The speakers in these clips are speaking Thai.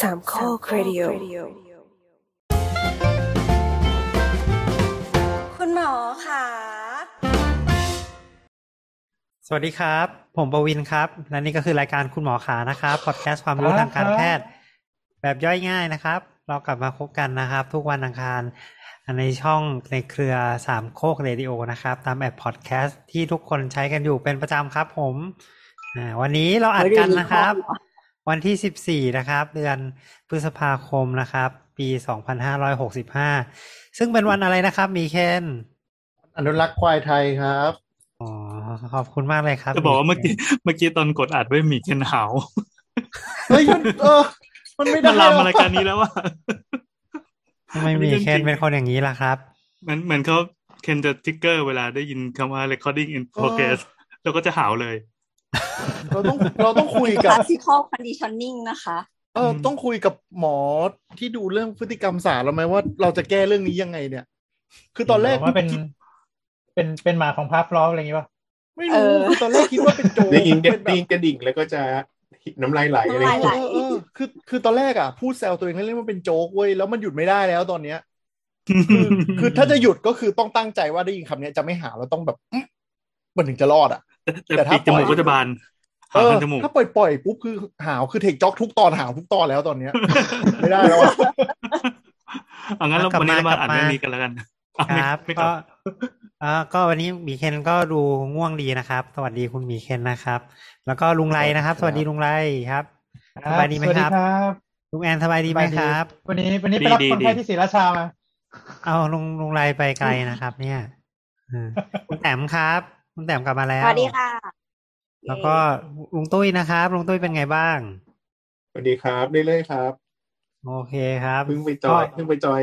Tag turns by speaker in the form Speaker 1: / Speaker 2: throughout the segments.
Speaker 1: สามข้อครดิโอ
Speaker 2: คุณหมอค่ะ
Speaker 3: สวัสดีครับ ผมปวินครับ และนี่ก็คือรายการคุณหมอขานะครับ พอดแคสต์ความรู้
Speaker 4: ครับ
Speaker 3: ทางการ
Speaker 4: ครับ
Speaker 3: แพทย์ แบบย่อยง่ายนะครับ เรากลับมาพบกันนะครับ ทุกวันอังคาร ในช่องในเครือสามโคกเรดิโอนะครับ ตามแอปพอดแคสต์ที่ทุกคนใช้กันอยู่เป็นประจำครับผมอ่าวันนี้เราอัดกันนะครับ วันที่ 14 นะครับ เดือนพฤษภาคมนะครับ ปี 2565 ซึ่งเป็นวันอะไรนะครับ มีเคน
Speaker 4: อนุรักษ์ควายไทยครับ
Speaker 3: อ๋อขอบคุณมากเลยครับ
Speaker 5: จะบอกว่าเมื่อ
Speaker 3: เคน
Speaker 5: กี้เมื่อกี้ตอนกดอัดไว้หมีเคนหาว
Speaker 4: เฮ้ยมันเออ มันไม่ได้
Speaker 5: มันลามมารายการนี้แล้วว่า
Speaker 3: ทำไมหมีเคนเป็นคนอย่างนี้ล่ะครับ
Speaker 5: เหมือนเหมือนเขาเคนจะทิกเกอร์เวลาได้ยินคำว่า recording in progress แล้วก็จะหาวเลย
Speaker 4: เราต้องเราต้องคุยกับ
Speaker 2: classical conditioning นะคะ
Speaker 4: เออต้องคุยกับหมอที่ดูเรื่องพฤติกรรมศาสตร์เราไหมว่าเราจะแก้เรื่องนี้ยังไงเนี่ย คือตอนแรก
Speaker 6: ว่าเป็น
Speaker 4: คิด
Speaker 6: เป็น เป็นหมาของพาร์ฟลอฟอะไรอย่างงี้ป่ะ
Speaker 4: ไม่
Speaker 2: เอ
Speaker 4: รู้
Speaker 2: อ
Speaker 4: คือตอนแรกคิดว่าเป็นโจก
Speaker 7: ได้ยิน
Speaker 4: เป็นแบบ
Speaker 7: ได้ยินกระดิ่งแล้วก็จะน้ำลายไหลอะไร
Speaker 2: น้ำลายไหล
Speaker 4: เออเออคือคือตอนแรกอ่ะพูดแซวตัวเองเล่นๆว่าเป็นโจ๊กเว้ยแล้วมันหยุดไม่ได้แล้วตอนเนี้ย คือคือถ้าจะหยุดก็คือต้องตั้งใจว่าได้ยินคำเนี้ยจะไม่หาเราต้องแบบอื้อมันถึงจะรอดอ่ะ
Speaker 5: แต่
Speaker 4: แต่
Speaker 5: แต่
Speaker 4: ถ้า
Speaker 5: ปีกจมูก
Speaker 4: ปล่อย
Speaker 5: ก็จะบานหาวทางจมูก
Speaker 4: เออถ้าปล่อยปล่อยปุ๊บคือหาวคือเทคจ็อกทุกตอนหาวทุกตอนแล้วตอน เนี้ย ไม่ได้แล้วอะ
Speaker 5: เอางั้นเรา
Speaker 3: กลับ
Speaker 5: วันนี้
Speaker 3: มาม
Speaker 5: เราาก
Speaker 3: ลั
Speaker 5: อัด
Speaker 3: บมา
Speaker 5: เรื่องนี้กันแล้วกันอ่ะ
Speaker 3: ค
Speaker 5: ไม่
Speaker 3: รับ
Speaker 5: ไม่กลั
Speaker 3: ก็
Speaker 5: บ
Speaker 3: เอ่อก็วันนี้หมีเคนก็ดูง่วงดีนะครับ สวัสดีคุณหมีเคนนะครับ แล้วก็ลุงไรนะครับ
Speaker 4: ครับ
Speaker 3: สวัสดีลุงไรครับ สบายดีไหม
Speaker 6: สวั
Speaker 3: ค
Speaker 6: สดี
Speaker 3: รับ
Speaker 6: ครับ
Speaker 3: ลุงแอนสบายดีไหมครับ
Speaker 6: วันนี้ วันนี้ไปรับคนไข้ที่ศรีราชามา
Speaker 3: เอาลุงลุงไรไปไกลนะครับ เนี่ยอืมคุณแต้มครับ คุณแต้มกลับมาแล้
Speaker 2: ส
Speaker 3: ว
Speaker 2: วัสดีค่ะ
Speaker 3: แล้วก็ลุงตุ้ยนะครับ ลุงตุ้ยเป็นไงบ้าง
Speaker 7: สวัสดีครับเรื่อยๆครับ
Speaker 3: โอเคครับ
Speaker 7: เพิ่งไปจอยเพิ่งไปจอย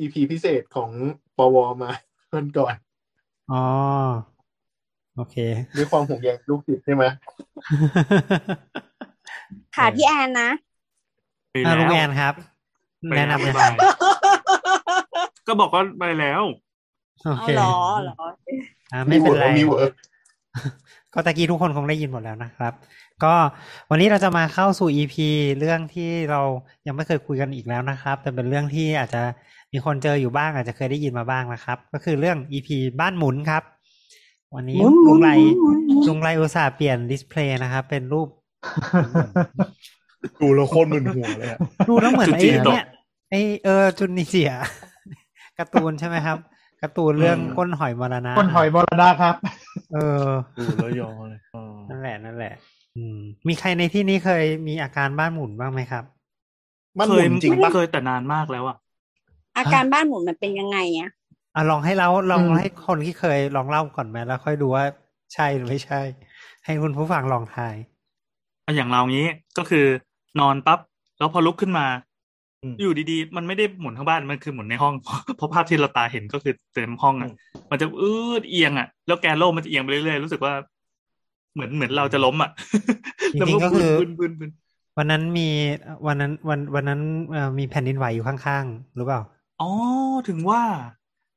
Speaker 7: EP พิเศษของปวมา วันก่อน
Speaker 3: อ๋อ โอเค
Speaker 7: ด้วยความห่วงใยลูกศิษย์ใช่ไหม
Speaker 2: ค่ะพี่แอนนะ
Speaker 5: ไป
Speaker 3: อ่ะ
Speaker 5: แล้ว
Speaker 3: ลุงแอนครับ
Speaker 5: ไปแล้ว
Speaker 3: แนะนำเลย
Speaker 5: บ๊ายบาย ก็บอกว่าไปแล้ว
Speaker 3: โอ
Speaker 2: เอา
Speaker 3: เค
Speaker 2: เหรอเหรอ
Speaker 3: อ่ะไม่เป็นไร
Speaker 7: มีเวิร์ก
Speaker 3: ก็ตะกี้ทุกคนคงได้ยินหมดแล้วนะครับ ก็วันนี้เราจะมาเข้าสู่ EP เรื่องที่เรายังไม่เคยคุยกันอีกแล้วนะครับ แต่เป็นเรื่องที่อาจจะมีคนเจออยู่บ้าง อาจจะเคยได้ยินมาบ้างนะครับ ก็คือเรื่อง EP บ้านหมุนครับ วันนี้
Speaker 2: หมุนหมุ
Speaker 3: ลุ
Speaker 2: น
Speaker 3: งไร
Speaker 2: หมุนหมุน
Speaker 3: ลุงไรอุตส่าห์เปลี่ยนดิสเพลย์นะครับ เป็นรูป
Speaker 4: ดูแล้วโคตรมึนหัวเลยอะ
Speaker 3: ดูแล้วเหมือน
Speaker 5: จุ
Speaker 3: ไอ้
Speaker 5: จิโตะ
Speaker 3: เนี่ยไอ้เออจุนนิเจีย การ์ตูนใช่ไหมครับการ์ตูนเรื่องก้นหอยมรณะ
Speaker 6: คนหอยบรณาครับ
Speaker 3: เออ
Speaker 4: ดูแล้วยอเลยอ๋อ
Speaker 3: นั่นแหละนั่นแหละ อืม มีใครในที่นี้เคยมีอาการบ้านหมุนบ้างไหมครับ
Speaker 4: มันห
Speaker 5: เค
Speaker 4: มุ
Speaker 5: ย
Speaker 4: นจริงปะ
Speaker 5: เคยแต่นานมากแล้วอ่ะ
Speaker 2: อาการบ้านหมุนมันเป็นยังไงอะ
Speaker 3: อ่ะลองให้เราลอง
Speaker 4: อืม
Speaker 3: ให้คนที่เคยลองเล่าก่อนไหมแล้วค่อยดูว่าใช่หรือไม่ใช่ ให้คุณผู้ฟังลองทาย
Speaker 5: เอาอย่างเรางี้ก็คือนอนปั๊บแล้วพอลุกขึ้นมา
Speaker 4: อืม
Speaker 5: อยู่ดีๆ มันไม่ได้หมุนทั้งบ้านมันคือหมุนในห้อง เพราะภาพที่เราตาเห็นก็คือเต็มห้องอ่ะ มันจะอืดเอียงอ่ะ แล้วแกนโลกมันจะเอียงไปเรื่อยๆรู้สึกว่า เหมือนเหมือนเราจะล้มอ่ะ
Speaker 3: จริงๆก็คือ
Speaker 5: บึนบึนบึน
Speaker 3: วันนั้นมีวันนั้นวันวันนั้นเอ่อมีแผ่นดินไหวอยู่ข้างๆหรือเปล่า
Speaker 5: อ๋อถึงว่า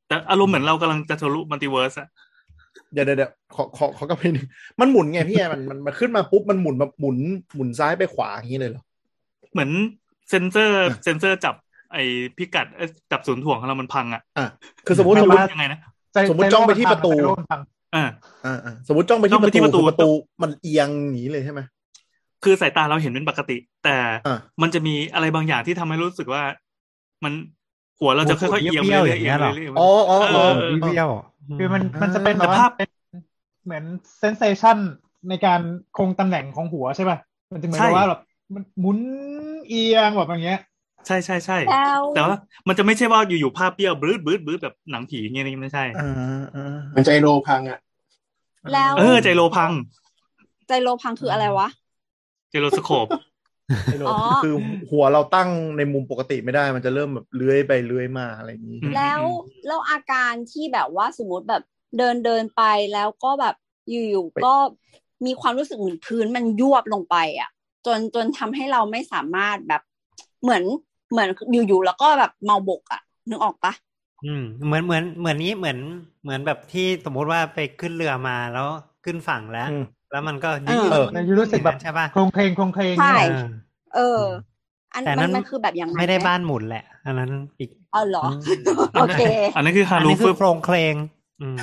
Speaker 5: แต่อารมณ์เหมือนเรากำลังจะทะลุมัลติเวิร์สอ่ะ
Speaker 4: เดี๋ยวเดี๋ยวเดี๋ยวขอขอขอกลับไปหนึ่งมันหมุนไงพี่แอร์มันมันมันขึ้นมาปุ๊บมันหมุนแบบหมุนหมุนซ้ายไปขวาอย่างนี้เลยเหรอ
Speaker 5: เหมือนเซนเซอร์ เซนเซอร์จับไอพิกัดเอ้ยจับศูนย์ถ่วงของเรามันพังอ่ะ
Speaker 4: อ่ะ คือสมมติ
Speaker 6: ไม่
Speaker 4: สมม
Speaker 6: ว่า
Speaker 4: ติ
Speaker 5: ยังไงนะ
Speaker 6: ใจ
Speaker 4: สมมุติจ้องไปที่ประตู
Speaker 6: ใจโล่งทาง
Speaker 5: อ่า
Speaker 4: อ่าอ่าสมมติจ้องไปที่
Speaker 5: จ้องไปที่
Speaker 4: ประตู
Speaker 5: ป
Speaker 4: ประ ระ
Speaker 5: ตู
Speaker 4: ตูมันเอียงหนีเลยใช่ไหม
Speaker 5: คือสายตาเราเห็นเป็นปกติ แต่
Speaker 4: อ่า
Speaker 5: มันจะมีอะไรบางอย่างที่ทำให้รู้สึกว่า มันหัวเราจะค่อยๆเอียงไป
Speaker 3: เบี้ยวๆ
Speaker 5: เรื่
Speaker 3: อ
Speaker 5: อยๆ
Speaker 3: ย่าง
Speaker 5: เอี
Speaker 3: เงี้ย
Speaker 5: ยงไป
Speaker 3: เหรอ
Speaker 5: เรื่อยๆ
Speaker 4: อ๋ออ๋ออ๋
Speaker 5: เอ
Speaker 4: อ
Speaker 5: อ
Speaker 3: เบี้ยว
Speaker 6: คือมัน
Speaker 4: อ่ามั
Speaker 6: มันจะเป็น
Speaker 5: แต่
Speaker 6: แบบว่
Speaker 5: ภาพ
Speaker 6: เป็นเหมือนเซนเซชันในการคงตำแหน่งของหัวใช่ป่ะ มันจะเหมือน
Speaker 5: ใช่
Speaker 6: กับว่าแบบมันหมุนเอียงแบบอย่างเงี้ย
Speaker 5: ใช่ใช่ใช่
Speaker 2: แล้ว
Speaker 5: แต่ว่ามันจะไม่ใช่ว่าอยู่ๆภาพเบี้ยวบลื้ดบลื้ดบลื้ดแบบหนังผีเงี้ยนี่ไม่ใช่
Speaker 4: อ่าอ่า
Speaker 7: มันใจโลพังอ่ะ
Speaker 2: แล้ว
Speaker 5: เออใจโลพัง
Speaker 2: ใจโลพังคืออะไรวะ
Speaker 5: ใจโลสโคป
Speaker 4: ไม่รู้
Speaker 2: อ๋อ
Speaker 4: คือหัวเราตั้งในมุมปกติไม่ได้มันจะเริ่มแบบเลื้อยไปเลื้อยมาอะไรอย่างนี้
Speaker 5: อืม
Speaker 2: แล้วแล้วอาการที่แบบว่าสมมติแบบเดินเดินไปแล้วก็แบบอยู่ๆก็มีความรู้สึกเหมือนพื้นมันยวบลงไปอ่ะ จนจนทำให้เราไม่สามารถแบบเหมือนเหมือนอยู่ๆแล้วก็แบบเมาบกอ่ะนึกออกปะ
Speaker 3: ๆอืมเหมือนเหมือนเหมือนนี้เหมือนเหมือนแบบที่สมมุติว่าไปขึ้นเรือมาแล้วขึ้นฝั่งแล้ว
Speaker 4: อืม
Speaker 3: แล้วมันก็
Speaker 2: เออ
Speaker 4: เออ
Speaker 6: มันรู้สึกแบบ
Speaker 3: ใช่ปะ
Speaker 6: โครงเคลงโครงเคลง
Speaker 2: ใช่
Speaker 3: เอ
Speaker 6: เนี่ย
Speaker 3: อ
Speaker 2: เออ อัน
Speaker 3: แต่
Speaker 2: มั
Speaker 3: นั้น น
Speaker 2: มันคือแบบอย่างนั้น
Speaker 3: ไม่ได้
Speaker 2: ห
Speaker 3: บ้านหมุนแหละ อันนั้นอีก
Speaker 2: เอาเหรอ
Speaker 5: อั
Speaker 2: โอน
Speaker 5: นั้น
Speaker 2: เค
Speaker 5: อันนั้นคือฮา
Speaker 3: อัน
Speaker 5: รู
Speaker 3: นี้
Speaker 5: ฟ
Speaker 3: คือโครงเคลงอืม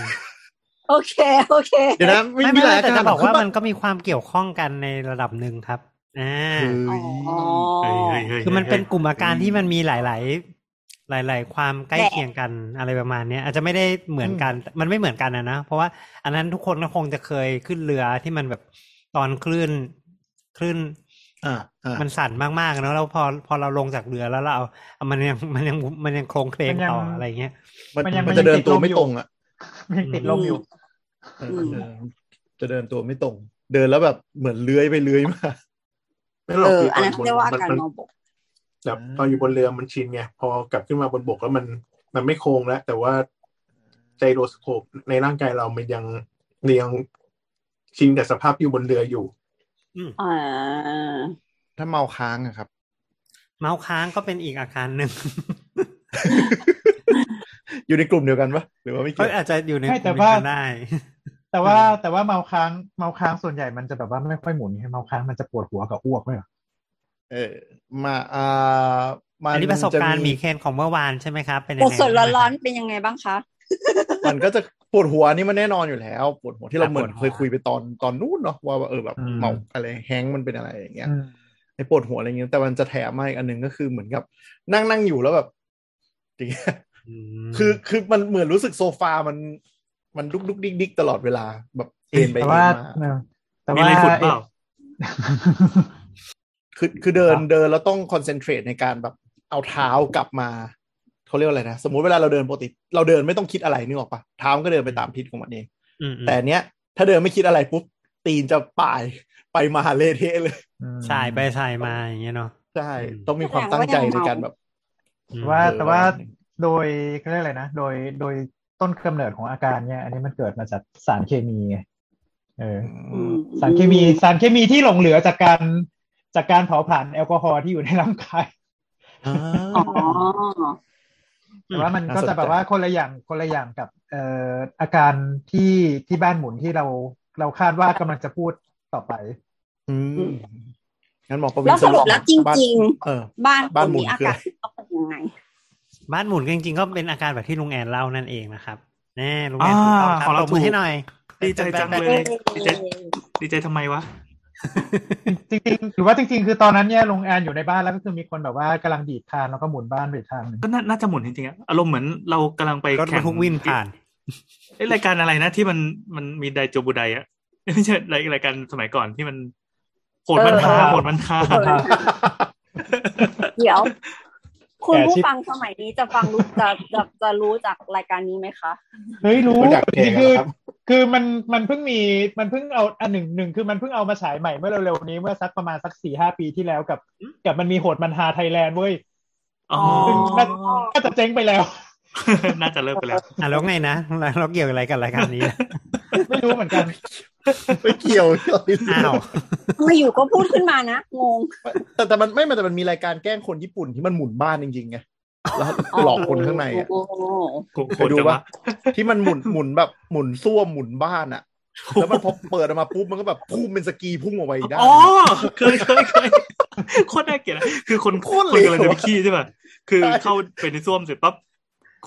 Speaker 2: โอเค โอเค
Speaker 4: เดี๋ยวนะ
Speaker 3: ไม่
Speaker 4: มี
Speaker 3: ไม่
Speaker 4: หลาย
Speaker 3: ไม่แต่
Speaker 4: กา
Speaker 3: จะ
Speaker 4: ร
Speaker 3: บอกว่า
Speaker 4: คือ
Speaker 3: มันก็มีความเกี่ยวข้องกันในระดับหนึ่งครับอ่า
Speaker 2: อ๋อ
Speaker 3: คือมันเป็นกลุ่มอาการที่มันมีหลาย ๆ หลาย ๆ ความใกล้เคียงกันอะไรประมาณเนี้ยอาจจะไม่ได้เหมือนกัน มันไม่เหมือนกันนะนะเพราะว่าอันนั้นทุกคนก็คงจะเคยขึ้นเรือที่มันแบบตอนคลื่นคลื่น
Speaker 4: อ่าอ่า
Speaker 3: มันสั่นมากๆเนอะแล้วพอพอเราลงจากเรือแล้วเราเอาเอามันยังมันยังมันยังโครงเคลง
Speaker 6: มันยัง
Speaker 3: ต่ออะไรเงี้ย
Speaker 4: มัน
Speaker 6: มันยัง
Speaker 4: มันจะเดินตัวไม่
Speaker 6: มันยั
Speaker 4: ต
Speaker 6: งติดลมอยู่
Speaker 4: รงอ่ะ
Speaker 6: มันยังติดลมอยู่
Speaker 4: เออ
Speaker 2: อืม
Speaker 4: เดินจะเดินตัวไม่ตรง เดินแล้วแบบเหมือนเลื้อยไปเลื้อยมา
Speaker 7: ไม่หร
Speaker 2: เอก อ
Speaker 7: คื
Speaker 2: อันนั้นเขาเรียกว่าอา
Speaker 7: มัน
Speaker 2: การ
Speaker 7: มัน
Speaker 2: มองบก
Speaker 7: แบบตอนอยู่บนเรือมันชินไงพอกลับขึ้นมาบนบกแล้วมันมันไม่โค้งแล้ว แต่ว่าไจโรสโคปในร่างกายเรามันยังเรียงชินกับสภาพอยู่บนเรืออยู่
Speaker 2: อ่า
Speaker 4: ถ้าเมาค้างอะครับ
Speaker 3: เมาส์ค้างก็เป็นอีกอาการหนึ่ง
Speaker 4: อยู่ในกลุ่มเดียวกันปะหรือว่าไม่
Speaker 3: ก็
Speaker 4: เกี่ยว
Speaker 3: อาจจะอยู่ใน
Speaker 6: ไม่
Speaker 3: ก
Speaker 6: แต่
Speaker 3: ลุ่มเดียว
Speaker 6: ว่า
Speaker 3: กันได้
Speaker 6: แต่ว่าแต่ว่าเมาค้างเมาค้างส่วนใหญ่มันจะแบบว่าไม่ค่อยหมุนใช่เมาค้างมันจะปวดหัวกับอ้วกไหมเหรอ
Speaker 4: เออ มาอ่ามั
Speaker 3: อันนี้ประสบการณ์หมีเคนของเมื่อวานใช่ไหมครับ เป็นยังไง
Speaker 2: บทสด
Speaker 3: บ้างค
Speaker 2: ร้อบ นๆเป็นยังไงบ้างคะ
Speaker 4: มันก็จะปวดหัวนี่มันแน่นอนอยู่แล้วปวดหัวที่เรา
Speaker 3: อ่ะ
Speaker 4: เหมือ
Speaker 3: ปวน ดหัว
Speaker 4: เคยคุยไปตอนตอนนู้นเนาะว่าว่าเออแบบ
Speaker 6: อืม
Speaker 4: เมาอะไรแฮงก์มันเป็นอะไรอย่างเงี้ย
Speaker 6: อืม
Speaker 4: ไอ้ปวดหัวอะไรเงี้ยแต่มันจะแถมมาอีกอันหนึ่งก็คือเหมือนกับ นั่งนั่งอยู่แล้วแบบอย่างเงี้ย
Speaker 3: อืม
Speaker 4: คือคือมันเหมือนรู้สึกโซฟามัน มันดุกดุกดิกดิกตลอดเวลาแบบเอ็นไป
Speaker 6: แต่
Speaker 4: เอ็
Speaker 6: ว่าน เอ
Speaker 4: มา
Speaker 6: อแต่
Speaker 5: มี
Speaker 6: ว่า
Speaker 5: อะไรขุดเปล่า
Speaker 4: คือคือเดินเดินแล้วต้องคอนเซนเทรตในการแบบเอาเท้ากลับมาเขาเรียกว่าอะไรนะ สมมุติเวลาเราเดินปกติเราเดินไม่ต้องคิดอะไรนึกออกปะเท้ามันก็เดินไปตามทิศของมันเอง
Speaker 3: อืมอืม
Speaker 4: แต่อันเนี้ย ถ้าเดินไม่คิดอะไรปุ๊บตีนจะป่ายไปมาเละเทะเลย
Speaker 6: อืม
Speaker 3: สายไปสายมาอย่างเงี้ยเนาะ
Speaker 4: ใช่
Speaker 3: อืม
Speaker 4: ต้องมีความตั้งใจในการแบบ
Speaker 3: อืม
Speaker 6: ว่า
Speaker 4: เออ
Speaker 6: แต่ว่า
Speaker 4: ประมาณหนึ่ง
Speaker 6: โดยเขาเรียกอะไรนะโดยโดยต้นกำเนิดของอาการเนี่ย อันนี้มันเกิดมาจากสารเคมีไงเออ
Speaker 2: อืม
Speaker 6: สารเคมีสารเคมีที่หลงเหลือจากการจากการเผาผลาญแอลกอฮอล์ที่อยู่ในร่างกาย
Speaker 4: อ่
Speaker 2: อ๋
Speaker 4: า
Speaker 2: อ
Speaker 6: แต่ว่ามัน
Speaker 4: น่าสนใจ
Speaker 6: ก็จะแบบว่าคนละอย่างคนละอย่างกับเอ่ออาการที่ที่บ้านหมุนที่เราเราคาดว่ากำลังจะพูดต่อไป
Speaker 4: อืมงั้นหมอประวิ
Speaker 2: แล้ว
Speaker 4: น
Speaker 2: สรุปแล้วจริง
Speaker 4: เออ
Speaker 2: ๆ บ้าน
Speaker 4: บ้านหมุ
Speaker 2: คน
Speaker 4: น
Speaker 2: นี้อา
Speaker 4: คืออะ
Speaker 2: การ
Speaker 4: ไร
Speaker 2: เขาเป็นยังไง
Speaker 3: บ้านหมุนจริงๆก็เป็นอาการแบบที่ลุงแอนเล่านั่นเองนะครับแน่ลุงแอน
Speaker 5: อ่า
Speaker 3: ถูกต้องครับ
Speaker 5: ขอ
Speaker 3: ต
Speaker 5: เรา
Speaker 3: บมือ
Speaker 5: ถูก
Speaker 3: ให้หน่อย
Speaker 5: ดีใจจังเลย ดีใจดีใจทำไมวะ
Speaker 6: จริงๆหรือว่าจริงๆ คือตอนนั้นเนี่ยลงแอนอยู่ในบ้านแล้วก็คือมีคนแบบว่ากำลังดีดคานแล้วก็หมุนบ้านไปอีกทางหนึ่ง
Speaker 5: ก็น่าน่าจะหมุนจริงๆอะอารมณ์เหมือนเรากำลังไป
Speaker 3: รถบร
Speaker 5: แข่ง
Speaker 3: รทุกวิ่งผ่าน
Speaker 5: เอ้ยรายการอะไรนะที่มันมันมีไดโจบูไดอะ ไม่ใช่รายรายการสมัยก่อนที่มันโหดมันท้า
Speaker 2: เออ
Speaker 5: โหดมัน ท้า
Speaker 2: เดี๋ยว คุณผู้ฟังสมัยนี้จะฟังรู้จะจะจะรู้จากรายการนี้ไหมคะ
Speaker 6: เฮ้ยรู้
Speaker 7: คนอยาก
Speaker 6: จ
Speaker 7: แข่
Speaker 6: ริ
Speaker 7: งอะ
Speaker 6: งๆคือ
Speaker 7: ครับ
Speaker 6: คือมันมันเพิ่งมีมันเพิ่งเอาอันหนึ่งหนึ่งคือมันเพิ่งเอามาฉายใหม่เมื่อเร็วๆนี้เมื่อสักประมาณสักสี่ห้าปีที่แล้วกับ กับมันมีโหดมันฮาไทยแลนด์เว้ย
Speaker 5: อ๋อ
Speaker 6: ซึ่งน่าน่าจะเจ๊งไปแล้ว
Speaker 5: น่าจะเลิกไปแล้ว
Speaker 3: อ่ะแล้วไงนะ แล้วเกี่ยวอะไรกับรายการนี้
Speaker 6: ไม่รู้เหมือนกัน
Speaker 4: ไม่เกี่ยวเลย
Speaker 3: อ้าว
Speaker 2: มาอยู่ก็พูดขึ้นมานะ งง
Speaker 4: แต่แต่มันไม่แต่มันมีรายการแกล้งคนญี่ปุ่นที่มันหมุนบ้านจริงๆไงแล้วหลอกคนข้างในอะ
Speaker 2: โอ้โห
Speaker 5: โหด
Speaker 4: เคยดู
Speaker 5: จัง
Speaker 4: ปะ
Speaker 5: วะ
Speaker 4: ที่มันหมุนหมุนแบบหมุนซ่วมหมุนบ้านอะแล้วมันพอเปิดออกมาปุ๊บมันก็แบบพุ่งเป็นสกีพุ่งออกไปอีกด้าน
Speaker 5: อ๋อ เคยเคยเคยโคตรน่าเกลียดอะคือคน
Speaker 4: โค
Speaker 5: ค
Speaker 4: ต
Speaker 5: น
Speaker 4: รเลว
Speaker 5: กำลังจะไปขี้ใช่ป่ะ คือ
Speaker 4: ใช่
Speaker 5: เข้าไปในส้วมเสร็จปั๊บ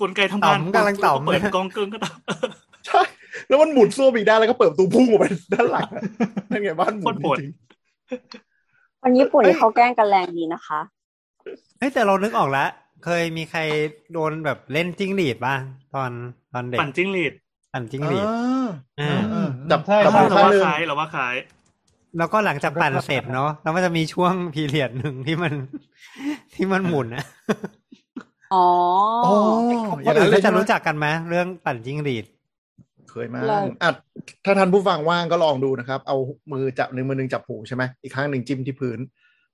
Speaker 5: กลไกทั้งบ้าน
Speaker 3: ต่ำกำลังต่ำ
Speaker 5: เปิดกองเกิงก็ต่ำ
Speaker 4: ใช่ แล้วมันหมุนซ่วมอีกด้านแล้วก็เปิดประตูพุ่งออกไปด้านหลัง อะนั่นไงบ้านหมุน
Speaker 5: โคตรโหด
Speaker 4: จริง
Speaker 2: คนญี่ปุ่นเขาแกล้งกันแรงดีนะคะ
Speaker 3: เฮ้ยแต่เรานึกออกละเคยมีใครโดนแบบเล่นจิ้งหรีดบ้างตอนตอนเด็ก
Speaker 5: ปั่นจิ้งหรีด
Speaker 3: ปั่นจิ้ง
Speaker 4: ๆ
Speaker 3: หรีด
Speaker 4: อ่า
Speaker 3: อ่า
Speaker 4: อ่าจับ
Speaker 6: ใช่
Speaker 4: จับ
Speaker 5: เรา
Speaker 4: มือข้าง
Speaker 5: ว่า
Speaker 4: หนึ่ง
Speaker 5: ขายเราว่าขาย
Speaker 3: แล้วก็หลังจากปั่นเสร็จเนาะแล้วมันจะมีช่วง พีเรียดหนึ่งที่มัน ที่มันหมุนนะ
Speaker 2: อ๋อ
Speaker 4: อ๋ออ
Speaker 3: ค
Speaker 4: ย่าน งนั้
Speaker 3: อื่
Speaker 4: น
Speaker 3: น
Speaker 4: เลย
Speaker 3: ก็จะ
Speaker 4: ใช่ไหม
Speaker 3: รู้จักกันไหมเรื่องปั่นจิ้งหรีด
Speaker 4: เคยมาอ่ะถ้าท่านผู้ฟังว่างก็ลองดูนะครับ เอามือจับหนึ่งมือหนึ่งจับหูใช่ไหมอีกข้างหนึ่งจิ้มที่พื้น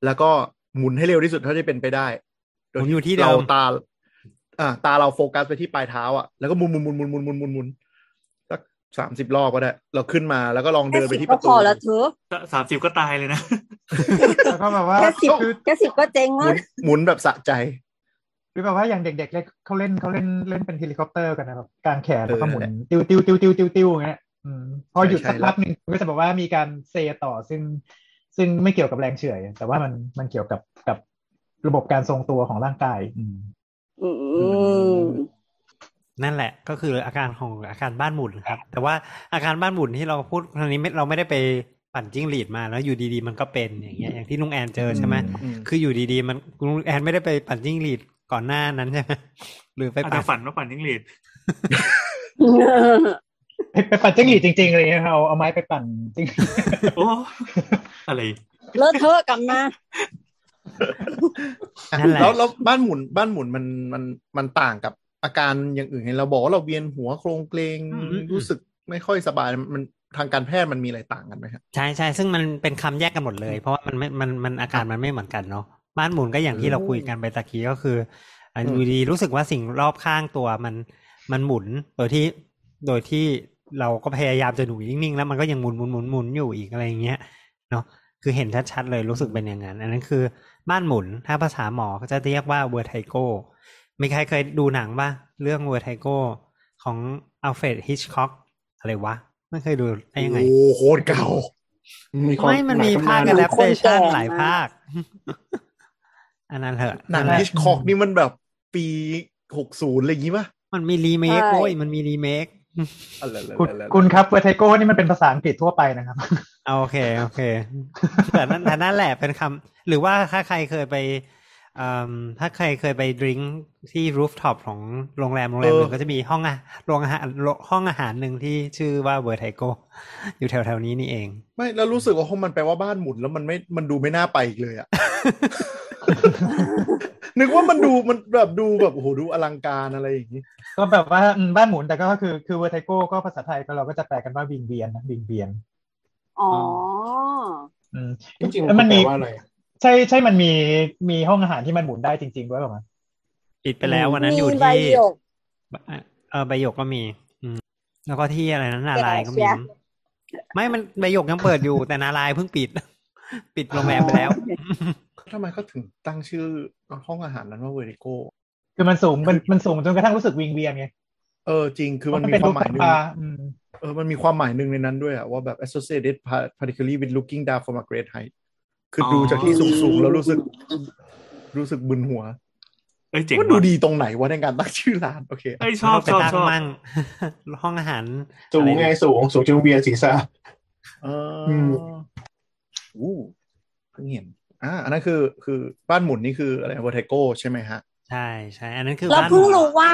Speaker 4: แล้วก็หมุนให้เร็วที่สุดเท่าที่เป็นไปได้โ
Speaker 3: หมุนอยู่ที่เดิม
Speaker 4: ราตา อ่า ตาเราโฟกัสไปที่ปลายเท้าอ่ะแล้วก็หมุนหมุนหมุนหมุนหมุนหมุนหมุนหมุนสักสามสิบรอบก็ได้ เราขึ้นมาแล้วก็ลอง
Speaker 2: แค่
Speaker 4: เดินไป
Speaker 2: สิบ
Speaker 4: ที่ป
Speaker 2: ก็
Speaker 4: ระ
Speaker 2: พ
Speaker 4: ตู
Speaker 2: อแล้วเธอะ
Speaker 5: สามสิบก็ตายเลยนะ
Speaker 6: แล้วก็แบบว่า
Speaker 2: แค่สิบ
Speaker 6: คือ
Speaker 2: แค่สิบก็เจ๊ง
Speaker 4: หมุ
Speaker 2: แล้ว
Speaker 4: นหมุนแบบสะใจ
Speaker 6: หรือแบบว่าอย่างเด็กๆเล็กเขาเล่นเขาเล่นเล่นเป็นเฮลิคอปเตอร์กันนะแบบกลางแขนแล้วก็หมุน
Speaker 4: เออนั่นแหละ
Speaker 6: ติวติวติวติวติวติวอย่างเงี้ยอืมพอหยุด
Speaker 4: ใช่
Speaker 6: สัก
Speaker 4: ใช่
Speaker 6: พักหนึ่งก็จะบอกว่ามีการเซต่อซึ่งซึ่งไม่เกี่ยวกับแรงเฉื่อย แต่ว่ามันมันเกี่ยวกับกับ ระบบการทรงตัวของร่างกายอืม
Speaker 2: อืม
Speaker 3: นั่นแหละก็คืออาการของอาการบ้านหมุนครับ แต่ว่าอาการบ้านหมุนที่เราพูดครั้งนี้ไม่เราไม่ได้ไปปั่นจิ้งหรีดมาแล้วอยู่ดีๆ มันก็เป็นอย่างเงี้ยอย่างที่ลุงแอนเจอใช่ไหม
Speaker 4: อืม
Speaker 3: คืออยู่ดีๆ มันลุงแอนไม่ได้ไปปั่นจิ้งหรีดก่อนหน้านั้นใช่ไหมหรือไป
Speaker 5: อาจ
Speaker 3: ปั่
Speaker 5: จะ
Speaker 3: น
Speaker 5: ฝันว่าปั่นจิ้งหรีด
Speaker 6: ไปไปปั่นจิ้งหรีดจริงๆอะไรเลยเอาเอาไม้ไปปั่นจิ้งหรีด
Speaker 5: โอ้อะไร
Speaker 2: เลอะเทอะกลับมา
Speaker 3: นั่นแหละ
Speaker 4: แล้วแล้วบ้านหมุนบ้านหมุนมันมันมันต่างกับอาการอย่างอื่นเห็นเราบอกว่าเราเวียนหัวโครงเกรง
Speaker 5: อืม
Speaker 4: รู้สึกไม่ค่อยสบายมันทางการแพทย์มันมีอะไรต่างกันไหมครับ
Speaker 3: ใช่ใช่ซึ่งมันเป็นคำแยกกันหมดเลย เพราะว่ามันไม่มันมันอาการมันไม่เหมือนกันเนาะบ้านหมุนก็อย่างที่เราคุยกันไปตะกี้ก็คืออ่ะ
Speaker 4: อืม
Speaker 3: อยู่ดีรู้สึกว่าสิ่งรอบข้างตัวมันมันหมุนโดยที่โดยที่เราก็พยายามจะหนูนิ่งๆ แล้วมันก็ยังหมุนหมุนหมุนหมุนอยู่อีกอะไรอย่างเงี้ยเนาะคือเห็นชัดๆเลยรู้สึกเป็นอย่างนั้น อันนั้นคือบ้านหมุนถ้าภาษาหมอก็จะเรียกว่าเวอร์ไทโกมีใครเคยดูหนังป่ะเรื่องเวอร์ไทโกของอัลเฟรดฮิชคอกอะไรวะไม่เคยดูได้ยังไง
Speaker 4: โอ้โหโคตรเก่า
Speaker 7: ควา
Speaker 3: ไม่มันมีภาค
Speaker 7: ห
Speaker 3: อะ
Speaker 7: ย
Speaker 3: แด
Speaker 7: ตำนน
Speaker 3: ปเตชัน
Speaker 2: คนแก่
Speaker 3: หลายภาค อันนั้นเถอะ
Speaker 4: หนั
Speaker 3: นั่
Speaker 4: ง
Speaker 3: นแหละ
Speaker 4: ฮิชคอกนี่มันแบบปีหกศูนย์อะไรอย่างงี้ป่ะ
Speaker 3: มันมีรีเมค
Speaker 2: ใช่
Speaker 3: โอ้ยมันมีรีเมค
Speaker 4: อะไร
Speaker 6: คุณ
Speaker 4: ๆๆๆ
Speaker 6: คุณครับเวอร์ไทโก้นี่มันเป็นภาษาอังกฤษทั่วไปนะครับ
Speaker 3: เอาโอเคโอเคแต่นั่นแต่นั่นแหละเป็นคำหรือว่าถ้าใครเคยไปเอิ่มถ้าใครเคยไปดื่มที่รูฟท็อปของโรงแรมโรงแรมหนึ่งก็จะมีห้องอะโรงอาหารโรงห้องอาหารหนึ่งที่ชื่อว่าเวอร์ไทโกอยู่แถวๆนี้นี่เอง
Speaker 4: ไม่แล้วรู้สึกว่าพอมันแปลว่าบ้านหมุนแล้วมันไม่มันดูไม่น่าไปอีกเลยอะ นึกว่ามันดูมันแบบดูแบบโอ้โหดูอลังการอะไรอย่างงี้
Speaker 6: ก็แบบว่าอืมบ้านหมุนแต่ก็คือคือเวอร์ไทโก้ก็ภาษาไทยก็เราก็จะแปลกันว่าวิงเวียนนะวิงเวียน
Speaker 2: อ๋อ
Speaker 6: อืม
Speaker 7: จริงๆ
Speaker 6: แล้ว
Speaker 7: มั
Speaker 6: มัน น
Speaker 7: แปล
Speaker 6: มี
Speaker 7: ว่าอะไร
Speaker 6: ใช่ใช่มันมีมีห้องอาหารที่มันหมุนได้จริงๆด้วยประมาณ
Speaker 3: ปิดไปแล้ววันนั้นอยู่
Speaker 2: มีใบ
Speaker 3: ที่
Speaker 2: หยก
Speaker 3: เออใบหยกก็มี อืม แล้วก็ที่อะไรนะนารายณ์ก็
Speaker 2: เสี
Speaker 3: มี
Speaker 2: ย
Speaker 3: ไม่มันใบหยกยังเปิดอยู่ แต่นารายณ์เพิ่งปิด ปิดโรงแรมไปแล้ว
Speaker 4: ทำไมเขาถึงตั้งชื่อห้องอาหารนั้นว่าเวริโก้
Speaker 6: คือมันสูงมันมันสูงจนกระทั่งรู้สึกวิงเวียนไง
Speaker 4: เออจริงคือมัน
Speaker 6: เพระ
Speaker 4: มี
Speaker 6: เป็น
Speaker 4: ความ
Speaker 6: ป
Speaker 4: หมายหนึ่ง
Speaker 6: ปลาอืม
Speaker 4: เออมันมีความหมายหนึ่งในนั้นด้วยอะว่าแบบ associated par- particularly with looking down from a great height คืออ
Speaker 5: อ
Speaker 4: ดูจากที่สูงๆ แล้วรู้สึก รู้สึกบึนหัว
Speaker 5: เอ้ยเจ๋ง
Speaker 4: ว่าดู
Speaker 5: ว่ะ
Speaker 4: ดีตรงไหนวะในการตั้งชื่อร้านโอเค
Speaker 5: เอ้ยชอบ
Speaker 3: ไป
Speaker 5: ชอบ
Speaker 3: ตั้ง
Speaker 5: ชอบ
Speaker 3: มั่ง ห้องอาหาร
Speaker 7: สูงไงสูงสูงจนเวียนศีรษะ
Speaker 4: เออ
Speaker 7: อืม
Speaker 4: อู้เพิ่งเห็นอ่าอันนั้นคือคือบ้านหมุนนี่คืออะไรเวอร์ไทโกใช่ไหมฮะ
Speaker 3: ใช่ใช่อันนั้นคือ
Speaker 2: เรา
Speaker 3: บ้าน
Speaker 2: เพิ่ง
Speaker 3: หมอ
Speaker 2: รู้ว่า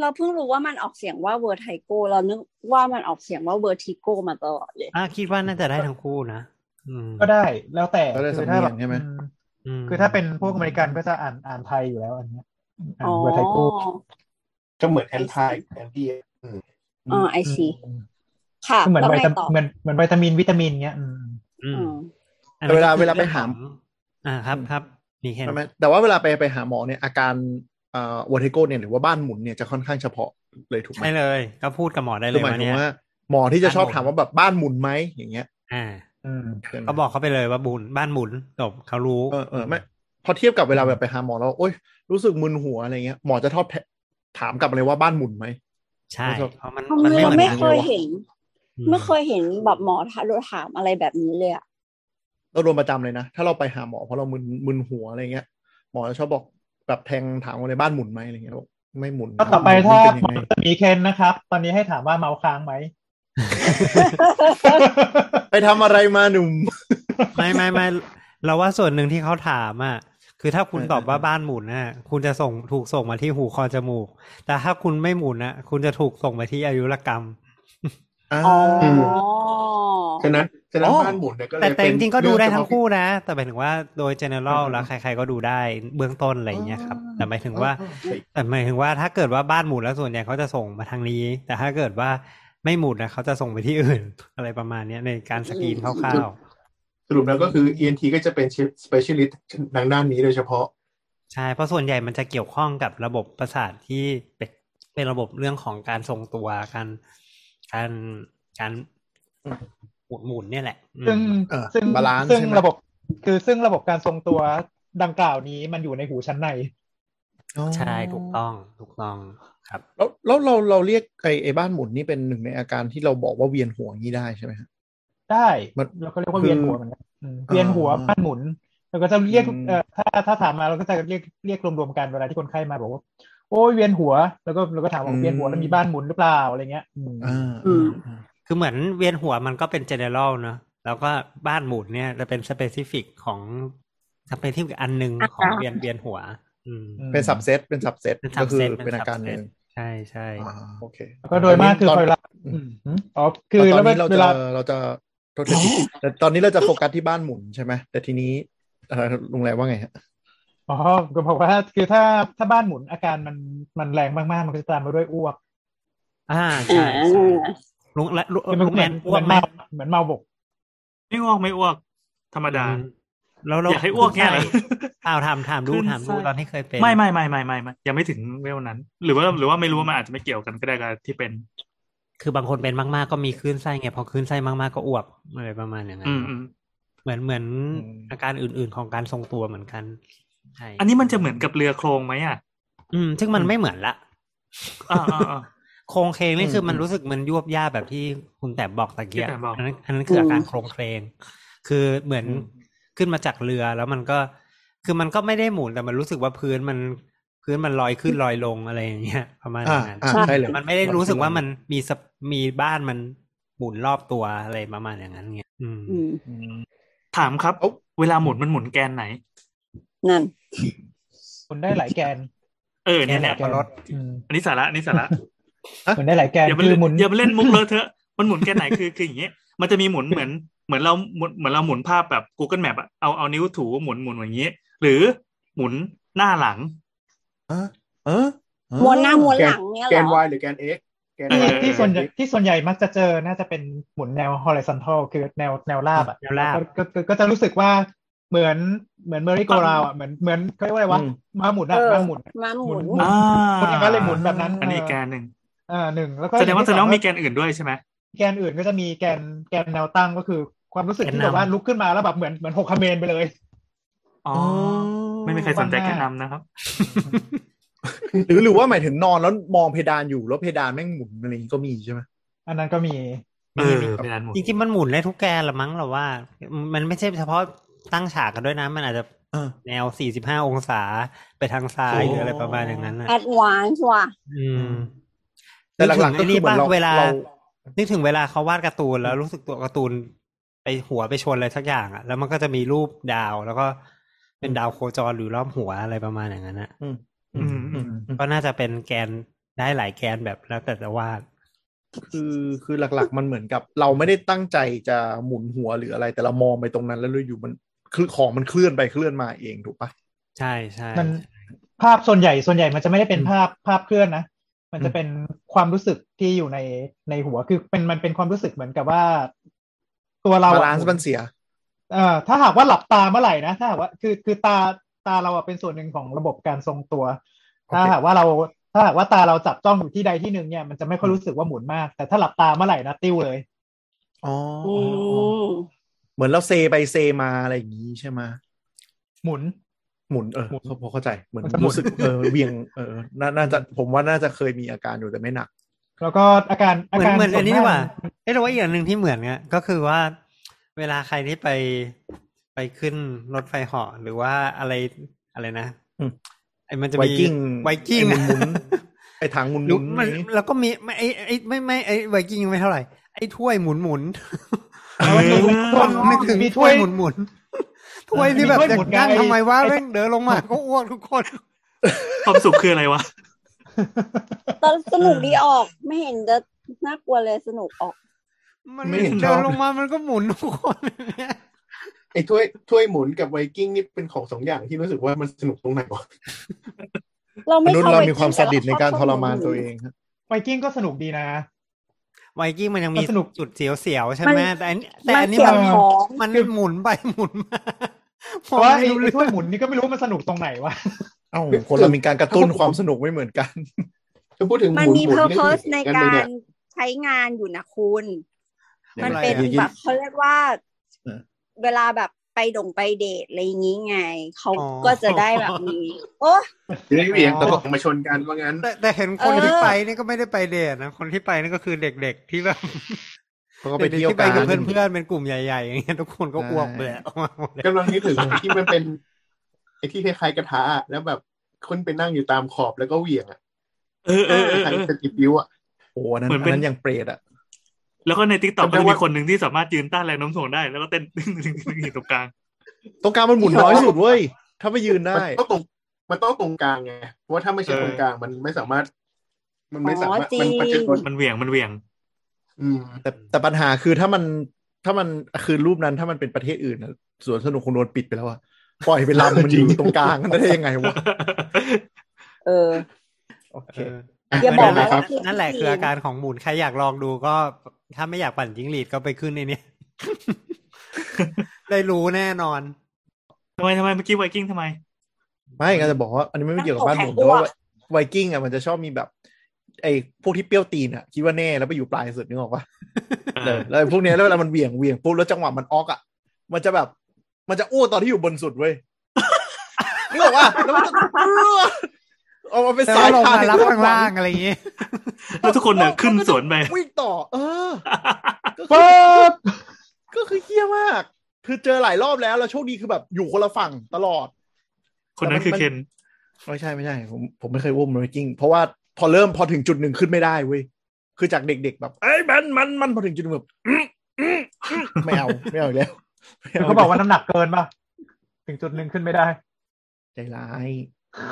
Speaker 2: เราเพิ่งรู้ว่ามันออกเสียงว่าเวอร์ไทโกเรานึกว่ามันออกเสียงว่าเวอร์ทิโกมาตลอดเลย
Speaker 3: อ่ะคิดว่าน่าจะได้ทั้งคู่นะอืม
Speaker 6: ก็ได้แล้วแต่
Speaker 4: แล้วแต่
Speaker 6: คืถ้าแบบ
Speaker 4: สำเนียงใช่ไหม
Speaker 6: อืม
Speaker 3: ม
Speaker 6: คือถ้าเป็นพวกอเมริกันก็จะอ่านอ่านไทยอยู่แล้วอันเนี้ยอ่าน
Speaker 2: อ๋อ
Speaker 6: เวอร์ไทโก้
Speaker 7: ก็เหมือนแอนทายแอนตี้อืม
Speaker 2: เออไอซีค่ะ
Speaker 6: ก็เหมือน
Speaker 2: แล้ว
Speaker 6: ไว
Speaker 2: ไง
Speaker 6: ตามิ
Speaker 2: ต่อ
Speaker 6: เหมือนเหมือนไวตามินวิตามินเงี้ยอืม
Speaker 3: อืม
Speaker 2: อืม
Speaker 3: อันนั้น
Speaker 4: เวลา
Speaker 3: คือ
Speaker 4: เวลาไปหา
Speaker 3: เรื่องของอ่าครับครับมีแค่
Speaker 4: ใช่ไหม
Speaker 3: นั้น
Speaker 4: แต่ว่าเวลาไปไปหาหมอเนี่ยอาการเอ่อเวอร์ไทโกเนี่ยหรือว่าบ้านหมุนเนี่ยจะค่อนข้างเฉพาะเลยถูกไหม
Speaker 3: ใช่เลย ก็พูดกับหมอได้เล
Speaker 4: คือย หมาย
Speaker 3: วัน
Speaker 4: ถึง
Speaker 3: เนี้ย
Speaker 4: ว่าหมอที่จะชอบ
Speaker 3: บ้านหมุน
Speaker 4: ถามว่าแบบบ้านหมุนไหมอย่างเงี้ย
Speaker 3: อ่า
Speaker 6: อืม
Speaker 3: ก็บอกเขาไปเลยว่าบุญบ้านหมุนจบเขารู้
Speaker 4: เออเออไม่พอเทียบกับเวลาแบบไปหาหมอแล้วโอ๊ยรู้สึกมึนหัวอะไรเงี้ยหมอจะชอบแพะถามกลับมาเลยว่าบ้านหมุนไหม
Speaker 3: ใช่
Speaker 4: ไม่ชอบ
Speaker 3: เพราะมัน
Speaker 2: ทำ
Speaker 3: มัน
Speaker 2: ไม
Speaker 3: ไม่
Speaker 2: เรา
Speaker 3: เหมือน
Speaker 2: ไม่
Speaker 3: กัน
Speaker 2: เคยเห็น
Speaker 3: อื
Speaker 2: ไม่เคยเห็นแบบหมอถามอะไรแบบนี้เลยอะ
Speaker 4: เราโดนประจำเลยนะ ถ้าเราไปหาหมอเพราะเรามึนมึนหัวอะไรเงี้ย หมอจะชอบบอกแบบแทงถามว่าในบ้านหมุนไหมอะไรเงี้ยบอกไม่หมุน
Speaker 6: ก็ต่อไป
Speaker 4: มัน
Speaker 6: ถ้า
Speaker 4: เป็นยังไง
Speaker 6: มีเคนนะครับ ตอนนี้ให้ถามว่าเมาค้างไหม
Speaker 4: ไปทำอะไรมาหนุ่ม
Speaker 3: ไม่ไม่ไม่เราว่าส่วนหนึ่งที่เขาถามอ่ะคือถ้าคุณ
Speaker 4: เออ
Speaker 3: ตอบว่า
Speaker 4: เออ
Speaker 3: บ้านหมุนน่ะ คุณจะส่งถูกส่งมาที่หูคอจมูก แต่ถ้าคุณไม่หมุนน่ะ คุณจะถูกส่งมาที่อายุรกรรม
Speaker 4: อ่า
Speaker 2: อ๋อ
Speaker 7: ฉะนั้นฉะนั้น
Speaker 4: อ๋อ
Speaker 7: บ้านหมุนเนี่ยก็เล
Speaker 3: แต่
Speaker 7: ย
Speaker 3: แต่จริงๆก็ดูได้ทั้งคู่
Speaker 7: เ
Speaker 3: นะ แต่หมายถึงว่าโดย general แล้วใคร ๆก็ดูได้เบื้องต้นอะไรอย่างเงี้ยครับ แต่หมายถึงว่า แต่หมายถึงว่าถ้าเกิดว่าบ้านหมุนแล้วส่วนใหญ่เขาจะส่งมาทางนี้ แต่ถ้าเกิดว่าไม่หมุนนะเขาจะส่งไปที่อื่น อะไรประมาณเนี้ยในการสกรีนคร่าว
Speaker 7: สรุปแล้วก็คือ ENT ก็จะเป็น specialist ทางด้านนี้โดยเฉพาะ
Speaker 3: ๆใช่เพราะส่วนใหญ่มันจะเกี่ยวข้องกับระบบประสาทที่เป็นเป็นระบบเรื่องของการทรงตัวการการการหมุนหมุนเนี่ยแหละ อืม
Speaker 6: ซึ่ง
Speaker 4: เออ
Speaker 6: ซึ่ง
Speaker 4: balance
Speaker 6: ซึ่ง
Speaker 4: ใช่ไหม
Speaker 6: ระบบคือซึ่งระบบการทรงตัวดังกล่าวนี้มันอยู่ในหูชั้นใน
Speaker 3: ใช่ถูกต้องถูกต้องครับ
Speaker 4: แล้วแล้วเราเราเรียกไอ้ไอ้บ้านหมุนนี่เป็นหนึ่งในอาการที่เราบอกว่าเวียนหัวอย่างนี้ได้ใช่ไหมฮะ
Speaker 6: ได้
Speaker 4: มัน
Speaker 6: เราก็เรียกว่า
Speaker 4: คือ
Speaker 6: เวียนหัวเหมือนกันอืม
Speaker 4: อ่า
Speaker 6: เวียนหัวบ้านหมุน เว เราก็จะเรียก
Speaker 4: อืม
Speaker 6: เอ่อถ้าถ้าถามมาเราก็จะเรียกเรียกรวมๆกันเวลาที่คนไข้มาบอกว่า โอ้ยเวียนหัว แล้วก็เราก็ถามว่าเวียนหัวแล้วมีบ้านหมุนหรือเปล่าอะไรเงี้ยอืม
Speaker 4: อ่า
Speaker 2: อืม
Speaker 3: คือเหมือนเวียนหัวมันก็เป็น general เนอะแล้วก็บ้านหมุนเนี่ยจะเป็น specific ของ specific อันหนึ่งของ
Speaker 2: อ่า
Speaker 3: เวียนเวียนหัว อืม
Speaker 4: เป็นสับเซตเป็นสับเซต
Speaker 3: เป็น
Speaker 4: ก็คือ
Speaker 3: subset
Speaker 4: เป็นอาการหนึ่ง
Speaker 3: ใช่ใช่
Speaker 4: อ่าโอเค
Speaker 6: ก็โดยมากคือ
Speaker 4: ตอน
Speaker 6: ค
Speaker 4: นี้
Speaker 6: อยรับอืมอ๋อคือ
Speaker 4: แต่ตอ
Speaker 6: แล้วน
Speaker 4: นี้เรา
Speaker 6: เว
Speaker 4: จะ
Speaker 6: ลา
Speaker 4: เราจะโทษทีแต่ตอนนี้เราจะโฟกัสที่บ้านหมุนใช่ไหมแต่ทีนี้เอ่อลุงแรว่าไงฮะ
Speaker 6: อ๋อก็บอกว่าคือถ้าถ้าบ้านหมุนอาการมันมันแรงมากๆ มันก็จะตามมาด้วยอ้วก
Speaker 3: อ่าใช่ใช่ลุงและลุง
Speaker 6: คือมัน
Speaker 3: ลุง
Speaker 6: เห
Speaker 3: แม
Speaker 6: มือน
Speaker 3: น
Speaker 6: เห
Speaker 3: อ้ว
Speaker 6: มือก น
Speaker 3: ไหม
Speaker 6: เมาเหมือนเมาบก
Speaker 5: ไม่อ้วกไม่อ้วก ธรรมดา
Speaker 3: อืมแล้วเรา
Speaker 5: อยากให้อ้วกเนี่ยเหรอ
Speaker 3: เอาถามถามดู
Speaker 5: ขึ้น
Speaker 3: ถามดู
Speaker 5: ไส้
Speaker 3: ตอนที่เคยเป็น
Speaker 5: ไม่ไม่ไม่ไม่ไม่ไม่ยังไม่ถึงเวลนั้น หรือว่าหรือว่าไม่รู้ว่ามันอาจจะไม่เกี่ยวกันก็ได้กับที่เป็น
Speaker 3: คือบางคนเป็นมาก ๆ ก็มีคลื่นไส้ไงพอคลื่นไส้มาก ๆ ก็อ้วกอะไรประมาณอย่างนั้
Speaker 5: อื
Speaker 3: น
Speaker 5: มอืม
Speaker 3: เหมือนเหมือนอาการอื่น ๆ ของการทรงตัวเหมือนกันใช่
Speaker 5: อันนี้มันจะเหมือนกับเรือโครงไหมอ่ะ
Speaker 3: อืมซึ่งมันไม่เหมือนละ
Speaker 5: อ่าอ่าอ่า
Speaker 3: โครงเคลงนี่คือมันรู้สึกมันยวบย่าแบบที่คุณแต่บอกตะเกีย
Speaker 5: ที่แต๋มบอก
Speaker 3: อันนั้นอันนั้นคืออาการโครงเคลงคือเหมือนขึ้นมาจากเรือแล้วมันก็ คือมันก็ไม่ได้หมุนแต่มันรู้สึกว่าพื้นมันพื้นมันลอยขึ้นลอยลงอะไรอย่างเงี้ยประมาณ
Speaker 4: อ่า
Speaker 3: นั้น
Speaker 4: อ่าใช่เลย
Speaker 3: มันไม่ได้รู้สึกว่ามันมีสะมีบ้านมันหมุนรอบตัวอะไรประมาณอย่างนั้นเงี้ยอืม
Speaker 2: อืม
Speaker 4: อืม
Speaker 5: ถามครับ
Speaker 4: เอ้า
Speaker 5: เวลาหมุนมันหมุนแกนไหน
Speaker 2: นั่น
Speaker 6: คุณได้หลายแกน
Speaker 5: เออเนี่ย
Speaker 3: แห
Speaker 5: เนี่
Speaker 3: ละ
Speaker 5: ย
Speaker 3: พอรถ
Speaker 6: อืม
Speaker 5: อันนี้สาระอันนี้สาระ
Speaker 6: คุณได้หลายแกน
Speaker 5: อย่าไป
Speaker 6: คื
Speaker 5: เล่
Speaker 6: อน หมุน
Speaker 5: อย่าไปเล่นมุกเลอะเทอะมันหมุนแกนไหนคือคืออย่างเงี้ยมันจะมีหมุนเหมือนเหมือนเราหมุนเหมือนเราหมุนภาพแบบ Google Map อะเอาเอานิ้วถูหมุนหมุนอย่างเงี้ยหรือหมุนหน้าหลัง
Speaker 4: อ่ะเออเออ
Speaker 2: มวนหน้ามวนหลังเนี่ยเห
Speaker 7: แก
Speaker 2: ร
Speaker 7: น
Speaker 2: อ
Speaker 7: y หรือแกน x แกน
Speaker 5: เอ
Speaker 6: ที่
Speaker 5: อ
Speaker 7: Y
Speaker 6: ที่ส่วนใหญ่
Speaker 7: แก X
Speaker 6: ที่ส่วนใหญ่มักจะเจอน่าจะเป็นหมุนแนว horizontal คือแนวแนวราบอ่ะ
Speaker 3: แนวราบ
Speaker 6: ก็ก็ก็ก็จะรู้สึกว่าเหมือนเหมือนเมอรี่โกราวอ่ะเหมือนเหมือนเขาเรียกว่าอะไรวะ
Speaker 4: อืม
Speaker 6: มาหมุน
Speaker 2: เอ
Speaker 6: อ่ะ
Speaker 2: อ
Speaker 6: มาหมุน
Speaker 2: มาหมุน
Speaker 6: หมุน
Speaker 5: อ่า
Speaker 6: คนอย่างนั้นเลยหมุนแบบนั้น
Speaker 5: อันนี้อีกแกนหนึ่ง
Speaker 6: อ่าหนึ่งแล้วก็
Speaker 5: แสดงว่าแสดงว่ามี
Speaker 6: แก
Speaker 5: แกนอื่นด้วยใช่ไหม
Speaker 6: แกนอื่นก็จะมีแกนแกนแนวตั้งก็คือความรู้สึกที่แบบว่าลุกขึ้นมาแล้วแบบเหมือนเหมือนหกคาเมนไปเลย
Speaker 5: อ๋อไม่มีใครสนใจแกนนำนะครับ
Speaker 4: หรือหรือว่าหมายถึงนอนแล้วมองเพดานอยู่แล้วเพดานแม่งหมุนอะไรอย่างงี้ก็มีใช่ไหม
Speaker 6: อันนั้นก็มี
Speaker 5: เออเป็นร้านหมู
Speaker 3: จริงๆมันหมุนได้ทุกแกนละมั้งเราว่า มันไม่ใช่เฉพาะตั้งฉากกันด้วยนะมันอาจจะ
Speaker 4: เออ
Speaker 3: แนว 45 องศาไปทางซ้ายหรืออะไรประมาณอย่างนั้นนะ
Speaker 2: แอดวานซ์ว่ะ
Speaker 3: อืม
Speaker 4: แต่หลังๆก็คือเหมือนเรา
Speaker 3: นึถึงไนี่ปะเวลา
Speaker 4: เรา
Speaker 3: นึกถึงเวลาเขาวาดการ์ตูนแล้วรู้สึกตัวการ์ตูน ไปหัวไปชนอะไรสักอย่างอ่ะ แล้วมันก็จะมีรูปดาว แล้วก็เป็นดาวโคจรหรือรอบหัวอะไรประมาณอย่างนั้นนะ
Speaker 4: อืม
Speaker 5: อืมอืม
Speaker 3: ก็น่าจะเป็นแกนได้หลายแกนแบบแล้วแต่จะวาด
Speaker 4: คือคือหลักๆ มันเหมือนกับ เราไม่ได้ตั้งใจจะหมุนหัวหรืออะไร แต่เรามองไปตรงนั้นแล้วอยู่มันคือของมันเคลื่อนไปเคลื่อนมาเองถูกปะ
Speaker 3: ใช่ใช่
Speaker 6: มันภาพส่วนใหญ่ส่วนใหญ่มันจะไม่ได้เป็นภาพภาพเคลื่อนนะ มันจะเป็นความรู้สึกที่อยู่ในในหัวคือเป็นมันเป็นความรู้สึกเหมือนกับว่า ตัวเรา
Speaker 4: บา
Speaker 6: อะ
Speaker 4: ลานซ์มันเสีย
Speaker 6: เอ่อถ้าหากว่าหลับตาเมื่อไหร่นะถ้าหากว่าคือคือตาตาเราอะเป็นส่วนหนึ่งของระบบการทรงตัว ถ้าหากว่าเราถ้าหากว่าตาเราจับจ้องอยู่ที่ใดที่หนึ่งเนี่ยมันจะไม่ค่อยรู้สึกว่าหมุนมาก แต่ถ้าหลับตาเมื่อไหร่นะติ้วเลย
Speaker 4: อ๋อ
Speaker 2: อืม
Speaker 4: เหมือนเราเซไปเซมาอะไรอย่างนี้ใช่ไหม
Speaker 6: หมุน
Speaker 4: หมุนเออเขาพอเข้าใจเหมือน
Speaker 6: มันจะหมุน
Speaker 4: รู้สึกเออเวียงเออนาน่าจะผมว่าน่าจะเคยมีอาการอยู่แต่ไม่หนัก
Speaker 6: แล้วก็อาการอา
Speaker 3: เหมือน
Speaker 6: การ
Speaker 3: เหมือนอันนี้
Speaker 6: ส่
Speaker 3: ดี
Speaker 6: ม
Speaker 3: ก
Speaker 6: ก
Speaker 3: ว่าเอ้แต่ว่าอีกอย่างหนึ่งที่เหมือนเนี่ยก็คือว่า เวลาใครที่ไปไปขึ้นรถไฟเหาะหรือว่าอะไรอะไรนะ
Speaker 4: อืม
Speaker 3: ไอ้มันจะ
Speaker 4: ไว
Speaker 3: มี
Speaker 4: กิ้ง
Speaker 3: ไวกิ้ง
Speaker 4: ไอ้หมุนๆไอ้ถังหมุน
Speaker 3: หรือ
Speaker 4: ๆ
Speaker 3: มัน
Speaker 4: อย่างงี้
Speaker 3: แล้วก็มีไม่ไอ้ไอ้ไม่ไม่ไอ้ไวกิ้งยังไม่เท่าไหร่ไอ้ถ้วยหมุนหมุน
Speaker 6: เอาไว้ดู
Speaker 3: ต้นนึกถึง
Speaker 6: มี
Speaker 3: ถ้
Speaker 6: ถ้
Speaker 3: ว
Speaker 6: วย ย
Speaker 3: หมุนหมุนถ้วยที่แบบ
Speaker 6: มีถ้วย
Speaker 3: จะ
Speaker 6: หมุนไง
Speaker 3: นั่งทำไมว่าแม่งเดินลงมาก็อ้วกทุกคน
Speaker 5: ความสุขคืออะไรวะ
Speaker 2: ตอนสนุกดีออก ไม่เห็นจะน่ากลัวเลยสนุกออก
Speaker 3: มันเดินลงมามันก็หมุนทุกคนเนี่ย
Speaker 7: ไอ้ถ้วยถ้วยหมุนกับไวกิ้งนี่เป็นของสองอย่างที่รู้สึกว่ามันสนุกตรงไหนวะ
Speaker 2: เรา
Speaker 4: ม
Speaker 2: ไม่
Speaker 4: นุษย์
Speaker 2: ข้
Speaker 4: เรา
Speaker 2: ไป
Speaker 4: มีความสดิตในการทรมานตัวเองครับ
Speaker 6: ไวกิ้งก็สนุกดีนะ
Speaker 3: ไวกิ้งมันยังมี
Speaker 6: มันสนุก
Speaker 3: จุดเสียวๆใช่ไหมแต่อันนี้แต่
Speaker 2: มั
Speaker 3: อั
Speaker 2: น
Speaker 3: นนี้
Speaker 2: เสียว
Speaker 3: มั
Speaker 2: น ท้อง
Speaker 3: มันหมุนไปหมุนมา
Speaker 6: เพราะว่าไอ้
Speaker 3: ไม่รู้
Speaker 6: ไอ้
Speaker 3: เรื่อง
Speaker 6: ถ้วยหมุนนี่ก็ไม่รู้ว่ามันสนุกตรงไหนวะ
Speaker 4: เอ้าคนเรามีการกระตุ้นความสนุกไม่เหมือนกัน
Speaker 7: จะพูดถึงห
Speaker 2: มัน
Speaker 7: มุน
Speaker 2: มี
Speaker 7: หมุน
Speaker 2: เพอร์
Speaker 7: นี่
Speaker 2: เพสใน
Speaker 7: กัน
Speaker 2: กาย
Speaker 7: เล
Speaker 2: ร
Speaker 7: เนี่ย
Speaker 2: ใช้งานอยู่นะคุณ มันเป็น
Speaker 4: อย่างนี้
Speaker 2: แบบเขาเรียกว่า
Speaker 4: เออ
Speaker 2: เวลาแบบไปดงไปเดทอะไรอย่างนี้ไง เขาก็จะได้แบบนี้ โอ้
Speaker 7: เดี๋ยวเหวี่ยงตะกบมาชนกันว่างั้น
Speaker 3: แต่แต่เห็นคนที่ไปนี่ก็ไม่ได้ไปเดทนะคนที่ไปนี่ก็คือเด็กๆที่แบบ
Speaker 4: เขาก็ไปเที่ยว
Speaker 3: ที่ไป
Speaker 4: กัน
Speaker 3: กับเพื่อนๆเป็นกลุ่มใหญ่ๆอย่างเงี้ยทุกคนก็อ้วกแบะออกมาหมดเลย
Speaker 7: กำลังนึกถึงที่มันเป็นไอ้ที่คล้ายๆกระทะอะแล้วแบบคนไปนั่งอยู่ตามขอบแล้วก็เหวี่ยงอ่ะ
Speaker 5: เออเออเออ
Speaker 7: ทาง
Speaker 5: เออ
Speaker 7: สติบิวอ่ะ
Speaker 4: โอ้โหอันนั้น
Speaker 5: เหมือน
Speaker 4: อั
Speaker 5: เป็นน
Speaker 4: นั้นยังเปรตอ่ะ
Speaker 5: แล้วก็ในทิกตอก
Speaker 7: จำได้
Speaker 5: ก็จะมี
Speaker 7: ว่า
Speaker 5: คนหนึ่งที่สามารถยืนต้านแรงโน้มถ่วงได้ แล้วก็เต้น ตึ้งตึ้งตึ้งอยู่ตรงกลาง
Speaker 4: ตรงกลางมันหมุนน้อยสุดเว้ยถ้าไปยืนได้
Speaker 7: มันต้องตรงมันต้องตรงกลางไงเพราะว่าถ้าไม่ใช่ตรงกลางมันไม่สามารถ มันไม่สามารถ
Speaker 2: อ๋อจริง
Speaker 7: มันประชิดคน
Speaker 5: มันเหวี่ยงมันเหวี่ยง
Speaker 7: อืม
Speaker 4: แต่แต่ปัญหาคือถ้ามันถ้ามันคือรูปนั้นถ้ามันเป็นประเทศอื่นน่ะสวนสนุกคงโดนปิดไปแล้วอะปล่อยไปลำมันอยู่ตรงกลางมันได้ยังไงวะ
Speaker 2: เออ
Speaker 4: โอเค
Speaker 3: เออ
Speaker 2: อย่าบอก
Speaker 7: ไม่เป็นไร
Speaker 2: นะครับ ว่า
Speaker 3: นั่นแหละ
Speaker 2: ที่
Speaker 3: คืออาการของหมุนใครอยากลองดูก็ ถ้าไม่อยากปั่นจิ้งหรีดก็ไปขึ้นในเนี้ย ได้รู้แน่น อน
Speaker 5: ทำไมทำไมเมื่อกี้ไวกิ้งทำไม
Speaker 4: ไม่ก็จะบอกว่าอันนี้ไม่เกี่ยวกับบ้านผมแต่ว่าไวกิ้งอ่ะมันจะชอบมีแบบ ไอ้พวกที่เปรี้ยวตีนอ่ะคิดว่าแน่แล้วไปอยู่ปลายสุดนึกออกปะ
Speaker 5: เออ
Speaker 4: แล้วไอ้พวกเนี้ยแล้วเวลามันเหวี่ยงเหวี่ยงปุ๊บแล้วจังหวะมันออกอ่ะ มันจะแบบ มันจะอ้วกตอนที่อยู่บนสุดเว้ย นึกออกปะแล้วมันจะอ้วกออกมาเป็น
Speaker 3: แต่
Speaker 4: สา
Speaker 3: ว่าย ลงมา
Speaker 4: พน
Speaker 3: รับข้างล่างอะไรอย่างงี้
Speaker 5: แล้วทุกคนเนี่ยขึ้นสวนไป
Speaker 4: วิ่งต่อ เออ ก็คือ
Speaker 6: ปึ๊บ
Speaker 4: ก็คือเฮี้ยมาก คือเจอหลายรอบแล้วแล้วโชคดีคือแบบอยู่คนละฝั่งตลอด
Speaker 5: คนนั้นคือเคน
Speaker 4: ไม่ใช่ไม่ใช่ ผมผมไม่เคยอุ้มเรกิ้งเพราะว่าพอเริ่มพอถึงจุดหนึ่งขึ้นไม่ได้เว้ย คือจากเด็กๆแบบ เอ้ยมันมันมันพอถึงจุดหนึ่งแบบอื้ออื้ออื้อไม่เอาไม่เอาอีกแล้วไม่
Speaker 6: คือ
Speaker 4: เอา
Speaker 6: เขาบอกว่าน้ำหนักเกินป่ะ ถึงจุดหนึ่งขึ้นไม่ได้
Speaker 4: ใจร้าย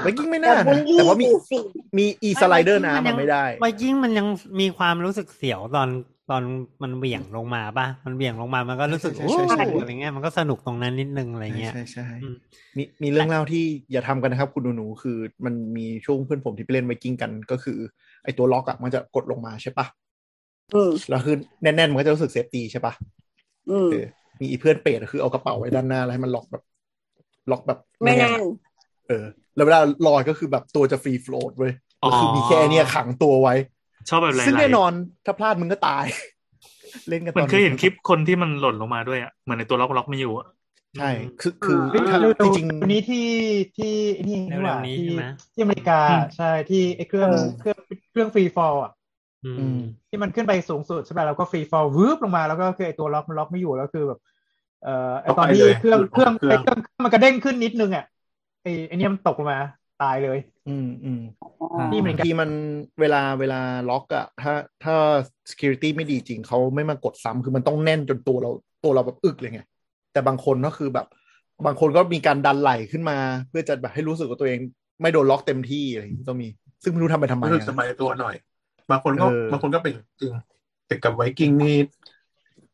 Speaker 4: เรกิ้งไม่
Speaker 2: แต่
Speaker 4: น่า
Speaker 2: บุ
Speaker 4: นะ
Speaker 2: ลลี่
Speaker 4: แต่ว่ามี
Speaker 2: สิ
Speaker 4: มีอีสไลเดอร์
Speaker 3: ไม่
Speaker 4: น้ำ
Speaker 3: ไม่
Speaker 4: มันไม่ได้
Speaker 3: ไวกิ้งมันยังมีความรู้สึกเสียวตอนตอนมันเหวี่ยงลงมาป่ะ มันเหวี่ยงลงมามันก็รู้สึก
Speaker 4: ใช่
Speaker 3: โอ้
Speaker 4: ใช่ใช่
Speaker 3: อะไรเงี้ยมันก็สนุกตรงนั้นนิดนึงอะไรเงี้ย
Speaker 4: ใช่ใช่
Speaker 3: อืม
Speaker 4: มีมีเรื่องเล่าที่อย่าทำกันนะครับ คุณหนูๆคือมันมีช่วงเพื่อนผมที่ไปเล่นไวกิ้งกันก็คือ ไอตัวล็อกอะมันจะกดลงมาใช่ปะ
Speaker 2: อืม
Speaker 4: แล้วคือแน่นๆมันก็จะรู้สึกเซฟตี้ใช่ปะ
Speaker 2: อืม
Speaker 4: เออมีอีเพื่อนเปรตอะคือเอากระเป๋าไว้ด้านหน้า แล้วให้มันล็อกแบบ ล็อกแบบ
Speaker 2: ไม่แน่น
Speaker 4: เออ แล้วเวลาลอยก็คือแบบตัวจะฟรีโฟลดเว้ย
Speaker 5: อ๋อ
Speaker 4: ก็คือมีแค่เนี่ยขังตัวไว้
Speaker 5: ชอบแบบไร
Speaker 4: ซึ่งแน่นอนถ้าพลาดมึงก็ตาย เล่นกันต
Speaker 5: มั
Speaker 4: อน
Speaker 5: นเคยเห็นคลิปคนที่มันหล่นลงมาด้วยอ่ะ เหมือนในตัวล็อกล็อกไม่อยู่อ่ะ
Speaker 4: ใช่คือคือ
Speaker 2: เฮ้ย
Speaker 4: ถ้า
Speaker 6: เร็วๆ
Speaker 4: จริง
Speaker 6: วันนี้ที่ที่นี่นี่หว่า
Speaker 3: เร็วๆนี้
Speaker 6: ที่
Speaker 3: ใช่ไหม
Speaker 6: ที่อเมริกา
Speaker 5: อืม
Speaker 6: ใช่ที่ไอ้เครื่อง
Speaker 2: เออ
Speaker 6: เครื่องเครื่องฟรีฟอลอ่ะ
Speaker 3: อื
Speaker 4: ๆอื
Speaker 3: ม
Speaker 4: ม
Speaker 6: ที่มันขึ้นไปสูงสุดใช่ไหมแล้วก็ฟรีฟอลวืบลงมาแล้วก็คือไอ้ตัวล็อกมันล็อกไม่อยู่แล้วคือแบบเอ่อไอ้ตอนที่
Speaker 7: ล็อกไปเลย
Speaker 6: เครื่อง
Speaker 7: หลุด
Speaker 6: เครื่อง
Speaker 7: เครื่อง
Speaker 6: ไอ้เครื่องมันกระเด้งขึ้นนิดนึงอ่ะไอ้ไอ้เนี่ยมันตกลงมาตายเลย
Speaker 4: อืมอืม
Speaker 2: อ๋อ
Speaker 6: ที่เหมือน
Speaker 4: บาง
Speaker 6: กัน
Speaker 4: ทีมันเวลาเวลาล็อกอะถ้าถ้า security ไม่ดีจริงเขาไม่มากดซ้ำคือมันต้องแน่นจนตัวเราตัวเราแบบอึกเลยไง แต่บางคนก็คือแบบ บางคนก็มีการดันไหลขึ้นมา เพื่อจะแบบให้รู้สึกว่าตัวเองไม่โดนล็อกเต็มที่อะไรอย่างนี้ก็มี ซึ่งไม่รู้ทำไปทำไม
Speaker 7: รู้สึกสบา
Speaker 4: อะ
Speaker 7: ยตัวหน่อย บางคนก็
Speaker 4: เออ
Speaker 7: บางคนก็เป็นจริงแต่กับไวกิ้งนี่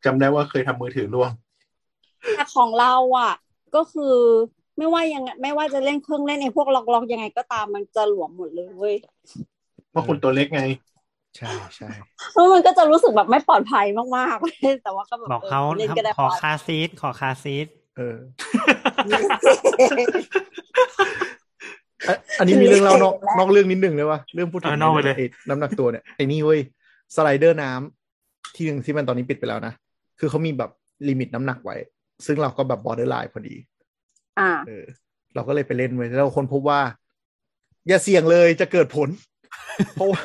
Speaker 7: จำได้ว่าเคยทำมือถือร่วง
Speaker 2: แต่ของเราอ่ะ ก็คือไม่ว่ายังไงไม่ว่าจะเล่นเครื่องเล่นไอ้พวกล็อกล็อกๆยังไงก็ตามมันจะหลวมหมดเลยเว้ย
Speaker 7: เพราะคุณตัวเล็กไง
Speaker 4: ใช่ใช่
Speaker 2: แล้วมันก็จะรู้สึกแบบไม่ปลอดภัยมากๆ เลยแต่ว่าก็แบบ
Speaker 3: บอกเขา
Speaker 2: เล่นก็ได้
Speaker 3: ขอคาซีทขอคาซีท
Speaker 4: เออ อ่ะอันนี้มีเรื่องเล่านอกนอกเรื่องนิดนึงเลยวะเรื่องพูดถึง
Speaker 5: เออนอกไปเลย
Speaker 4: อ้น้ำหนักตัวเนี่ยไอ้นี่เว้ยสไลเดอร์น้ำที่หนึ่งที่มันตอนนี้ปิดไปแล้วนะคือเขามีแบบลิมิตน้ำหนักไว้ ซึ่งเราก็แบบบอร์เดอร์ไลน์พอดี
Speaker 2: อ่า
Speaker 4: เออเราก็เลยไปเล่นเว้ยแล้วเราคนพบว่า อย่าเสี่ยงเลยจะเกิดผล เพราะว่า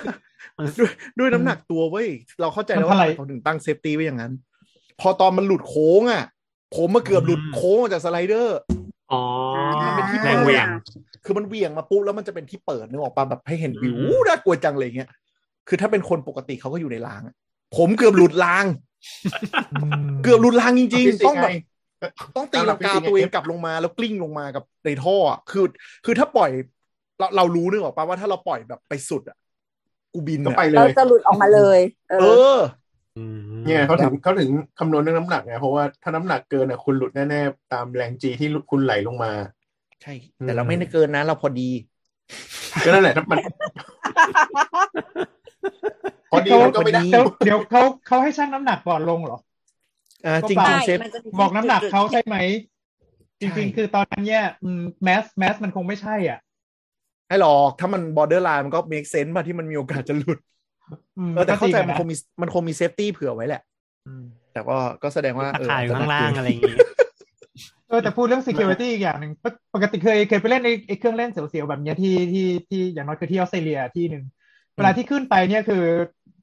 Speaker 4: ด้วยด้วยน้ำหนักตัวเว้ย เราเข้าใจแล้วว่า
Speaker 6: มันเท่าไหร่
Speaker 4: เขาถึงตั้งเซฟตี้ไว้อย่างนั้น พอตอนมันหลุดโค้งอ่ะ ผมมาเกือบหลุดโค้งออกจากสไลเดอร์
Speaker 5: อ๋อ
Speaker 2: มันเป็นที่
Speaker 5: แรงเหวี่ยง
Speaker 4: คือมันเหวี่ยงมาปุ๊บแล้วมันจะเป็นที่เปิดนึกออกปะแบบให้เห็นวิว
Speaker 5: อืม
Speaker 4: อู้น่ากลัวจังเลยเงี้ยคือถ้าเป็นคนปกติเขาก็อยู่ในรางอะผมเกือบหลุดราง เกือบหลุดรางจริงๆต้องแบบ ต้องตีลังกาตัวเองกลับลงมาแล้วกลิ้งลงมากับในท่ออะคือ คือถ้าปล่อย เราเรารู้นึกออกปะว่าถ้าเราปล่อยแบบไปสุดอ่ะกูบิน
Speaker 7: ก็
Speaker 4: อะ
Speaker 7: ไปเล
Speaker 2: เรา
Speaker 7: ย
Speaker 2: จะหลุดออกมาเลย เอ
Speaker 4: เอ
Speaker 2: อ
Speaker 4: อ
Speaker 3: อืม
Speaker 7: เนี่ยเขาถึงเขาถึงคำนวณเรื่องน้ำหนักไงเพราะว่าถ้าน้ำหนักเกินอ่ะคุณหลุดแน่ๆตามแรงจีที่คุณไหลลงมา
Speaker 4: ใช่ แต่เราไม่ได้เกินนะ เราพอดี
Speaker 7: ก็นั่นแหละถ้า มันพอดีมันก็ไม่ได้
Speaker 4: นี่
Speaker 6: เดี๋ยวเดี๋ยวเขาเขาให้ชั่งน้ำหนักก่อนลงเหรอ
Speaker 4: อ่าจริง
Speaker 6: ก็
Speaker 4: จริ
Speaker 6: ไป
Speaker 4: งเซฟ
Speaker 2: มันจะมี
Speaker 6: บอกน้ำหนักเขา
Speaker 2: จุด
Speaker 6: ใช่ไหม จริง
Speaker 4: ใช่
Speaker 6: ๆ คือตอนนั้นเนี่ยแมสแมสมันคงไม่ใช่อ่ะ
Speaker 4: ให้หรอกถ้ามันบอร์เดอร์ไลน์มันก็เมคเซนต์ป่ะที่มันมีโอกาสจะหลุด
Speaker 6: อืม
Speaker 4: เออแต่เข้าใจ
Speaker 6: ก็
Speaker 4: มัน
Speaker 6: ริงอะะ
Speaker 4: คงมีมันคงมีเซฟตี้เผื่อไว้แหละ แต่ก็ก็แสดงว่า
Speaker 3: ตะ
Speaker 4: เออ
Speaker 3: ข่ายอยู่ข้างล่างอะไรอย่างงี้
Speaker 6: เออแต่พูดเรื่อง security อีกอย่างหนึ่งปกปกติเคยเคยไปเล่นไอ้ไอ้เครื่องเล่นเสียวๆแบบเนี้ยที่ที่ที่อย่างน้อยคือที่ออสเตรเลียที่หนึ่งเวลาที่ขึ้นไปเนี่ยคือ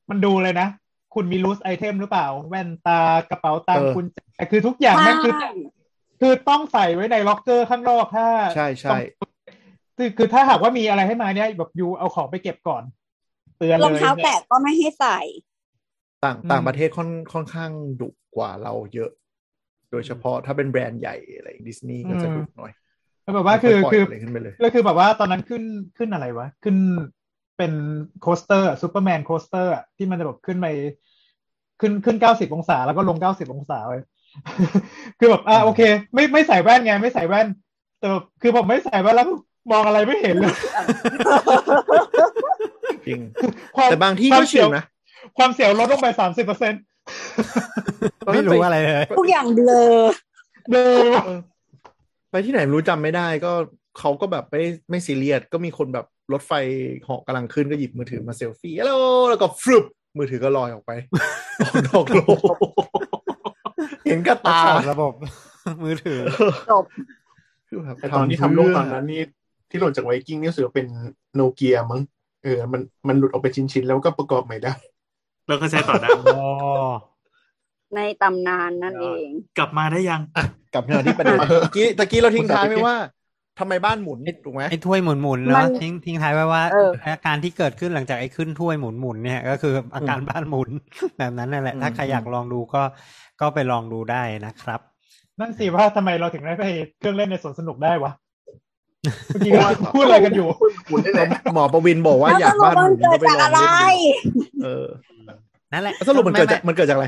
Speaker 6: มันดูเลยนะ คุณมีลูสไอเทมหรือเปล่า แว่นตากระเป๋าตังค์
Speaker 4: เออ
Speaker 6: คุณแต่คือทุกอย่างแม่งคือ
Speaker 2: ใช่
Speaker 6: คือต้องใส่ไว้ในล็อกเกอร์ข้างนอกถ้า
Speaker 4: ใช่ใช่
Speaker 6: คือคือถ้าหากว่ามีอะไรให้มาเนี่ยแบบยูเอาของไปเก็บก่อน เตือนเลย
Speaker 2: รองเท้าแตะก็ไม่ให้ใส่
Speaker 4: ต่างต่างประเทศค่อนค่อนข้างดุกว่าเราเยอะ โดยเฉพาะถ้าเป็นแบรนด์ใหญ่อะไรดิสนีย์ก็จะดุหน่อย
Speaker 6: แล้วแบบว่าคือ
Speaker 4: ไม่ยปล่ย
Speaker 6: คือ
Speaker 4: อะไรขึ้นไปเลย
Speaker 6: แล้วคือแบบว่าตอนนั้นขึ้นขึ้นอะไรวะ ขึ้นเป็นโคสเตอร์ซูเปอร์แมนโคสเตอร์ที่มันจะแบบขึ้นไปขึ้นขึ้นเก้าสิบองศา แล้วก็ลงเก้าสิบองศาเลย คือแบบอ่าโอเค ไม่ไม่ใส่แว่นไงไม่ใส่แว่น แต่แบบคือผมไม่ใส่แว่นแล้วมองอะไรไม่เห็นเลย
Speaker 4: จริง
Speaker 6: ความ
Speaker 4: แต่บางที่
Speaker 6: คว
Speaker 4: ก็
Speaker 6: ม
Speaker 4: ชิ
Speaker 6: เสียว ว
Speaker 4: นะ
Speaker 6: ความเสียวลดลงไปสามสิบเปอร์เซ็นต์
Speaker 3: ไม่รู้อะไรเลย
Speaker 2: ทุกอย่างเบลอ
Speaker 6: เดิม
Speaker 4: เออไปที่ไหนไม่รู้จำไม่ได้ก็เขาก็แบบไม่ไม่ซีเรียสก็มีคนแบบรถไฟเหาะกำลังขึ้นก็หยิบมือถือมาเซลฟี่ฮัลโหลแล้วก็ฟลุบมือถือก็ลอยออกไป ออกนอกโลกเห็นกับตา
Speaker 3: ตาระบบ มือถือ
Speaker 2: จบ
Speaker 4: คือแบบ
Speaker 7: แต่ตอนที่ทำโลกตอนนั้นนี่ที่หล่นจากไวกิ้งนี่รู้สึกว่าเป็นโนเกียมั้งเออมันมันหลุดออกไปชิ้นๆแล้วก็ประกอบใหม่ได้
Speaker 5: แล้วก็ใช้ต่อได้
Speaker 3: โอ้
Speaker 2: ในตำนานนั่นเอง
Speaker 5: กลับมาได้ยัง
Speaker 4: กลับมาที่ประเด็น
Speaker 7: เออ
Speaker 4: ตะกี้ตะกี้เราทิ้งท้ายไหมว่าทำไมบ้านหมุนถูกไหม
Speaker 3: ไอ้ถ้วยหมุนๆ
Speaker 2: มั
Speaker 3: เนาะ
Speaker 2: น
Speaker 3: ทิ้งทิ้งท้ายไว้ว่า
Speaker 2: เออ
Speaker 3: อาการที่เกิดขึ้นหลังจากไอ้ขึ้นถ้วยหมุนๆเนี่ย ก็คืออาการบ้านหมุ น แบบนั้นนั่นแหละ ถ้าใคร
Speaker 4: อืม
Speaker 3: อยากลองดูก็ก็ไปลองดูได้นะครับ
Speaker 6: นั่นสิว่าทำไมเราถึงได้ไปเครื่องเล่นในสวนสนุกได้วะเมื่อกี้เราพูดอะไรกันอยู่
Speaker 7: หมุนได้เลยนะ
Speaker 4: หมอประวินบอกว่า
Speaker 2: แล้ว
Speaker 4: อยา
Speaker 2: ส
Speaker 4: ก
Speaker 2: รุป
Speaker 4: บ้า
Speaker 2: มั
Speaker 4: นหมุ
Speaker 2: น
Speaker 4: น
Speaker 2: เกิด
Speaker 4: ก็ไป
Speaker 2: จากอะ
Speaker 4: ลอง
Speaker 2: ไร
Speaker 4: เล่นดูเออ
Speaker 3: นั่นแหละ
Speaker 4: สรุปมันเกิดจาก
Speaker 3: ไไ
Speaker 4: มันเกิดจากอะไร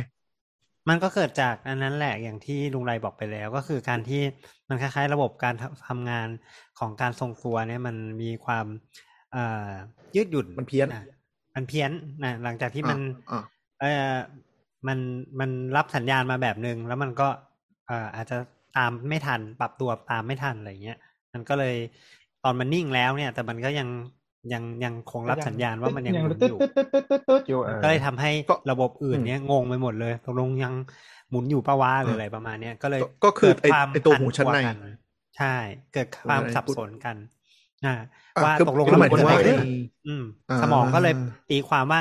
Speaker 3: มันก็เกิดจากอันนั้นแหละอย่างที่ลุงไรบอกไปแล้วก็คือการที่มันคล้ายๆ ระบบการทำทำงานของการทรงตัวเนี่ยมันมีความเอ่อยืดหยุ่น
Speaker 4: มันเพี้ยน
Speaker 3: อ่ะมันเพี้ยนนะหลังจากที่
Speaker 7: อ่ะ
Speaker 3: มัน
Speaker 7: อ่ะ
Speaker 3: เอ่อมันมันรับสัญญาณมาแบบนึง แล้วมันก็เอ่ออาจจะตามไม่ทันปรับตัวตามไม่ทันอะไรเงี้ยมันก็เลยตอนมันนิ่งแล้วเนี่ย แต่มันก็ยังยังยังคงรับสัญญาณว่ามันยังหมุน
Speaker 6: ตึ๊
Speaker 3: อ
Speaker 6: ด
Speaker 3: ยู่
Speaker 6: ตึ๊ดตึ๊ดตึ๊ดตึ๊ดตึ๊ดอยู่ออ
Speaker 3: ก็เลยทำให้
Speaker 4: ก็
Speaker 3: ระบบอื่น
Speaker 4: อืม
Speaker 3: เนี่ยงงไปหมดเลยตกลงยังหมุนอยู่ปะวะหรืออะไรประมาณเนี้ยก็เลย
Speaker 4: ก็คือ
Speaker 3: เกิด
Speaker 4: ไอ้
Speaker 3: ความ
Speaker 4: ไอตัวหูชั้นใน
Speaker 3: ผักัใช่ เกิดความสับสนกันอ่า
Speaker 7: อ่ะ
Speaker 3: ว่า
Speaker 7: คือ
Speaker 3: ตกลง
Speaker 7: คือ
Speaker 3: แล้ว
Speaker 7: ห
Speaker 3: มัน
Speaker 7: มายถึ
Speaker 3: เกิด
Speaker 7: ง
Speaker 3: อะไร
Speaker 7: ว่า
Speaker 3: ขึ้นอืม
Speaker 7: อ่า
Speaker 3: สมองก็เลยตีความว่า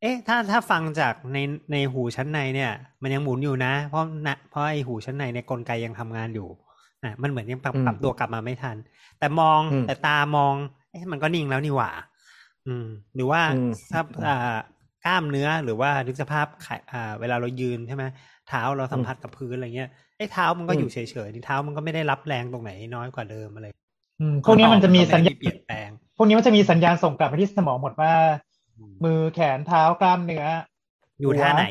Speaker 3: เอ๊ะ ถ้าถ้าฟังจากในในหูชั้นในเนี่ย มันยังหมุนอยู่นะ เพราะนะเพราะไอหูชั้นในในยกลไกยังทำงานอยู่อ่ะมันเหมือนยังปรับ
Speaker 4: อืม
Speaker 3: ปรับตัวกลับมาไม่ทัน แต่มอง
Speaker 4: อืม
Speaker 3: แต่ตามอง เอ๊ะมันก็นิ่งแล้วนี่หว่า อืม หรือว่า
Speaker 4: อืม
Speaker 3: ถ้าอ่ากล้ามเนื้อหรือว่านึกสภาพขาอ่า เวลาเรายืนใช่ไหมเท้าเราสัมผัสกับพื้นอะไรเงี้ยเอ้ยเท้ามันก็อยู่เฉยๆนี่เท้ามันก็ไม่ได้รับแรงตรงไหนน้อยกว่าเดิมอะไร
Speaker 6: อืมพวกนี้มันจะมีสัญญา
Speaker 3: ตรงไหนที่เปลี่ยนแปลง
Speaker 6: พวกนี้มันจะมีสัญญาณส่งกลับไปที่สมองหมดว่า มือแขนเท้ากล้ามเนื้อ
Speaker 3: อยู่ท่าไหน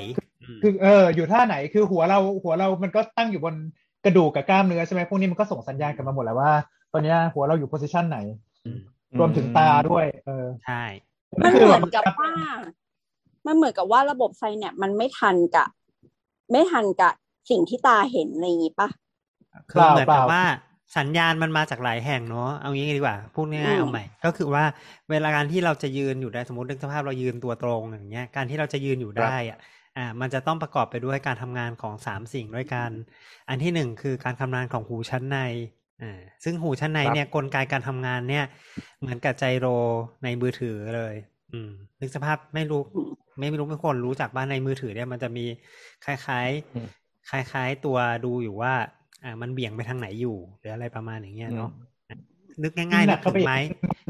Speaker 3: ม
Speaker 6: คือเอออยู่ท่าไหนคือหัวเราหัวเรามันก็ตั้งอยู่บนกระดูกกับกล้ามเนื้อใช่ไหมพวกนี้มันก็ส่งสัญญาณกลันมาหมดแล้วว่า ตอนเนี้ยหัวเราอยู่โพสิชันไหน
Speaker 3: อืม
Speaker 6: รวมถึงตาด้วย เออ
Speaker 3: ใช่
Speaker 2: มันเหมือนกับว่า มันเหมือนกับว่าระบบไซแนปมันไม่ทันกับไม่ทันกับสิ่งที่ตาเห็นอะไรอย่างงี้ปะ
Speaker 3: คือ
Speaker 6: เปล่า
Speaker 3: เหมือน
Speaker 6: เป
Speaker 3: กั
Speaker 6: ล่า
Speaker 3: บว่าสัญญาณมันมาจากหลายแห่งเนาะเอางี้ดีกว่าพูด
Speaker 2: อื
Speaker 3: ง่ายๆ
Speaker 2: ม
Speaker 3: เอาใหม่ ก็คือว่าเวลาการที่เราจะยืนอยู่ได้สมมตินึกสภาพเรายืนตัวตรงอย่างเงี้ยการที่เราจะยืนอยู่ได้อ่ะอ่ามันจะต้องประกอบไปด้วยการทำงานของสามสิ่งด้วยกัน อันที่หนึ่งคือการทำงานของหูชั้นในอ่าซึ่งหูชั้นใน
Speaker 4: ครับ
Speaker 3: เนี่ยกลไกการทำงานเนี่ย เหมือนกับไจโรในมือถือเลย อืมนึกสภาพไม่รู้ ไม่รู้ไม่คนรู้จักบ้านในมือถือเนี่ยมันจะมีคล้าย
Speaker 4: อืม
Speaker 3: ๆ คล้าย ๆ ตัวดูอยู่ว่า อ่ามันเบี่ยงไปทางไหนอยู่หรืออะไรประมาณอย่างเงี้ยเนาะนึกง่ายๆนึกถึงไม้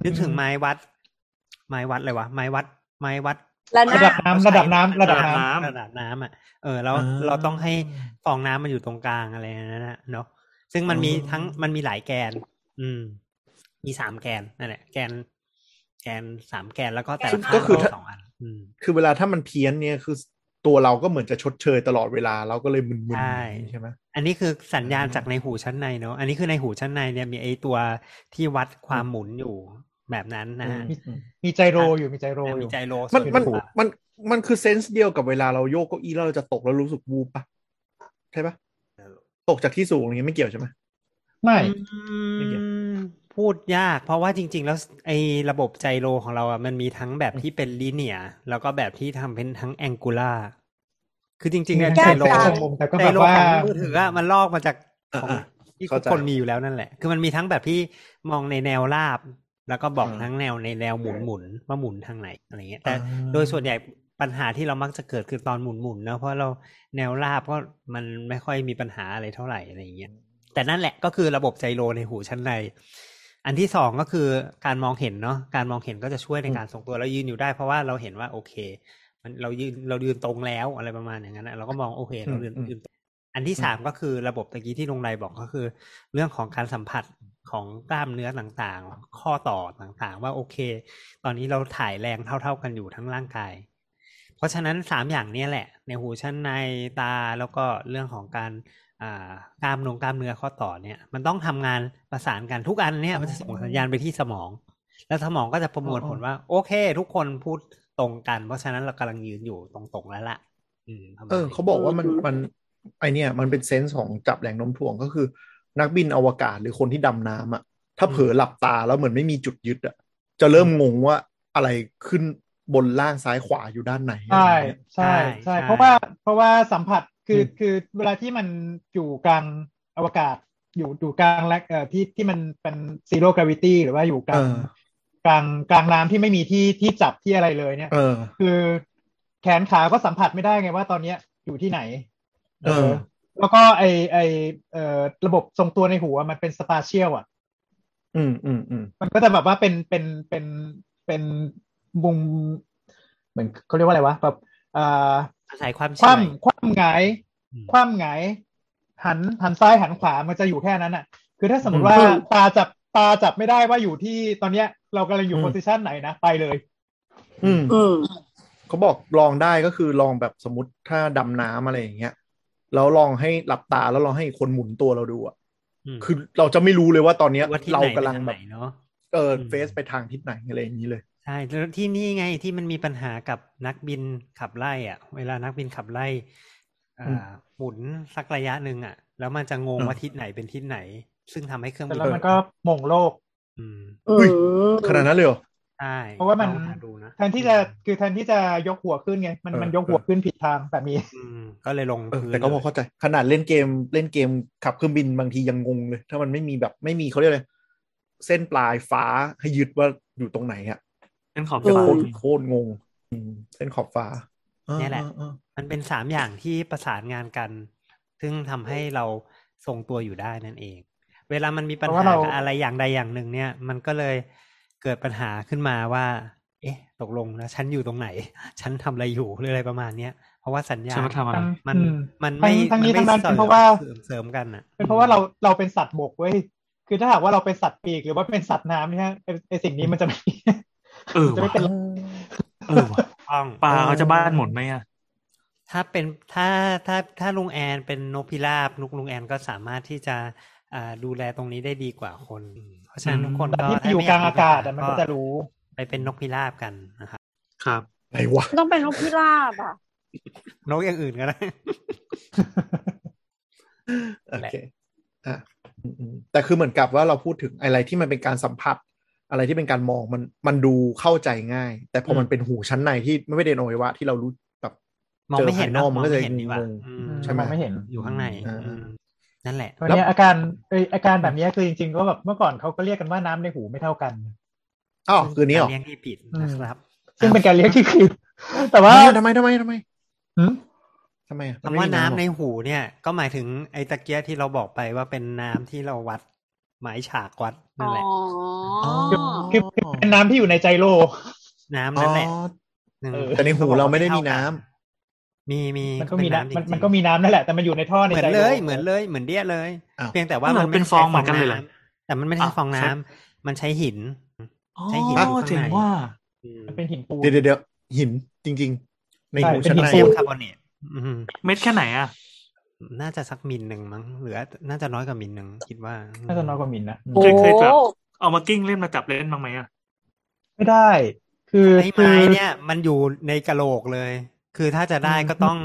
Speaker 3: นึกถึงไม้วัด ไม้วัดอะไรวะไม้วัด ไม้วัด
Speaker 2: แล้วห
Speaker 6: ระ
Speaker 2: น้า
Speaker 6: ดับน้ำระดับน้ำระดับน้ำ
Speaker 3: ระดับน้ำอ่ะ เออแล้ว
Speaker 4: อ่า
Speaker 3: เราต้องให้ฟองน้ำมันอยู่ตรงกลางอะไรนั่นนะเนาะ ซึ่งมันมี
Speaker 4: อ๋อ
Speaker 3: ทั้งมันมีหลายแกน อืม มีสามแกนนั่นแหละแกน แกนสามแกนแล้วก็แต่ละข้าง
Speaker 4: ก็คือถ้า
Speaker 3: สองอัน อืม
Speaker 4: คือเวลาถ้ามันเพี้ยนเนี่ยคือตัวเราก็เหมือนจะชดเชยตลอดเวลาเราก็เลยมึนๆ
Speaker 3: ใช่
Speaker 4: อย่างนี้ใช่ไหม
Speaker 3: อันนี้คือสัญญาณ
Speaker 4: อืม
Speaker 3: จากในหูชั้นในเนาะอันนี้คือในหูชั้นในเนี่ยมีไอตัวที่วัดความหมุนอยู่แบบนั้นนะฮะ
Speaker 4: อื
Speaker 6: มีใจโรอยู่มีใจโร
Speaker 3: แต่
Speaker 6: อ
Speaker 3: มี
Speaker 6: ยู่
Speaker 3: ใจโลส่
Speaker 4: มัน
Speaker 3: ว
Speaker 4: มัน
Speaker 3: ตัว
Speaker 4: มันมันคือเซนส์เดียวกับเวลาเราโยกเก้าอี้แล้วเราจะตกแล้วรู้สึกวูบปะใช่ปะตกจากที่สูงอย่างเงี้ยไม่เกี่ยวใช่ไหม
Speaker 6: ไม่
Speaker 4: ไม่เกี่ยว
Speaker 3: อืมพูดยาก เพราะว่าจริง ๆ แล้วไอ้ระบบไจโรของเราอ่ะมันมีทั้งแบบที่เป็นลิเนียแล้วก็แบบที่ทำเป็นทั้งแองกูล่าคือจริงๆเนี่ย
Speaker 2: แก้
Speaker 3: ไจ
Speaker 2: ว
Speaker 3: โร
Speaker 2: กลาง
Speaker 6: แต่ก็
Speaker 3: ไจ
Speaker 6: แบบ
Speaker 3: โร
Speaker 6: ว่า
Speaker 3: ของมือถืออ่ะมันลอกมาจากของ
Speaker 4: อ่า
Speaker 3: ที่
Speaker 4: เข้าใจ
Speaker 3: คนมีอยู่แล้วนั่นแหละ คือมันมีทั้งแบบที่มองในแนวราบ แล้วก็บอกทั้งแนวในแนวหมุนๆว่าหมุนทางไหนอะไรเงี้ยแต่ โดยส่วนใหญ่ ปัญหาที่เรามักจะเกิดคือตอนหมุนๆเนอะเพราะเราแนวราบก็มันไม่ค่อยมีปัญหาอะไรเท่าไหร่อะไรอย่างเงี้ยแต่นั่นแหละก็คือระบบไจโรในหูชั้นใน อันที่สองก็คือการมองเห็นเนาะการมองเห็นก็จะช่วยในการทรงตัวแล้วยืนอยู่ได้ เพราะว่าเราเห็นว่าโอเค มันเรายืนเรายืนตรงแล้วอะไรประมาณอย่างนั้นนะเราก็มองโอเคเรายืน
Speaker 4: อืม
Speaker 3: ยืนตรงอันที่สามก็คือระบบตะกี้ที่ลงไรบอกก็คือ เรื่องของการสัมผัสของกล้ามเนื้อต่างๆ ข้อต่อต่างๆ ว่าโอเค ตอนนี้เราถ่ายแรงเท่า ๆกันอยู่ทั้งร่างกาย เพราะฉะนั้นสามอย่างเนี้แหละ ในหูชั้นในตาแล้วก็เรื่องของการอ่ากล้ามนงกล้ามเนื้อข้อต่อเนี่ย มันต้องทำงานประสานกันทุกอันเนี่ยมันจะส่งสัญญาณไปที่สมอง แล้วสมองก็จะประมวลผลว่า โอเค ทุกคนพูดตรงกัน เพราะฉะนั้นเรากำลังยืนอยู่ตรงๆแล้วล่ะ อืมประมาณ
Speaker 4: เออ
Speaker 3: นี้
Speaker 4: เขาบอกว่ามันมันไอเนี่ย มันเป็นเซนส์ของจับแรงโน้มถ่วงก็คือ นักบินอวกาศหรือคนที่ดำน้ำอ่ะ ถ้าเผลอหลับตาแล้วเหมือนไม่มีจุดยึดอ่ะ จะเริ่มงงว่าอะไรขึ้นบนล่างซ้ายขวาอยู่ด้านไหน
Speaker 6: ใช่
Speaker 4: อะไรเงี้ย
Speaker 6: ใช่
Speaker 3: ใช่
Speaker 6: ใช่
Speaker 3: ใช่
Speaker 6: เพราะว่าเพราะว่าสัมผัสคือ
Speaker 4: อืม
Speaker 6: คือเวลาที่มันอยู่กลางอวกาศ อยู่อยู่กลางแลกเอ่อที่ที่มันเป็นซีโร่กราวิตี้หรือว่าอยู่ก
Speaker 4: เอ
Speaker 6: ลาง
Speaker 4: อก
Speaker 6: ลางกลางน้ำที่ไม่มีที่ที่จับที่อะไรเลยเนี่ย
Speaker 4: เออ
Speaker 6: คือแขนขาก็สัมผัสไม่ได้ไงว่าตอนเนี้ยอยู่ที่ไหน
Speaker 4: เออ
Speaker 6: แล้วก็ไอไอเอ่อระบบทรงตัวในหัวมันเป็นสปาเชียลอ่ะ
Speaker 4: อืมอืมอืม
Speaker 6: มันก็จะแบบว่าเป็นเป็นเป็นเป็นมุมเหมือนเขาเรียกว่าอะไรวะแบบเอ่อ
Speaker 3: อาศัยความ
Speaker 6: ค
Speaker 3: เฉย
Speaker 6: ว่ำคว่ำหงาย
Speaker 3: อืม
Speaker 6: คว่ำหงายหันหันซ้ายหันขวามันจะอยู่แค่นั้นอ่ะ คือถ้าสมมติว่า
Speaker 4: อืม
Speaker 6: ตาจับตาจับไม่ได้ว่าอยู่ที่ตอนเนี้ย เรากำลังอยู่
Speaker 4: อืม
Speaker 6: โพสิชันไหนนะไปเลย
Speaker 4: อืม
Speaker 2: อืม
Speaker 4: เขาบอกลองได้ก็คือลองแบบสมมติถ้าดำน้ำอะไรอย่างเงี้ยแล้วลองให้หลับตาแล้วลองให้อีกคนหมุนตัวเราดูอ่ะ
Speaker 3: อืม
Speaker 4: คือเราจะไม่รู้เลยว่าตอนเนี้ย
Speaker 3: ว่าที่
Speaker 4: เรา
Speaker 3: ไหน
Speaker 4: กำ
Speaker 3: ไป
Speaker 4: ลัง
Speaker 3: ทาง
Speaker 4: แบ
Speaker 3: ไหน
Speaker 4: บ
Speaker 3: เนาะ
Speaker 4: เออ
Speaker 3: อืม
Speaker 4: เฟสไปทางทิศไหนอะไรอย่างนี้เลย
Speaker 3: ใช่แล้วที่นี่ไงที่มันมีปัญหากับนักบินขับไล่อ่ะ เวลานักบินขับไล่อ่า
Speaker 4: อืม
Speaker 3: หมุนสักระยะหนึ่งอ่ะ แล้วมันจะงง
Speaker 4: เออ
Speaker 3: ว่าทิศไหนเป็นทิศไหน ซึ่งทำให้เครื่อง
Speaker 6: แต่
Speaker 3: บิน
Speaker 6: แล้วมันก็หม่งโลก
Speaker 3: อืม
Speaker 2: อื
Speaker 4: อุ้ย
Speaker 2: ม
Speaker 4: ขนาดนั้นเลยเหรอ
Speaker 3: ใช่
Speaker 6: เพราะว่ามัน
Speaker 3: ลองหดูนะ
Speaker 6: แทนที่จะคือแทนที่จะยกหัวขึ้นไงมัน
Speaker 4: เออ
Speaker 6: มันยกหัว
Speaker 4: เออ
Speaker 6: ขึ้นผิดทางแบบนี้
Speaker 3: อืมก็เลยลง
Speaker 4: เออ
Speaker 3: พื้น
Speaker 4: แต่ก็พอ
Speaker 3: เลย
Speaker 4: เข้าใจขนาดเล่นเกมเล่นเกมขับเครื่องบินบางทียังงงเลย ถ้ามันไม่มีแบบไม่มีเขาเรียกอะไรเส้นปลายฟ้าให้ยึดว่าอยู่ตรงไหนอ่ะ
Speaker 5: เป็นขอบ
Speaker 2: เอ
Speaker 5: ฟ้า
Speaker 4: โค
Speaker 2: อ
Speaker 4: ตรโคตรงงอืมเส้นขอบฟ้าอ่า
Speaker 3: เนี่ยแหละ
Speaker 4: อ่า
Speaker 3: มันเป็นสามอย่างที่ประสานงานกัน ซึ่งทำให้เราทรงตัวอยู่ได้นั่นเอง เวลามันมีปัญ
Speaker 6: เพราะ
Speaker 3: หา
Speaker 6: ว่าเรา
Speaker 3: กับอะไรอย่างใดอย่างหนึ่งเนี่ย มันก็เลยเกิดปัญหาขึ้นมาว่า เอ๊ะ ตกลงแล้วฉันอยู่ตรงไหน ฉันทำอะไรอยู่หรืออะไรประมาณเนี้ยเพราะว่าสัญญา
Speaker 5: ฉัน
Speaker 3: ณ
Speaker 5: มาทำอะไร
Speaker 6: ทั้ง
Speaker 3: มัน
Speaker 6: อื
Speaker 3: มัน
Speaker 6: ทั้
Speaker 3: ไม่
Speaker 6: งทั้งนี้
Speaker 3: มั
Speaker 6: ทั้ง
Speaker 3: ไม่
Speaker 6: นั้น
Speaker 3: สริม
Speaker 6: เป็นเพราะว่า
Speaker 3: เสริมเสริมกันอ่ะ
Speaker 6: เป็นเพราะว่าเราเราเป็นสัตว์บกเว้ยคือถ้าหากว่าเราเป็นสัตว์ปีกหรือว่าเป็นสัตว์น้ำเนี่ยไอ้ไอสิ่งนี้มันจะไม่
Speaker 5: เออ
Speaker 6: จะไม่
Speaker 5: ว่ะ
Speaker 6: เป็นไร
Speaker 5: เออว่ะ
Speaker 3: ต้อง
Speaker 5: ปลาเขาจะบ้านหมดไหมอ่ะ
Speaker 3: ถ้าเป็นถ้าถ้าถ้าลุงแอนเป็นนกพิราบลุงลุงแอนก็สามารถที่จะอ่าดูแลตรงนี้ได้ดีกว่าคน เพราะฉะนั้น
Speaker 5: อืม
Speaker 3: ทุกคน
Speaker 6: แต่
Speaker 3: ก็
Speaker 6: ที่ไปอยู่กลางอากาศอะมันก็จะรู้
Speaker 3: ไปเป็นนกพิราบกันนะครับ
Speaker 5: ครับ
Speaker 4: อะไรวะ
Speaker 2: ต้องเป็นนกพิราบอ่ะ
Speaker 3: นกอย่างอื่นก็ได้
Speaker 4: โอเคอ่ะอืมอืมแต่คือเหมือนกับว่าเราพูดถึงอะไรที่มันเป็นการสัมผัส อะไรที่เป็นการมองมันมันดูเข้าใจง่าย แต่พอมันเป็นหูชั้นในที่ไม่ได้เป็นอวัยวะที่เรารู้แบบ
Speaker 3: มองไม่เห็น
Speaker 4: จภายน
Speaker 3: เนาะ
Speaker 4: อก
Speaker 3: ม
Speaker 4: มั
Speaker 3: อน ง
Speaker 4: ก็จะ
Speaker 3: ไม่เห็นดีก
Speaker 4: ง
Speaker 3: ว่าง อื
Speaker 6: อื
Speaker 3: ม
Speaker 4: ใช่ไห
Speaker 6: มองไม่เห็น
Speaker 3: อยู่ข้างใน
Speaker 4: อ่า
Speaker 3: อืมนั่นแหละ
Speaker 6: วันนี้อาการเอยอาการแบบนี้คือจริงๆก็แบบเมื่อก่อนเขาก็เรียกกันว่าน้ำในหูไม่เท่ากัน
Speaker 4: อ้าวคืนนี้เหรอ
Speaker 3: การเลี้ยงที่ผิดนะครับ
Speaker 6: ซึ่งเป็นการเรียกที่คือ แต่ว่า
Speaker 4: เฮ้ยทำไมทำไมทำไม
Speaker 6: หืม
Speaker 4: ทำไมอะ
Speaker 3: คำว่าน้ำ
Speaker 4: มั
Speaker 3: ใน
Speaker 4: ไม่มีำหรอ
Speaker 3: หูเนี่ย ก็หมายถึงไอ้ตะเกียบที่เราบอกไปว่าเป็นน้ำที่เราวัดหมายฉากวัดนั่นแหละ
Speaker 2: อ๋อ
Speaker 6: คือคือเป็นน้ำที่อยู่ในใจโล
Speaker 3: น้ำ
Speaker 4: อ๋
Speaker 3: นั่นแหละ
Speaker 4: อ
Speaker 3: หนึ่ง
Speaker 6: เออ
Speaker 4: แต่ในหูเราไม่ได้มีน้
Speaker 3: มีมี
Speaker 6: มันก็มี
Speaker 3: เป็
Speaker 6: น้ำมัน
Speaker 3: จริงๆ
Speaker 6: มันก็มีน้ำนั่นแหละแต่มันอยู่ในท่อใน
Speaker 3: เหมือ
Speaker 6: ใจ
Speaker 3: น
Speaker 6: โล
Speaker 3: เลยเหมือนเลยเหมือนเดี้ยเลย
Speaker 4: อ้าว
Speaker 3: เพียงแต่ว่า
Speaker 5: อ้าว
Speaker 3: มัน
Speaker 5: เป็น
Speaker 3: ไได้
Speaker 5: ฟอง
Speaker 3: ใช้
Speaker 5: เหมือนกันเลยเหรอ
Speaker 3: น้ำแต่มันไม่ใช่
Speaker 5: อ้าว
Speaker 3: ฟอง
Speaker 5: ใช่
Speaker 3: น้ำมันใช้หิน
Speaker 5: อ๋อ
Speaker 3: ใช่หินอยู่ข้างใน
Speaker 5: เจ๋งว่า
Speaker 3: อืม
Speaker 6: มันเป็นหินปูน
Speaker 4: เดี๋ยวเดี๋ยวเดี๋ยวหินจริง ๆ ใน
Speaker 6: ใช่
Speaker 4: หู
Speaker 6: เป็น
Speaker 4: ชั้น
Speaker 6: หิ
Speaker 4: ใน
Speaker 6: น
Speaker 3: เซลล์คาร์บอเนตอืม
Speaker 5: เม็ดแค่ไหนอ่ะ
Speaker 3: น่าจะสักมิลหนึ่งมั้งหรือน่าจะน้อยกว่ามิลหนึ่งคิดว่า
Speaker 6: น่าจะน้อยกว่ามิลนะ
Speaker 2: โอ้
Speaker 5: เคย
Speaker 2: โห
Speaker 5: เคยจับ เอามากิ้งเล่นมาจับเล่นบ้างไหมอ่ะ
Speaker 6: ไม่ได้ คือ
Speaker 3: ไอ้
Speaker 6: คื
Speaker 3: ไม้
Speaker 6: อ
Speaker 3: เนี่ย มันอยู่ในกะโหลกเลย คือถ้าจะได้
Speaker 6: อืม
Speaker 3: ก็ต้อง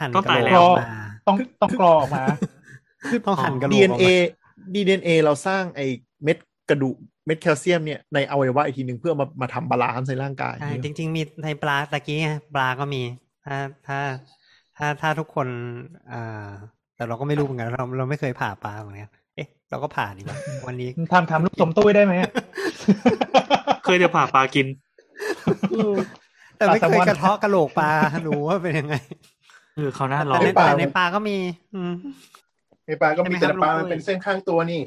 Speaker 3: หั่น
Speaker 5: ต้อง
Speaker 3: กะโหล
Speaker 5: ตาย
Speaker 3: ก
Speaker 5: แล้
Speaker 3: ออก
Speaker 5: ว
Speaker 3: มา
Speaker 6: ต้องต้องกรอออกมา
Speaker 3: ต้องหั่นกะโหลก
Speaker 4: ดี
Speaker 3: อ
Speaker 4: เอ็
Speaker 3: อก
Speaker 4: น
Speaker 3: มา
Speaker 4: เอดีเอ็นเอเราสร้างไอ้เม็ดกระดูกเม็ดแคลเซียมเนี่ยในอวัยวะอีกทีหนึ่งเพื่อมามาทำบาลานซ์ในร่างกาย
Speaker 3: ใช่จริง ๆ มีในปลาตะกี้ไงปลาก็มี ถ้าถ้าถ้าถ้าทุกคนอ่าแต่เราก็ไม่รู้เหมือนกันเราเราไม่เคยผ่าปลาเหมือนกันเอ๊ะ เราก็ผ่าดีกว่า วันนี้
Speaker 6: ทำทำลูกสมตุ้ยได้ไหมอะ
Speaker 5: เคยจะผ่าปลากิน
Speaker 2: อืม
Speaker 3: แต่ แต่ไม่เคยก
Speaker 6: ปลาแซลมอน
Speaker 3: ระเทา ะกระโหลกปลาหนูว่าเป็นยังไง
Speaker 5: คือเขาวหน้าลอ
Speaker 3: แต่
Speaker 5: ง
Speaker 3: ใน
Speaker 7: ป
Speaker 3: ป
Speaker 7: ลา
Speaker 3: ลาในปลาก็มี อืม
Speaker 7: ในปลาก็มี
Speaker 3: ใช่
Speaker 7: แต่
Speaker 3: ไหมครับ
Speaker 7: ปลา
Speaker 3: ลุง
Speaker 7: มัน
Speaker 3: ปุ้ย
Speaker 7: เป็นเส้นข้างตัวนี่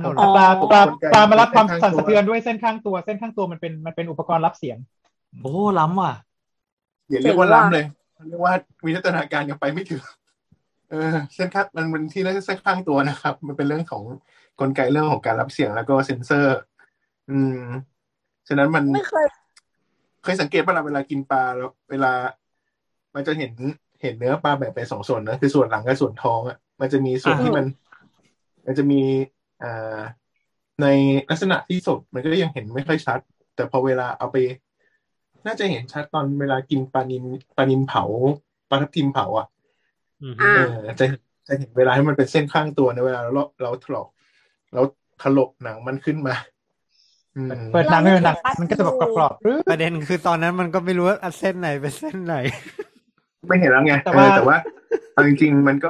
Speaker 3: เอา
Speaker 6: ป
Speaker 3: ละ
Speaker 6: ลาปลา
Speaker 7: คนไกล
Speaker 6: ปลามารับความสั่นสะเทือนด้วยเส้นข้างตัว เส้นข้างตัวมันเป็นมันเป็นอุปกรณ์รับเสียง
Speaker 5: โอ้ล้ำว่ะ
Speaker 7: อย่าเรียกว่าล้ำเลยเรียกว่าวิวัฒนาการยังไปไม่ถึง เออ เส้นข้างมันเป็นที่เรื่องเส้นข้างตัวนะครับ มันเป็นเรื่องของกลไกเรื่องของการรับเสียงแล้วก็เซ็นเซอร์ อืม ฉะนั้นมัน
Speaker 2: ไม่เคย
Speaker 7: เคยสังเกตเวลาเวลากินปลาแล้วเวลา มันจะเห็นเห็นเนื้อปลาแบ่งเป็นสองส่วนนะคือส่วนหลังกับส่วนท้องอ่ะมันจะมีส่วน
Speaker 5: อ่า
Speaker 7: ที่มัน มันจะมีอ่าในลักษณะที่สดมันก็ยังเห็นไม่ค่อยชัด แต่พอเวลาเอาไป น่าจะเห็นชัดตอนเวลากินปลานินปลานินเผาปลาทับทิมเผาอ่ะ
Speaker 3: อืม
Speaker 2: อ่า
Speaker 7: เออจะจะเห็นเวลาให้มันเป็นเส้นข้างตัวในะเวลาเราเราถลอกเราถลกหนังมันขึ้นมา อืม
Speaker 6: เปิดหนังเออหนังมันก็จะแบบกรอบๆหรือ
Speaker 3: ประเด็นคือตอนนั้นมันก็ไม่รู้ว่าอันเส้นไหนเป็นเส้นไหน
Speaker 7: ไม่เห็นแล้วไง
Speaker 6: แต่
Speaker 7: เอ
Speaker 6: ว่า
Speaker 7: อแต่ว่า เอาจริงๆมันก็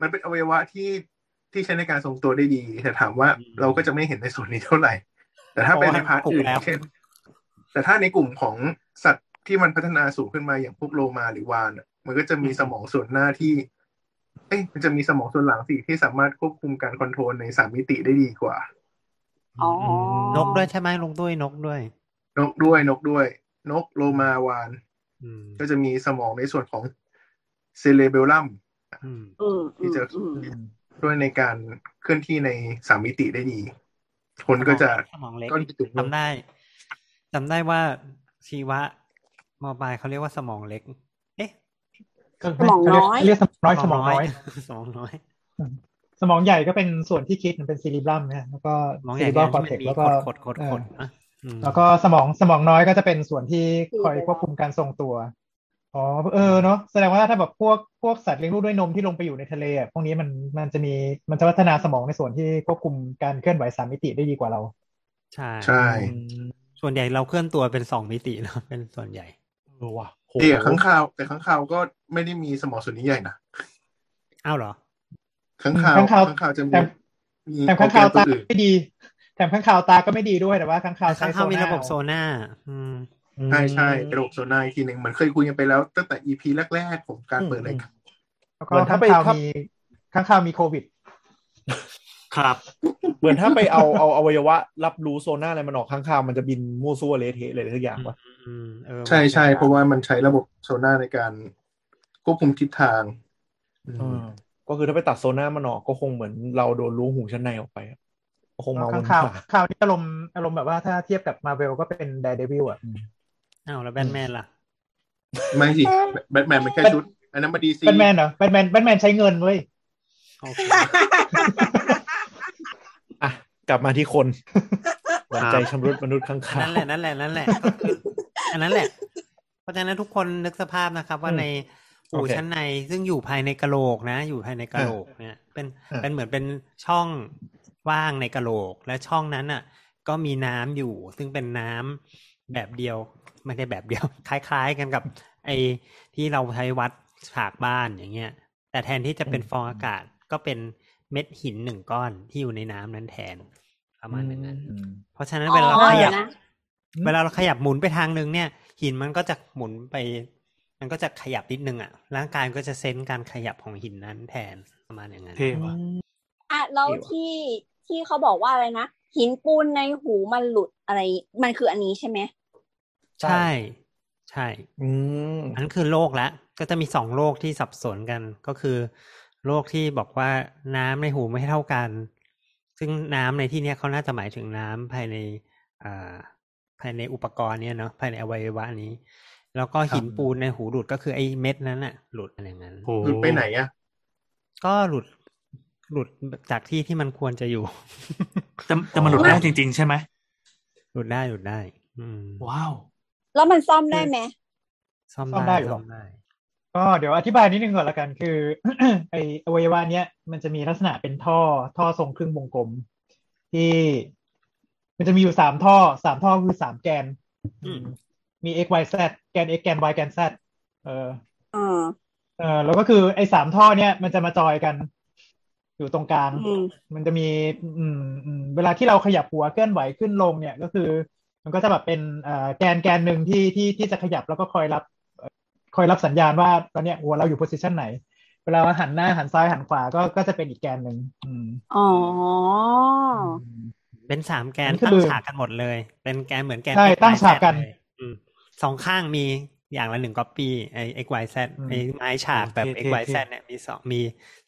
Speaker 7: มันเป็นอวัยวะที่ที่ใช้ในการทรงตัวได้ดี แต่ถามว่า
Speaker 3: อืม
Speaker 7: เราก็จะไม่เห็นในส่วนนี้เท่าไหร่ แต่ถ้าเป็นในพาร์ท
Speaker 3: เพราะว่า
Speaker 7: อื่น
Speaker 3: ถูกแล้ว
Speaker 7: เช่น แต่ถ้าในกลุ่มของสัตว์ที่มันพัฒนาสูงขึ้นมาอย่างพวกโลมาหรือวานอะมันก็จะมีสมองส่วนหน้าที่ เอ้ยมันจะมีสมองส่วนหลังสิที่สามารถควบคุมการคอนโทรลในสามมิติได้ดีกว่า
Speaker 2: อ๋อ
Speaker 3: นกด้วยใช่ไหมลุงตุ้ยนกด้วย
Speaker 7: นกด้วยนกด้วย นกโลมาวาน
Speaker 3: อืม
Speaker 7: ก็จะมีสมองในส่วนของเซเลเบลลัม
Speaker 3: อืม
Speaker 2: อืมอื
Speaker 7: ที่
Speaker 2: ม
Speaker 7: จะ
Speaker 2: อืม
Speaker 7: ด้วยในการเคลื่อนที่ในสามมิติได้ดี คนก็จะ
Speaker 3: สมองเล็ก
Speaker 7: ก้อนกระจุก
Speaker 3: จำได้จำได้ว่าชีวะมปลายเขาเรียกว่าสมองเล็ก เอ๊ะ
Speaker 6: เรียกสมองน้อยสมองน้อย
Speaker 3: สมองน้อย
Speaker 6: สมองใหญ่ก็เป็นส่วนที่คิดมันเป็นซิลิบลัมนะแล้วก็
Speaker 3: สมองให
Speaker 6: ซิ
Speaker 3: ญ่
Speaker 6: ลิบลัมคอร์เทก
Speaker 3: ที่มันมี
Speaker 6: แล้วก็
Speaker 3: ขดขดขดขด
Speaker 6: เออ
Speaker 3: อ่ะอืม
Speaker 6: แล้วก็สมองสมองน้อยก็จะเป็นส่วนที่คอยควบคุมการทรงตัว อ๋อเออเนาะแสดงว่าถ้าแบบพวกพวกสัตว์เลี้ยงลูกด้วยนมที่ลงไปอยู่ในทะเลอ่ะพวกนี้มันมันจะมีมันจะพัฒนาสมองในส่วนที่ควบคุมการเคลื่อนไหวสามมิติได้ดีกว่าเรา
Speaker 3: ใช่
Speaker 7: ใช่
Speaker 3: ส่วนใหญ่เราเคลื่อนตัวเป็นสองมิติเนอะเป็นส่วนใหญ่
Speaker 6: เออว่ะ
Speaker 4: โห
Speaker 7: เดี๋ยวข้างคาว แต่ข้างคาวก็ไม่ได้มีสมองส่วนนี้ใหญ่นะ
Speaker 3: อ้าวเหรอ
Speaker 7: ข้างคาว
Speaker 6: ข้างคาว
Speaker 7: ข้างคาวจะมี
Speaker 6: แต่
Speaker 7: มี
Speaker 6: แถมข้างคาว
Speaker 7: โปรแกรมตั
Speaker 6: ตาว
Speaker 7: อื่น
Speaker 6: ไม่ดีแถมข้างคาวตาก็ไม่ดีด้วยแต่ว่าข้างคาวใช้
Speaker 3: ข้าง
Speaker 6: โซ
Speaker 3: ข้างมี
Speaker 6: น่า
Speaker 3: ระบบโซ
Speaker 6: เอา
Speaker 3: น่าอืม
Speaker 7: ใช่ใช่ระบบโซนายทีหนึ่งเหมันเคยคุยกันไปแล้ว ตั้งแต่ EP แรกๆของการเปิดรายการ
Speaker 6: แล้วก็ข้างคาวมีข้างคาวมีโควิด
Speaker 5: ครับ
Speaker 4: เหมือนถ้าไปเอาเอาอวัยวะ รับรู้โซน่าอะไรมันออกข้างๆมันจะบินมั่วซั่วเละเทะเลยทุกอย่างวะ
Speaker 3: อืมเออ
Speaker 7: ใช่ใช่เพราะว่ามันใช้ระบบโซน่าในการควบคุมทิศทางอืม
Speaker 4: ก็คือถ้าไปตัดโซน่ามันออกก็คงเหมือนเราโดนล้วงหูชั้นในออกไปอะก็คงมาวั
Speaker 6: ข้าง
Speaker 4: น
Speaker 6: ข่าว
Speaker 4: ขา
Speaker 6: ข่าวนี่อารมณ์อารมณ์แบบว่าถ้าเทียบกับมาเวลก็เป็นแดเดวิลอ่ะ
Speaker 3: อ้าวแล้วแบทแมนล่ะ
Speaker 7: ไม่สิแบทแมนมันแค่ชุด อันนั้นมาดีซี
Speaker 6: แบทแมนเหรอแบทแมนแบทแมนใช้เงินเว้ย
Speaker 3: โอเค
Speaker 4: อ่ะกลับมาที่คนหวานใจ
Speaker 5: ครับ
Speaker 4: ชำรุดมนุษย์ข้าง
Speaker 3: นั่นแหละ นั่นแหละ นั่นแหละก็คืออันนั้นแหละ เพราะฉะนั้นทุกคนนึกสภาพนะครับ ว่าในหู
Speaker 4: โอเค
Speaker 3: ชั้นในซึ่งอยู่ภายในกะโหลกนะ อยู่ภายในกะโหลกเนี่ย เป็น
Speaker 7: อ่ะ
Speaker 3: เป็นเหมือนเป็นช่องว่างในกะโหลก และช่องนั้นอ่ะ ก็มีน้ำอยู่ ซึ่งเป็นน้ำแบบเดียว ไม่ได้แบบเดียว คล้าย ๆ กันกับ ไอ้ที่เราใช้วัดฉากบ้านอย่างเงี้ย แต่แทนที่จะเป็นฟองอากาศก็เป็นเม็ดหินหนึ่งก้อนที่อยู่ในน้ำนั้นแทนประมาณอย่างนั้น
Speaker 4: อืม
Speaker 3: เพราะฉะนั้น
Speaker 2: อ๋อ
Speaker 3: เวลาเราขยับ
Speaker 2: เดี๋ยวนะ
Speaker 3: เวลาเราขยับหมุนไปทางนึงเนี่ย หินมันก็จะหมุนไป มันก็จะขยับนิดนึงอ่ะ ร่างกายมันก็จะเซนส์การขยับของหินนั้นแทนประมาณอย่างนั้น
Speaker 5: เท่ว่ะ
Speaker 2: อ่ะแล้วที่ที่เขาบอกว่าอะไรนะหินปูนในหูมันหลุดอะไร มันคืออันนี้ใช่ไหม
Speaker 3: ใช่ ใช่
Speaker 4: อืม
Speaker 3: อันนั้นคือโลกละก็จะมีสองโลกที่สับสนกันก็คือ โลกที่บอกว่าน้ำในหูไม่เท่ากัน ซึ่งน้ำในที่เนี้ยเขาน่าจะหมายถึงน้ำภายในอ่าภายในอุปกรณ์เนี้ยเนาะภายในอวัยวะนี้ แล้วก็หินปูนในหูหลุดก็คือไอ้เม็ดนั้นอะหลุดอะไรอย่างนั้น
Speaker 5: โอ้
Speaker 7: หลุดไปไหนอะ
Speaker 3: ก็หลุดหลุดจากที่ที่มันควรจะอยู่
Speaker 5: จะจะมาหลุดได้จริง ๆ ใช่ไหม
Speaker 3: หลุดได้หลุดได้ อืม
Speaker 5: ว้าว
Speaker 2: แล้วมันซ่อมได้ไหม
Speaker 3: ซ่อม
Speaker 6: ซ่อม
Speaker 3: ได้
Speaker 6: ได้อยู่ห
Speaker 3: ซ่
Speaker 6: รอ
Speaker 3: อก มได้
Speaker 6: ก็เดี๋ยวอธิบายนิดนึงก่อนละกันคือ ไออวัยวะเนี้ยมันจะมีลักษณะเป็นท่อท่อทรงครึ่งวงกลม ที่ มันจะมีอยู่สามท่อสามท่อคือสามแกน
Speaker 3: อืม
Speaker 6: มี x y z แกน x แกน y แกน z เออ
Speaker 2: เออ
Speaker 6: เออแล้วก็คือไอ้สามท่อเนี่ยมันจะมาจอยกัน อยู่ตรงกลาง
Speaker 2: อืม
Speaker 6: มันจะมี อืมอืมเวลาที่เราขยับหัวเคลื่อนไหวขึ้นลงเนี่ยก็คือ มันก็จะแบบเป็นเอ่อแกนแกนหนึ่งที่ที่ที่จะขยับแล้วก็คอยรับเอ่อคอยรับสัญญาณว่าตอนเนี้ยหัวเราอยู่โพสิชันไหน เวลาหันหน้าหันซ้ายหันขวาก็ก็จะเป็นอีกแกนหนึ่งอืม
Speaker 2: อ๋อ
Speaker 6: ม
Speaker 3: เป็นสามแกน
Speaker 6: อันนี้คือ
Speaker 3: ตั้งฉากกันหมดเลย เป็นแกนเหมือนแกน
Speaker 6: ใช่
Speaker 3: XYZ
Speaker 6: ตั้งฉากกัน
Speaker 3: เลยอืมสองข้างมีอย่างละหนึ่งก๊อปปี้ไอเอ็กไวแซด
Speaker 6: อืม
Speaker 3: ไอไม้ฉากแบบ
Speaker 5: โอเค
Speaker 3: เอ็ก
Speaker 5: โอ
Speaker 3: ไว
Speaker 5: เค
Speaker 3: แซดเนี่ยมีสองมี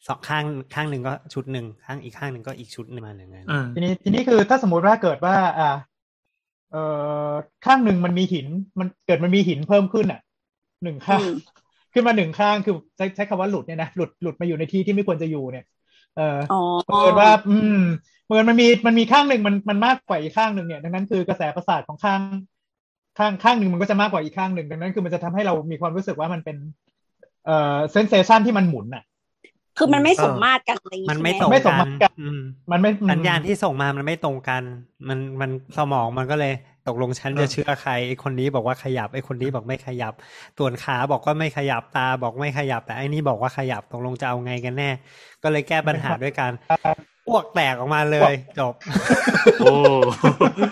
Speaker 3: สองข้างข้างหนึ่งก็ชุดหนึ่งข้างอีกข้างหนึ่งก็อีกชุดหนึ่งมาหนึ่งเลย
Speaker 5: เออ
Speaker 6: ทีนี้ทีนี้คือถ้าสมมติว่าเกิดว่า อ่า เอ่อข้างหนึ่งมันมีหิน มันเกิดมันมีหินเพิ่มขึ้นอ่ะหนึ่งข้าง
Speaker 2: อืม
Speaker 6: ขึ้นมาหนึ่งข้างคือใช้ใช้คำว่าหลุดเนี่ยนะหลุดหลุดมาอยู่ในที่ที่ไม่ควรจะอยู่เนี่ย เออ
Speaker 2: อ๋อ
Speaker 6: เกิดว่า อืมเหมือนมันมีมันมีข้างหนึ่งมันมันมากกว่าอีกข้างหนึ่งเนี่ยดังนั้นคือกระแสประสาทของข้าง ข้างข้างหนึ่งมันก็จะมากกว่าอีกข้างหนึ่งดังนั้นคือมันจะทำให้เรามีความรู้สึกว่ามันเป็น เอ่อเซนเซชันที่มันหมุนอ่ะ
Speaker 2: คือมันไม่สมมาตรกันอะไรอย่างงี้
Speaker 3: มัน
Speaker 2: ใช่ห
Speaker 3: ไม่ตรง
Speaker 6: ไม่ตร
Speaker 3: กั
Speaker 6: ง
Speaker 3: น
Speaker 6: กัน
Speaker 3: อืม
Speaker 6: มันไม่มัน
Speaker 3: สัญญาณที่ส่งมามันไม่ตรงกัน มันมันสมองมันก็เลยตกลงฉันจะเชื่อใครไอคนนี้บอกว่าขยับไอคนนี้บอกไม่ขยับต่วนขาบอกว่าไม่ขยับตาบอกไม่ขยับ แต่ไอนี่บอกว่าขยับตกลงจะเอาไงกันแน่ ก็เลยแก้ปัญหาด้วยการอ้วกแตกออกมาเลยจบ
Speaker 5: โอ้
Speaker 2: อื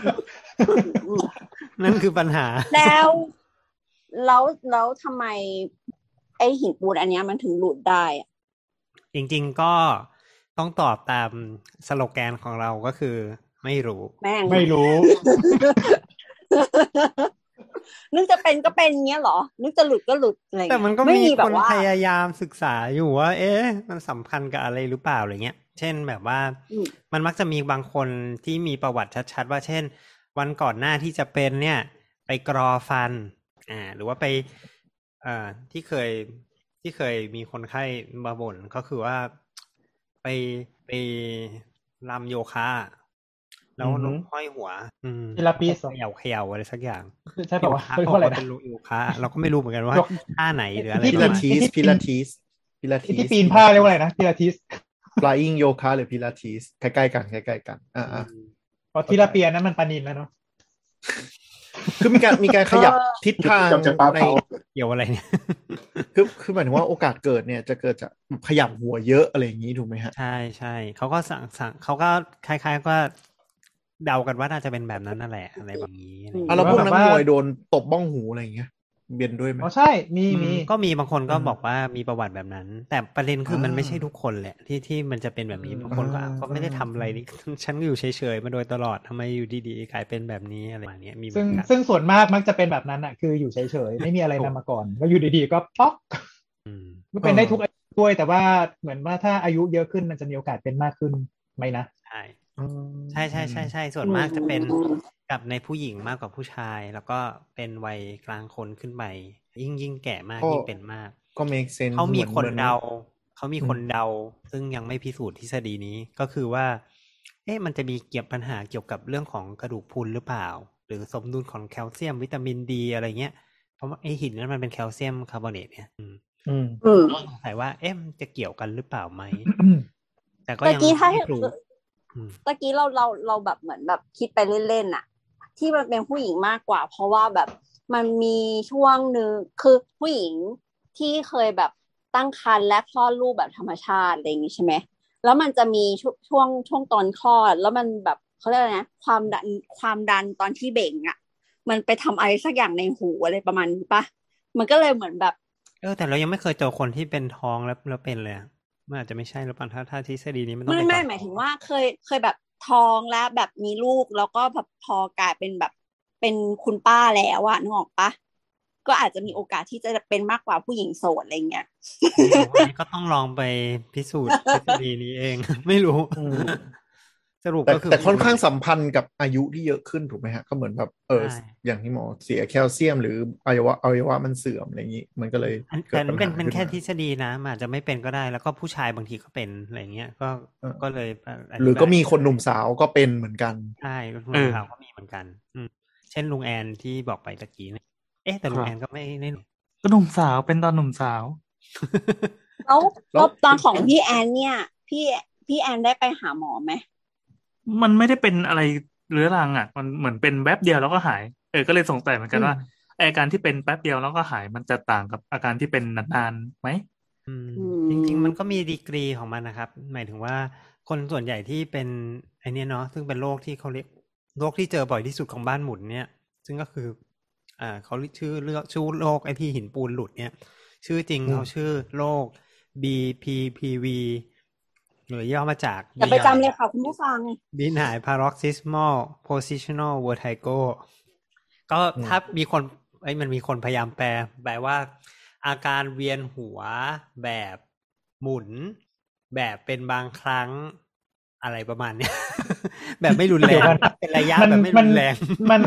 Speaker 2: ม
Speaker 3: นั่นคือปัญหา
Speaker 2: แล้วแล้วแล้วทำไม ไอหินปูนอันเนี้ยมันถึงหลุดได้อะ
Speaker 3: จริงๆก็ต้องตอบตามสโลแกนของเราก็คือไม่รู้
Speaker 2: แม่ง
Speaker 6: ไม่รู้
Speaker 2: นึกจะเป็นก็เป็นเงี้ยเหรอ นึกจะหลุดก็หลุดอะไรเงี้ย
Speaker 3: แต่มันก็
Speaker 2: ไม่
Speaker 3: มี
Speaker 2: มีแบ
Speaker 3: ค
Speaker 2: บ
Speaker 3: น
Speaker 2: ว่า
Speaker 3: พยายามศึกษาอยู่ว่า เอ๊ะ มันสำคัญกับอะไรหรือเปล่าอะไรเงี้ย เช่นแบบว่า
Speaker 2: อืม
Speaker 3: มันมักจะมีบางคนที่มีประวัติชัดๆ ว่าเช่น วันก่อนหน้าที่จะเป็นเนี่ย ไปกรอฟัน อ่า หรือว่าไปเอ่อที่เคยที่เคยมีคนไข้มาบ่นก็คือว่าไปไปรำโยคะแล้ว
Speaker 6: อือ
Speaker 3: ล
Speaker 6: หือ
Speaker 3: งห้อยหัว อืม
Speaker 6: ทีละปีส
Speaker 3: เขย่าเขย่าอะไรสักอย่าง
Speaker 6: ใช่ป่าวะ
Speaker 3: ขาอก
Speaker 6: เขาเรียว่าอะไร
Speaker 3: ว่า
Speaker 6: นะ
Speaker 3: เป็นลูกอิวคะเราก็ไม่รู้เหมือนกันว่าย
Speaker 6: ก
Speaker 3: ท่าไหนหรืออะไร
Speaker 6: ที่
Speaker 4: พิ
Speaker 3: ป
Speaker 4: ลา
Speaker 3: ระมาณ
Speaker 4: ทิ สพิลาทิสพิลาทิส
Speaker 6: ที่ปีนผ้าเรียกว่าอะไรนะทีละทิส
Speaker 4: flying yoga หรือพิลาทิสใกล้ๆกันใกล้ๆกันอ่า
Speaker 3: อื
Speaker 4: อ่าม
Speaker 6: อ๋อทีละเปียนั้นมันปานินแล้วเนาะ
Speaker 4: คือมีการมีการข ยับทิศทาง
Speaker 7: จับจับปลา
Speaker 4: ใน
Speaker 7: เผา
Speaker 3: เกี่ยวอะไรเนี่ย
Speaker 4: คือคือหมายถึงว่าโอกาสเกิดเนี่ยจะเกิดจากขยับหัวเยอะอะไรอย่างนี้ถูกไหมฮะ
Speaker 3: ใช่ใช่เขาก็สั่งสั่งเขาก็คล้ายๆก็เดากันว่าน่าจะเป็นแบบนั้นนั่นแหละอะไรแบบนี้อะไรอย่าง
Speaker 4: อ่ะ
Speaker 3: เงี้ย
Speaker 4: แล้วพวกนัก
Speaker 6: แบบว่า
Speaker 4: มวยโดนตบบ้องหูอะไรอย่างเงี้ยเบียนด้วยไหม
Speaker 6: อ๋อใช่มีมี
Speaker 3: ก็มีบางคนก็
Speaker 4: อืม
Speaker 3: บอกว่ามีประวัติแบบนั้น แต่ประเด็นคือมันไม่ใช่ทุกคนแหละ ที่ที่มันจะเป็นแบบนี้
Speaker 6: อืม
Speaker 3: บางคนก็อ่ะ
Speaker 4: อ่า
Speaker 3: ก็ไม่ได้ทำอะไรนี่ ฉันก็อยู่เฉยๆมาโดยตลอดทำไมอยู่ดีๆกลายเป็นแบบนี้อะไรประมาณเนี้ยมีเหมื
Speaker 6: ซึ่
Speaker 3: อง นกัน
Speaker 6: ซึ่งส่วนมากมักจะเป็นแบบนั้นอ่ะ คืออยู่เฉยๆ ไม่มีอะไรนำมาก่อน แล้วอยู่ดีๆ ก็ป๊อก
Speaker 3: อืม
Speaker 6: มันเป็นได้ทุกอายุด้วย แต่ว่าเหมือนว่าถ้าอายุเยอะขึ้นมันจะมีโอกาสเป็นมากขึ้นไหมนะ
Speaker 3: ใช่ ใช่ใช่ใช่ใช่ส่วนมากจะเป็นกับในผู้หญิงมากกว่าผู้ชาย แล้วก็เป็นวัยกลางคนขึ้นไปยิ่งยิ่งแก่มาก
Speaker 4: ก็
Speaker 3: ยิ่งเป็นมาก
Speaker 4: ก็ make sense
Speaker 3: เขามี
Speaker 4: หอ
Speaker 3: คน
Speaker 4: หอ
Speaker 3: เดาเขามีคนเดา ซึ่งยังไม่พิสูจน์ทฤษฎีนี้ก็คือว่า เอ๊ะมันจะมีเกี่ยวปัญหาเกี่ยวกับเรื่องของกระดูกพรุนหรือเปล่า หรือสมดุลของแคลเซียมวิตามินดีอะไรเงี้ยเพราะว่าไอหินนั้นมันเป็นแคลเซียมคาร์บอเนตเนี่ยอืม
Speaker 4: อืม
Speaker 2: อืม
Speaker 3: ก็สงสัยว่าเอ๊ะมันจะเกี่ยวกันหรือเปล่า ไหม
Speaker 6: อืม
Speaker 3: แต่ก็
Speaker 2: ตะ
Speaker 3: ยัง
Speaker 2: กี้ถ้า
Speaker 3: ไม่รู้ อืม
Speaker 2: ตะกี้เราเราเราแบบเหมือนแบบคิดไปเล่นๆน่ะ ที่มันเป็นผู้หญิงมากกว่า เพราะว่าแบบมันมีช่วงหนึ่งคือผู้หญิงที่เคยแบบตั้งครรภ์และคลอดลูกแบบธรรมชาติอะไรอย่างงี้ใช่ไหมแล้วมันจะมีช่วงช่วงช่วงตอนคลอด แล้วมันแบบเขาเรียกอะไรนะความดันความดันตอนที่เบ่งอ่ะ มันไปทำอะไรสักอย่างในหูอะไรประมาณนี้ปะมันก็เลยเหมือนแบบ
Speaker 3: เออแต่เรายังไม่เคยเจอคนที่เป็นท้องแล้วแล้วเป็นเลยอะมันอาจจะไม่ใช่หรือเปล่าถ้าถ้าทฤษฎีนี้มันต้อง
Speaker 2: ไม่
Speaker 3: เป็น
Speaker 2: ไม่
Speaker 3: ตอน
Speaker 2: หมายถึงว่าเคยเคยแบบท้องแล้วแบบมีลูกแล้วก็แบบพอกลายเป็นแบบเป็นคุณป้าแล้วอะนึกออกปะก็อาจจะมีโอกาสที่จะเป็นมากกว่าผู้หญิงโสดอะไรเงี้ย
Speaker 3: อันนี้ก็ต้องลองไปพิสูจน์ทฤษฎีนี้เอง ไม่รู้ สรุป
Speaker 4: แต่
Speaker 3: ก็คือ
Speaker 4: แต่ค่อนข้างสัมพันธ์กับอายุที่เยอะขึ้นถูกไหมฮะ ก็เหมือนแบบเออ
Speaker 3: ใช่
Speaker 4: อย่างที่หมอเสียแคลเซียม หรืออวัยวะอวัยวะมันเสื่อมอะไรอย่างนี้ มันก็เลย
Speaker 3: อัน
Speaker 4: เกิ
Speaker 3: แต่
Speaker 4: ดปัญ
Speaker 3: มัน
Speaker 4: หา
Speaker 3: เป็นเป็นแค่ท
Speaker 4: ขึ้
Speaker 3: ฤ
Speaker 4: นมา
Speaker 3: ษฎีนะมันอาจจะไม่เป็นก็ได้ แล้วก็ผู้ชายบางทีก็เป็นอะไรเงี้ยก็
Speaker 4: เออ
Speaker 3: ก็เลยะธิบาย
Speaker 4: หรือก็มีคนหนุ่มสาวก็เป็นเหมือนกัน
Speaker 3: ใช่ลุงสาวก็มีเหมือนกัน อืมเช่นลุงแอนที่บอกไปตะกี้เนี่ยเอ๊ะแต่ลุงแอนก็ไม่ได้
Speaker 5: ก็หนุ่มสาวเป็นตอนหนุ่มสาว
Speaker 2: แล้ว
Speaker 4: แล้ว
Speaker 2: แล้วตอนของพี่แอนเนี่ย พี่พี่แอนได้ไปหาหมอไหม
Speaker 5: มันไม่ได้เป็นอะไรเรื้อรังอ่ะ มันเหมือนเป็นแป๊บเดียวแล้วก็หาย เออ ก็เลยสงสัยเหมือนกันว่าไออาการที่เป็นแป๊บเดียวแล้วก็หาย มันจะต่างกับอาการที่เป็นนานๆไหม
Speaker 3: อืม
Speaker 2: อื
Speaker 3: จริงๆ มันก็มีดีกรีของมันนะครับ หมายถึงว่าคนส่วนใหญ่ที่เป็นไอเนี้ยเนาะซึ่งเป็นโรคที่เขาเรียกโรคที่เจอบ่อยที่สุดของบ้านหมุนเนี่ย ซึ่งก็คือ อ่าเขาชื่อเลือกชื่อโรคไอที่หินปูนหลุดเนี่ย ชื่อจริง
Speaker 7: อืม
Speaker 3: เขาชื่อโรค BPPV หรือย่อมาจาก
Speaker 2: อย่าไปจำเลยค่ะคุณผู้ฟัง
Speaker 3: บินหาย paroxysmal positional vertigo ก็
Speaker 4: อืม
Speaker 3: ถ้ามีคนเอ้ยมันมีคนพยายามแปล แปลว่า อาการเวียนหัวแบบหมุน แบบเป็นบางครั้งอะไรประมาณเนี้ย แบบไม่รุนแร
Speaker 6: เดี๋ย
Speaker 3: ง
Speaker 6: วก่อน
Speaker 3: เป็นระยะ
Speaker 6: มัน
Speaker 3: แบบไม่
Speaker 6: มั
Speaker 3: รุ
Speaker 6: น
Speaker 3: นแรง
Speaker 6: มัน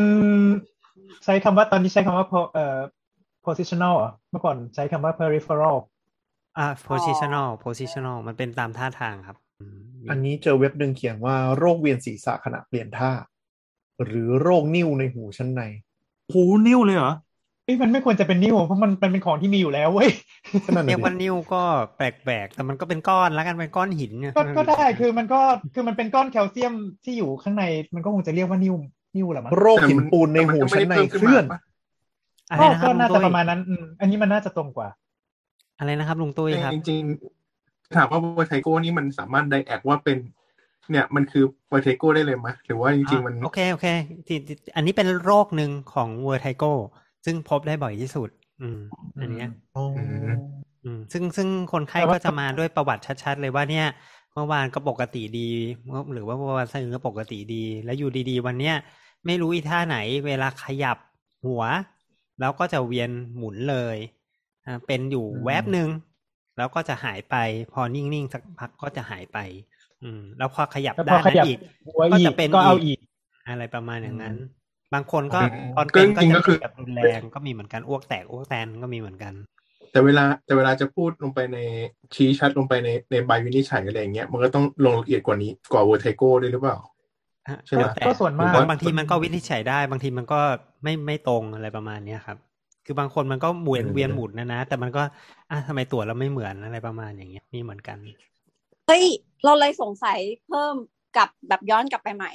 Speaker 6: ใช้คำว่าตอนนี้ใช้คำว่า po- เอ่อ positional เหรอเมื่อก่อนใช้คำว่า peripheral
Speaker 3: อ่า positional positional มันเป็นตามท่าทางครับอืม
Speaker 4: อันนี้เจอเว็บหนึ่งเขียนว่าโรคเวียนศีรษะขณะเปลี่ยนท่า หรือโรคนิ่วในหูชั้นใน
Speaker 5: หูนิ้วเลยเหรอ
Speaker 6: เอ้ยมันไม่ควรจะเป็นนิ้วเพราะมันมันเป็นของที่มีอยู่แล้วเว้ย
Speaker 4: ก็นั่น
Speaker 3: เรียกว่า
Speaker 4: น่ะดิ
Speaker 3: นิ้วก็แปลกๆ แต่มันก็เป็นก้อนแล้วกันเป็นก้อนหินเนี่ย
Speaker 6: ก็ก็ได้คือมันก็คือมันเป็นก้อนแคลเซียมที่อยู่ข้างในมันก็คงจะเรียกว่านิ่วนิ่วแหละมั้ง
Speaker 4: โรคหินปูนในหูชั้นในเคลื่อน
Speaker 3: อะไร
Speaker 6: ก็
Speaker 3: นะครับลุง
Speaker 6: ก็น่าจะ
Speaker 3: ตุ้ย
Speaker 6: ประมาณนั้นอืมอันนี้มันน่าจะตรงกว่า
Speaker 3: อะไรนะครับลุงตุ้ยครับ
Speaker 7: จริงๆถามว่าเวอร์ไทโก้นี่มันสามารถไดแอกว่าเป็น เนี่ยมันคือเวอร์ไทโก้ได้เลยไหมหรือว่าจริงๆมัน
Speaker 3: อ่ะโอเค โอเคที่ที่อันนี้เป็นโรคหนึ่งของเวอร์ไทโกซึ่งพบได้บ่อยที่สุด อืม อันเนี้ย
Speaker 7: ม
Speaker 3: อืม ซึ่งซึ่งคนไข้
Speaker 6: แต่ว่า
Speaker 3: ก็จะมาด้วยประวัติชัดๆ เลยว่าเนี่ย เมื่อวานก็ปกติดี หรือว่าเมื่อวันอื่นก็ปกติดี แล้วอยู่ดีๆ วันเนี้ยไม่รู้อีท่าไหน เวลาขยับหัว แล้วก็จะเวียนหมุนเลยอ่าเป็นอยู่
Speaker 6: อืม
Speaker 3: แวบหนึ่งแล้วก็จะหายไป พอนิ่งๆสักพักก็จะหายไป อืม แล้วพอขยับ
Speaker 6: แล้วพ
Speaker 3: ด้า
Speaker 6: อน ขยั
Speaker 3: นั้น
Speaker 6: บ
Speaker 3: อีก
Speaker 6: หัว
Speaker 3: ก็
Speaker 6: อี
Speaker 3: จะ
Speaker 6: ก
Speaker 3: เป็น
Speaker 6: ก็เอา
Speaker 3: อี
Speaker 6: อี
Speaker 3: ก
Speaker 6: ก
Speaker 3: อะไรประมาณอย่างนั้น
Speaker 6: อื
Speaker 3: บางคนก็
Speaker 7: อืม
Speaker 3: ตอนเป็นก็
Speaker 7: ก็จริงๆก็
Speaker 3: จะ
Speaker 7: คือ
Speaker 3: แบบรุนแรงก็มีเหมือนกันอ้วกแตกอ้วกแตนก็มีเหมือนกัน
Speaker 7: แต่เวลาแต่เวลาจะพูดลงไปในชี้ชัดลงไปในในใบวินิจฉัยอะไรอย่างเงี้ยมันก็ต้องลงละเอียดกว่านี้กว่าเวอร์ไทโก้ด้วยหรือเปล่า
Speaker 3: ฮะ
Speaker 7: ใช่ไหม
Speaker 3: แล้วแต่
Speaker 6: ก็ส่วนมาก
Speaker 3: บงบางทีมันก็วินิจฉัยได้ บางทีมันก็ไม่ไม่ตรงอะไรประมาณเนี้ยครับ คือบางคนมันก็หมุนเวียนหมุนนะนะ แต่มันก็อ่ะทำไมตรวจแล้วไม่เหมือนอะไรประมาณอย่างเงี้ยมีเหมือนกัน
Speaker 2: เฮ้ยเราเลยสงสัยเพิ่มกับแบบย้อนกลับไปใหม่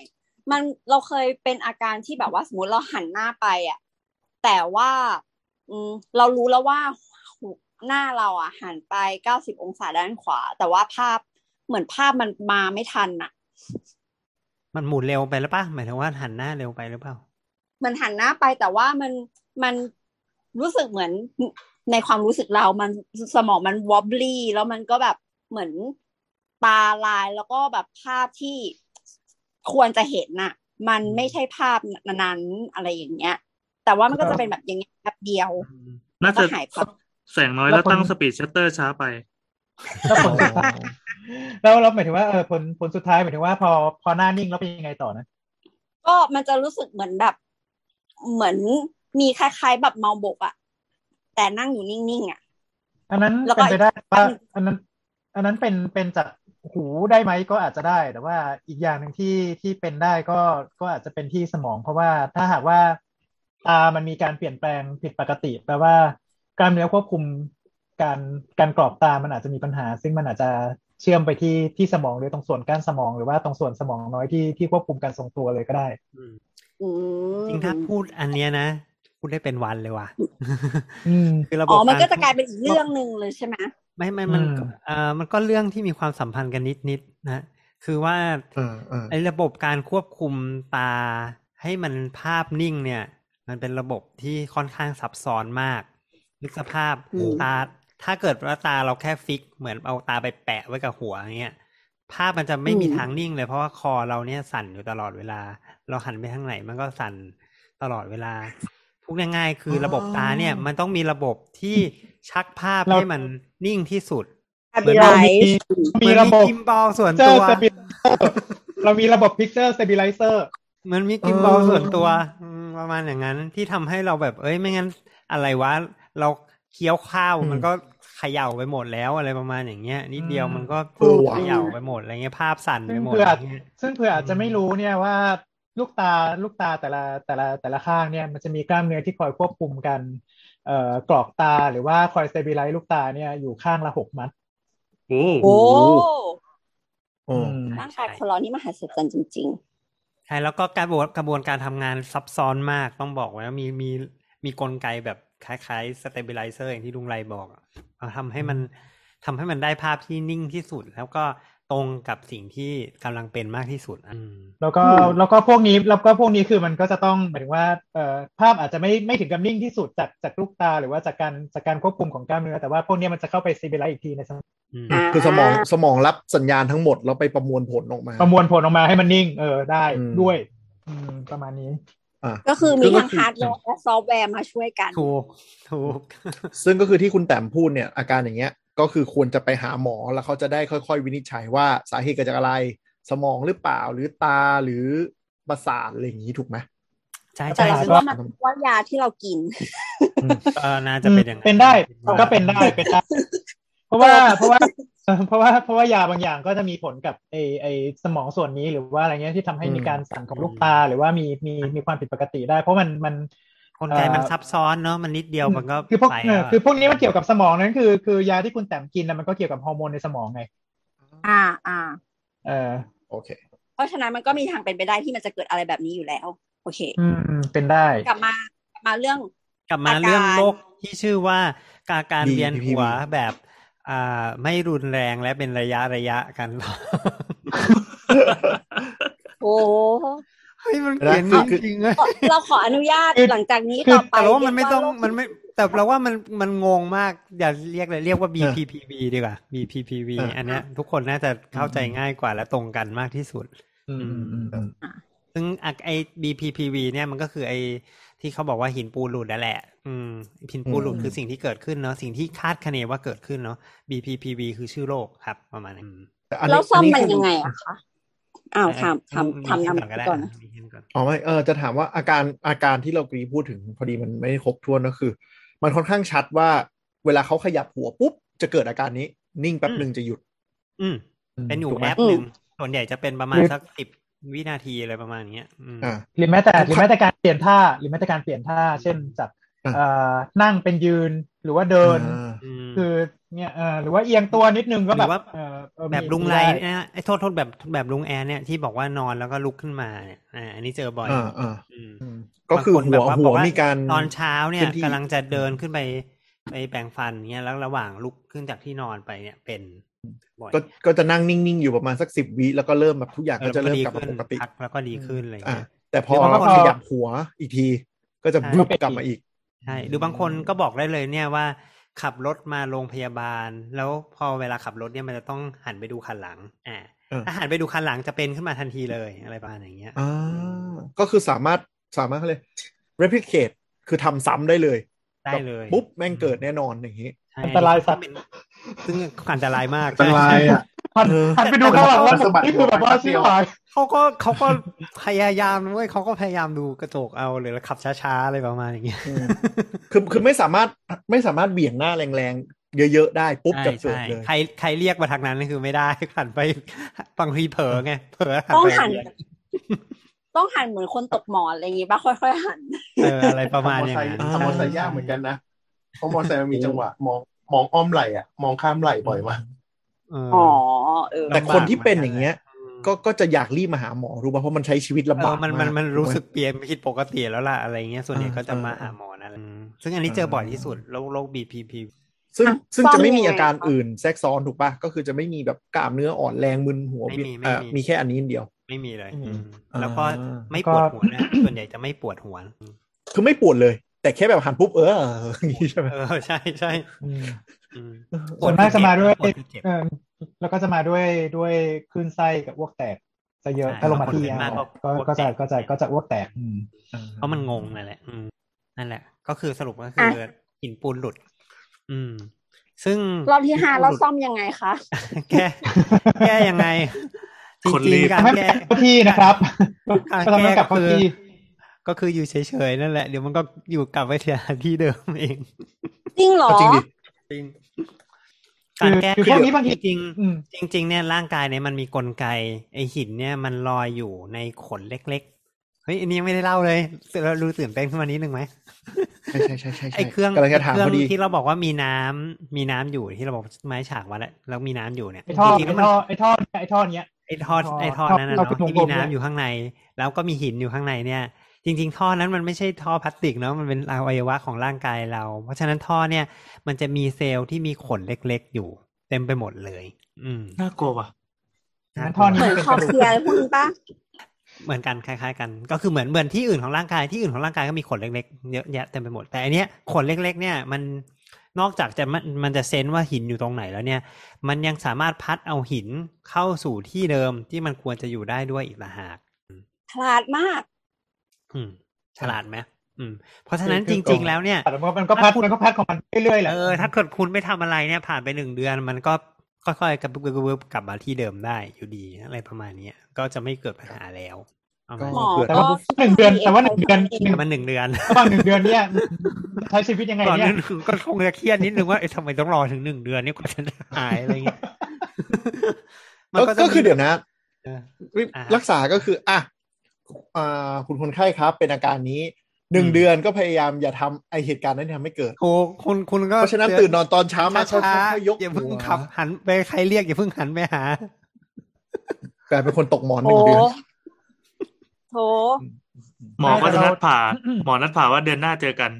Speaker 2: มันเราเคยเป็นอาการที่แบบว่าสมมติเราหันหน้าไปอ่ะแต่ว่าอืมเรารู้แล้วว่าหน้าเราอ่ะหันไปเก้าสิบองศาด้านขวา แต่ว่าภาพเหมือนภาพมันมาไม่ทันอ่ะ
Speaker 3: มันหมุนเร็วไปหรือเปล่าหมายถึงว่าหันหน้าเร็วไปหรือเปล่า
Speaker 2: มันหันหน้าไปแต่ว่ามันมันรู้สึกเหมือนในความรู้สึกเรามันสมองมันวอบลี่แล้วมันก็แบบเหมือนตาลายแล้วก็แบบภาพที่ควรจะเห็นน่ะ มันไม่ใช่ภาพนั้นๆอะไรอย่างเงี้ย แต่ว่ามันก็จะเป็นแบบอย่างเงี้ยแป๊บเดียว
Speaker 5: น่าจะ
Speaker 2: ก็หายไป
Speaker 5: แสงน้อย
Speaker 6: แล้
Speaker 5: แล้ว ว
Speaker 6: คน
Speaker 5: ตั้งสปีดชัตเตอร์ช้าไป
Speaker 6: แล้วผลสุดท้ายแล้วเราหมายถึงว่าเออผลผลสุดท้ายหมายถึงว่าพอพอหน้านิ่งแล้วเป็นยังไงต่อนะ
Speaker 2: ก็มันจะรู้สึกเหมือนแบบ เหมือนมีคล้ายๆแบบเมาบกอะแต่นั่งอยู่นิ่งๆอะ
Speaker 6: อันนั้น
Speaker 2: แล้วก็
Speaker 6: เป็นไปได้ว่า
Speaker 2: อีก
Speaker 6: อันนั้น อันนั้นเป็นเป็นจากหูได้ไหมก็อาจจะได้ แต่ว่าอีกอย่างหนึ่งที่ที่เป็นได้ก็ก็อาจจะเป็นที่สมอง เพราะว่าถ้าหากว่าตามันมีการเปลี่ยนแปลงผิดปกติแปลว่ากล้ามเนื้อควบคุมการการกรอบตามันอาจจะมีปัญหา ซึ่งมันอาจจะเชื่อมไปที่ที่สมองหรือตรงส่วนก้านสมอง หรือว่าตรงส่วนสมองน้อยที่ที่ควบคุมการทรงตัวเลยก็ได้
Speaker 2: อืม
Speaker 3: จริงถ้าพูดอันเนี้ยนะ พูดได้เป็นวันเลยว่ะ
Speaker 6: อืม
Speaker 3: คือระบบ
Speaker 2: อ๋อมันก็
Speaker 3: ร
Speaker 2: จะกลายเป็นอีกเรื่องหนึ่งเลยใช่ไหม
Speaker 3: ไม่ไม่มัน
Speaker 6: อืม
Speaker 3: เอ่อมันก็เรื่องที่มีความสัมพันธ์กันนิดนิดๆนะคือว่า
Speaker 4: เออเออ
Speaker 3: ไอ้ระบบการควบคุมตาให้มันภาพนิ่งเนี่ย มันเป็นระบบที่ค่อนข้างซับซ้อนมากนึกสภาพ
Speaker 2: อืม
Speaker 3: ตา ถ้าเกิดว่าตาเราแค่ฟิก เหมือนเอาตาไปแปะไว้กับหัวอย่างเงี้ยภาพมันจะไม่มีทางนิ่งเลยเพราะว่าคอเราเนี่ยสั่นอยู่ตลอดเวลา เราหันไปทางไหนมันก็สั่นตลอดเวลาพูดง่ายๆ คือระบบตาเนี่ย มันต้องมีระบบที่ชักภาพ
Speaker 6: เรา
Speaker 3: ให้มันนิ่งที่สุด
Speaker 2: อะไลท์
Speaker 6: มีระบบ
Speaker 3: กิมบอลส่วน
Speaker 6: เจ
Speaker 3: ตั
Speaker 6: อ
Speaker 3: ว
Speaker 6: สเปเรามีระบบพิกเซอร์สเตบิลิเซอร์
Speaker 3: มันมีกิมบอลส่วนตัวมประมาณอย่างนั้นที่ทำให้เราแบบ เอ้ยไม่งั้นอะไรวะ เราเคี้ยวข้าว
Speaker 4: อืม
Speaker 3: มันก็เขย่าไปหมดแล้วอะไรประมาณอย่างเงี้ย นิดเดียว
Speaker 6: อืม
Speaker 3: มันก็
Speaker 4: เออว่ะ
Speaker 3: เขย่าไปหมดอะไรเงี้ยภาพสั่นไปหมด
Speaker 6: เพื่อ
Speaker 3: อะไรเงี้ย
Speaker 6: ซึ่งเผื่ออาจจะไม่รู้เนี่ยว่าลูกตาลูกตาแต่ละแต่ละแต่ละข้างเนี่ยมันจะมีกล้ามเนื้อที่คอยควบคุมกันเอ่อกรอกตาหรือว่าคอยสเตบิไลซ์ลูกตาเนี่ยอยู่ข้างละหกมัด
Speaker 5: โอ้
Speaker 2: โอ้
Speaker 4: โอ้
Speaker 6: ม
Speaker 2: ร่างกายคนเรานี่มหัศจรรย์จริง
Speaker 3: ใช่แล้วก็การะบวนกระบวนการทำงานซับซ้อนมากต้องบอกไว้ว่ามีมีมีกลไกแบบคล้ายๆสเตเบลิเซอร์อย่างที่ลุงไรบอกอะเอาทำให้มันทำให้มันได้ภาพที่นิ่งที่สุด แล้วก็ ตรงกับสิ่งที่กำลังเป็นมากที่สุดอืม
Speaker 6: แล้วก็
Speaker 2: อืม
Speaker 6: แล้วก็พวกนี้แล้วก็พวกนี้คือมันก็จะต้องหมายถึงว่าเอ่อภาพอาจจะไม่ไม่ถึงกับนิ่งที่สุดจากจากลูกตาหรือว่าจากการจากการควบคุมของกล้ามเนื้อแต่ว่าพวกนี้มันจะเข้าไปซีบีไลอีกทีในสมอง
Speaker 3: อืม
Speaker 4: คือสมองสมองรับสัญญาณทั้งหมดแล้วไปประมวลผลออกมา
Speaker 6: ประมวลผลออกมาให้มันนิ่งเออได้
Speaker 4: อืม
Speaker 6: ด้วยอืมประมาณนี้
Speaker 4: อ่ะ
Speaker 2: ก็คือมีทั้ง
Speaker 4: คือ
Speaker 2: ฮาร์ดแวร์และซอฟต์แวร์มาช่วยกัน
Speaker 3: ถูก ถูก
Speaker 4: ซึ่งก็คือที่คุณแต้มพูดเนี่ยอาการอย่างเงี้ยก็คือควรจะไปหาหมอแล้วเขาจะได้ค่อย ๆ วินิจฉัยว่าสาเหตุเกิดจากอะไร สมองหรือเปล่าหรือตาหรือประสาทอะไรอย่างงี้ถูกไหม
Speaker 3: ใช่
Speaker 2: แต่
Speaker 3: ใช่
Speaker 2: เราคิด
Speaker 3: ซึ่ง
Speaker 2: ว่ามันเป็นว่ายาที่เรากิน
Speaker 3: เออน่าจะเป็นอย่าง
Speaker 6: เป็นได้ก็เป็น ได้เป็นได้ เพราะว่าเพราะว่าเออเพราะว่าเพราะว่ายาบางอย่างก็จะมีผลกับไอไอสมองส่วนนี้หรือว่าอะไรเงี้ยที่ทำให้มีการสั่นของลูกตาหรือว่ามีมีมีความผิดปกติได้ เพราะมันมัน
Speaker 3: คนไกลมันซับซ้อนเนาะมันนิดเดียวมันก็
Speaker 6: คือพวก
Speaker 3: ไป
Speaker 6: เอ
Speaker 3: แล้ว
Speaker 6: อ
Speaker 3: อะ
Speaker 6: คือพวกนี้มันเกี่ยวกับสมองนั้นคือคือยาที่คุณแต้มกินนะมันก็เกี่ยวกับฮอร์โมนในสมองไง
Speaker 2: อ่าอ่า
Speaker 6: เออ
Speaker 4: โอเค
Speaker 2: เพราะฉะนั้นมันก็มีทางเป็นไปได้ที่มันจะเกิดอะไรแบบนี้อยู่แล้ว โอเค
Speaker 6: อืมเป็นได้
Speaker 2: กลับมากลับมาเรื่อง
Speaker 3: กลับมาเรื่อง
Speaker 2: อาการ
Speaker 3: โรคที่ชื่อว่าการการ
Speaker 4: ดี
Speaker 3: เวียน
Speaker 4: พี่
Speaker 3: หัว
Speaker 4: พี่
Speaker 3: แบบอ่าไม่รุนแรงและเป็นระยะระยะกัน
Speaker 2: โอ้
Speaker 3: เฮ้ยมันเขียนจริงจริงเลย
Speaker 2: เราขออนุญาตหลังจากนี้ต่อไป
Speaker 3: แต่ว่ามันไม่ต้อง
Speaker 2: เรียกว่าโรค
Speaker 3: มันไม่แต่เราว่ามันมันงงมาก อย่าเรียกเลยเรียกว่า BPPV ดีกว่า BPPV
Speaker 4: เอออั
Speaker 3: อันเนี้ยทุกคนน่าจะเข้าใจง่ายกว่าและตรงกันมากที่สุด
Speaker 6: อืมอืมอืม
Speaker 3: ซึ่งอ่ะไอ้ BPPV เนี่ยมันก็คือไอ้ที่เขาบอกว่าหินปูนหลุดนั่นแหละ อืมหินปูนหลุด
Speaker 4: อืม
Speaker 3: คือสิ่งที่เกิดขึ้นเนาะสิ่งที่คาดคะเนว่าเกิดขึ้นเนาะ BPPV คือชื่อโรคครับประมาณนั้น
Speaker 4: แต่อันนี้
Speaker 2: แล้วซ่อม
Speaker 4: อั
Speaker 2: มัน
Speaker 4: คือ
Speaker 2: ยังไงอะคะอ้าวถามถามถาม
Speaker 3: มี
Speaker 2: นำ
Speaker 3: เช่นก่อนก็ได้
Speaker 2: ก่อน
Speaker 3: นะมีเช่นก่อน
Speaker 4: อ๋อไม่เออจะถามว่าอาการอาการที่เรากรีพูดถึงพอดีมันไม่ครบถ้วนก็คือ มันค่อนข้างชัดว่าเวลาเขาขยับหัวปุ๊บจะเกิดอาการนี้ นิ่งแป๊บหนึ่งจะหยุด
Speaker 3: อืมเป็นอยู่
Speaker 4: ถูกไหม
Speaker 3: แป๊บหนึ่งส่วนใหญ่จะเป็นประมาณสักสิบวินาทีอะไรประมาณเนี้ยอืม
Speaker 4: อ่า
Speaker 6: หรือแม้แต่หรือแม้แต่การเปลี่ยนท่าหรือแม้แต่การเปลี่ยนท่า เช่นจาก
Speaker 4: อ่ะ
Speaker 6: เอ่อนั่งเป็นยืนหรือว่าเดิน
Speaker 4: อ่า
Speaker 3: อืม
Speaker 6: คือเนี่ยเออหรือว่าเอียงตัวนิดนึงก็
Speaker 3: ห
Speaker 6: แบ
Speaker 3: รื
Speaker 6: บ
Speaker 3: อว่า
Speaker 6: เออเออมี
Speaker 3: แบบลุงไร
Speaker 6: ด้
Speaker 3: เนะไอ้โทษโทษแบบแบบลุงแอนเนี่ยที่บอกว่านอนแล้วก็ลุกขึ้นมาเนี่ยอ่าอันนี้เจอบ่อย
Speaker 4: อ่าอ่า
Speaker 3: อืม
Speaker 4: อืมก็คือหั
Speaker 3: บางนแบ
Speaker 4: ว
Speaker 3: บา
Speaker 4: หั
Speaker 3: บ
Speaker 4: ว
Speaker 3: อ
Speaker 4: มีการ
Speaker 3: ตอนเช้าเนี่
Speaker 4: เค
Speaker 3: ย
Speaker 4: ลื่อนที่
Speaker 3: กำลังจะเดินขึ้นไปไปแปรงฟันเนี่ยแล้วระหว่างลุกขึ้นจากที่นอนไปเนี่ยเป็นบ่อย
Speaker 4: ก็ก็จะนั่งนิ่ง ๆ อยู่ประมาณสักสิบวิแล้วก็เริ่มแบบทุกอย่าง
Speaker 3: ออ
Speaker 4: ก็จะเริ่ม
Speaker 3: ดี
Speaker 4: กลับมา
Speaker 3: ขึ้น
Speaker 4: ปกติ
Speaker 3: พัแล้วก็ดีขึ้นอะไรอย่าง
Speaker 4: อ่า
Speaker 3: เงี้ย
Speaker 4: แต่พอ
Speaker 3: หรือบางคน
Speaker 4: ขยับหัวอีกที ก็จะ
Speaker 3: ใช่
Speaker 4: วุบกลับมาอีก
Speaker 3: ใช่หรือบางคนก็บอกได้เลยเนี่ยว่า ขับรถมาโรงพยาบาล แล้วพอเวลาขับรถเนี่ยมันจะต้องหันไปดูคันหลังอ่า
Speaker 4: เออ
Speaker 3: ถ้าหันไปดูคันหลังจะเป็นขึ้นมาทันทีเลยอะไรประมาณอย่างเงี้ย
Speaker 4: อ่าก็คือสามารถสามารถเขาเลย replicate คือทำซ้ำได้เลย
Speaker 3: ได้เลย
Speaker 4: แบบปุ๊บแม่งเกิดแน่นอนอย่างนี้
Speaker 3: ใช่
Speaker 6: อันตรายสัตว์
Speaker 3: เป็นซึ่งอันตรายมาก
Speaker 7: อันตรายอ่ะ
Speaker 6: หัน
Speaker 4: เออ
Speaker 6: หันไปดูข้างหลังแล้ว
Speaker 7: สะบัด
Speaker 6: นี่คือแบบว่า
Speaker 7: หัวแป๊บเดี
Speaker 6: ชิบ
Speaker 7: ยว
Speaker 6: หาย
Speaker 3: เขาก็เขาก็ พยายามเว้ยเขาก็พยายามดูกระจกเอาหรือขับช้าๆอะไรประมาณอย่างเงี้ย
Speaker 4: อืมคือคือไม่สามารถไม่สามารถเบี่ยงหน้าแรงๆ เยอะๆ ได้ปุ๊บจะเกิดเลย
Speaker 3: ใครใครเรียกมาทางนั้นนี่คือไม่ได้ หันไปบางทีเผลอไงเผลอหัน
Speaker 2: ต้อง
Speaker 3: ไป
Speaker 2: หัน ต้องหันเหมือนคนตกหมอนอะไรอย่างงี้ป่ะค่อย ๆ หัน
Speaker 3: เอออะไรประมาณอ
Speaker 7: ทำมอ
Speaker 3: ย่าง
Speaker 7: ไซค์
Speaker 3: นั้น
Speaker 4: อ่า
Speaker 7: ทำมอไซค์ยากเหมือนกันนะเพราะมอไซค์มันมีจังหวะมองมองอ้อมไหล่อ่ะ มองข้ามไหล่บ่อยมาก
Speaker 3: เออ
Speaker 2: อ๋อเออ
Speaker 4: แต่คนที่เป็นอย่างเงี้ย ก็ก็จะอยากรีบมาหาหมอรู้ป่ะเพราะมันใช้ชีวิต
Speaker 3: เอบ
Speaker 4: ลำา
Speaker 3: อกมันมันมัน
Speaker 4: าก
Speaker 3: รู้สึก
Speaker 4: ถูไหม
Speaker 3: เปลี่ยนผิดปกติแล้วล่ะอะไรเงี้ยส่วนใหญ่
Speaker 4: อ่า
Speaker 3: ก็จะมาหา
Speaker 4: อ่า
Speaker 3: หมอนั่นแหละอืมซึ่งอันนี้เจอบ่อยที่สุดโรคโรค BPP
Speaker 4: ซึ่งซึ่งจะไม่มีอาการอื่นแทรกซ้อนถูกปะก็คือจะไม่มีแบบกล้ามเนื้ออ่อนแรงมึนหัว
Speaker 3: ไม่มีไม่มี
Speaker 4: เอ่อมีแค่อันนี้อันเดียว
Speaker 3: ไม่มีเลย
Speaker 4: อืม
Speaker 3: อืมแล้วก็
Speaker 4: อ่า
Speaker 3: ไม่ปวดหัวนะส่วนใหญ่จะไม่ปวดหัว
Speaker 4: คือไม่ปวดเลย แต่แค่แบบหันปุ๊บเอออย่างนี้ใช่ไหม
Speaker 3: เออใช่ใช่
Speaker 6: อืม
Speaker 3: อืม
Speaker 6: ส่วนมากจะมาด้วย
Speaker 3: ปวดคือเจ็บ
Speaker 6: เออแล้วก็จะมาด้วยด้วยคลื่นไส้กับอ้วกแตกจะเยอะ
Speaker 3: ใช่
Speaker 6: ถ้าลงมาที่
Speaker 3: คนเป็นมากก็
Speaker 6: ก็
Speaker 3: อ้วก
Speaker 6: ก็
Speaker 3: แต
Speaker 6: จะ
Speaker 3: ก
Speaker 6: ก็จะก็จะอ้วกแตกอืม
Speaker 3: เพราะมันงงนั่นแหละ อืม นั่นแหละ ก็คือสรุปก็คืออหินปูนหลุด อืม ซึ่ง
Speaker 2: รอบที่ห้าเราซ่อมยังไงคะ
Speaker 3: แก้ แก้ยังไง จ
Speaker 5: คนรี
Speaker 3: ริง
Speaker 5: บ
Speaker 3: ๆการ
Speaker 6: ทำให้
Speaker 3: แก้
Speaker 6: กลับเข้าที่นะครับ
Speaker 3: การ
Speaker 6: ทำให้
Speaker 3: แก้
Speaker 6: กลับ
Speaker 3: ก็
Speaker 6: เข้า
Speaker 3: คือ
Speaker 6: ที่
Speaker 3: ก็คืออยู่เฉยๆนั่นแหละ เดี๋ยวมันก็อยู่กลับไปที่เดิมเอง
Speaker 2: จริงเหรอ
Speaker 4: เอาจริงดิ
Speaker 3: จริง
Speaker 6: คื
Speaker 3: การ
Speaker 6: อ
Speaker 3: แก้
Speaker 6: คือพวกนี้บางที
Speaker 3: จริง
Speaker 6: อืม
Speaker 3: จริงๆ เนี่ยร่างกายเนี่ยมันมีกลไกไอหินเนี่ยมันลอยอยู่ในขนเล็กๆ เฮ้ยอันนี้ยังไม่ได้เล่าเลยเรารู้ตื่นเต้นขึ้นมานิดนึงไหม
Speaker 4: ใช่ใช่ใช่ใช่ใช่
Speaker 3: ไอเครื่อง
Speaker 4: กำลังจะถาม
Speaker 3: เครื่
Speaker 4: พอดี
Speaker 3: ที่เราบอกว่ามีน้ำมีน้ำอยู่ที่เราบอกไม้ฉากมาแล้วแล้วมีน้ำอยู่เนี่ย
Speaker 6: ไอท่อ
Speaker 3: จริงๆ
Speaker 6: ไอ
Speaker 3: แล้วมัน
Speaker 6: ท่อไอท่อเนี่ยไอท่อเนี้ย
Speaker 3: ไอท่อไอท่อ
Speaker 6: ท่อ
Speaker 3: นั้นน่ะ
Speaker 6: เรา
Speaker 3: เนาะ
Speaker 6: เป็นวงก
Speaker 3: ที่
Speaker 6: ลม
Speaker 3: มีน้ำ
Speaker 6: เนี่ย
Speaker 3: อยู่ข้างใน แล้วก็มีหินอยู่ข้างในเนี่ย จริง ๆ ท่อนั้นมันไม่ใช่ท่อพลาสติกเนาะมันเป็นอวัยวะของร่างกายเรา เพราะฉะนั้นท่อเนี่ย มันจะมีเซลล์ที่มีขนเล็กๆอยู่ เต็มไปหมดเลย อืม
Speaker 5: น่ากลัวว่ะ
Speaker 6: งั้นท่อนี้
Speaker 2: เหมือน
Speaker 6: เป็น
Speaker 2: ค
Speaker 6: ก
Speaker 2: อ
Speaker 6: ระดู
Speaker 2: เคลียร์อะ
Speaker 6: ก
Speaker 2: ไรพวกนี้ปะ
Speaker 3: เหมือนกันคล้าย ๆ กัน ก็คือเหมือนเหมือนที่อื่นของร่างกายที่อื่นของร่างกายก็มีขนเล็กๆเยอะแยะเต็มไปหมดแต่อันเนี้ยขนเล็ก ๆ เนี่ยมันนอกจากจะมันมันจะเซนว่าหินอยู่ตรงไหนแล้วเนี่ย มันยังสามารถพัดเอาหินเข้าสู่ที่เดิมที่มันควรจะอยู่ได้ด้วยอีกต่างหาก
Speaker 2: ฉลาดมาก
Speaker 3: อืมฉลาดไหมอืม เพราะฉะนั้นจริง ๆ แล้วเนี่ย
Speaker 6: แต่มันก็พัดมันก็พัดของมันเรื่อยๆแหละ
Speaker 3: เออถ้าเกิดคุณไม่ทำอะไรเนี่ยผ่านไปหนึ่งเดือน มันก็ค่อยๆกลับกลับกลับกลับมาที่เดิมได้อยู่ดีอะไรประมาณเนี้ยก็จะไม่เกิดปัญหาแล้วประมาณ
Speaker 2: หม
Speaker 3: นี้
Speaker 2: อ
Speaker 6: แต่
Speaker 2: ก็
Speaker 6: ว่าหนึ่งเดือนแต่ว่าหนึ่งเดือนหนึ่ง
Speaker 3: แต่มันหนึ่งเดือน
Speaker 6: ระหว่างหนึ่งเดือนเนี่ย ใช้ชีวิตยังไง
Speaker 3: ก่อน
Speaker 6: เนี่
Speaker 3: นึ
Speaker 6: ย
Speaker 3: งก็คงจะเครียดนิดนึงว่าเอ๊ะทำไมต้องรอถึงหนึ่งเดือนเนี่ยกว่าจะหายอะไรเงี้ย
Speaker 4: ก็ก็คือเดี๋ยวนะ
Speaker 3: เออ อ่าฮะ
Speaker 4: รักษาก็คืออ่ะอ่าคุณคนไข้ครับ เป็นอาการนี้หนึ่ง
Speaker 3: อืม
Speaker 4: เดือนก็พยายามอย่าทำไอเหตุการณ์นั้นทำให้เกิด
Speaker 3: โอ้คุณคุณก็
Speaker 4: เพราะฉะนั้นตื่นนอนตอนเช้ามาค่
Speaker 3: ช้า
Speaker 4: อยๆยก
Speaker 3: ๆอย่าเพิ่ง
Speaker 4: หัว
Speaker 3: ขับ หันไปใครเรียกอย่าเพิ่งหันไปหา
Speaker 4: กลายเป็นคนตกหมอนห
Speaker 2: โอ้
Speaker 4: นึ่งเดือน
Speaker 2: โถ
Speaker 5: หมอก็จะนัดผ่า
Speaker 6: อืม
Speaker 5: หมอนัดผ่าว่าเดือนหน้าเจอกัน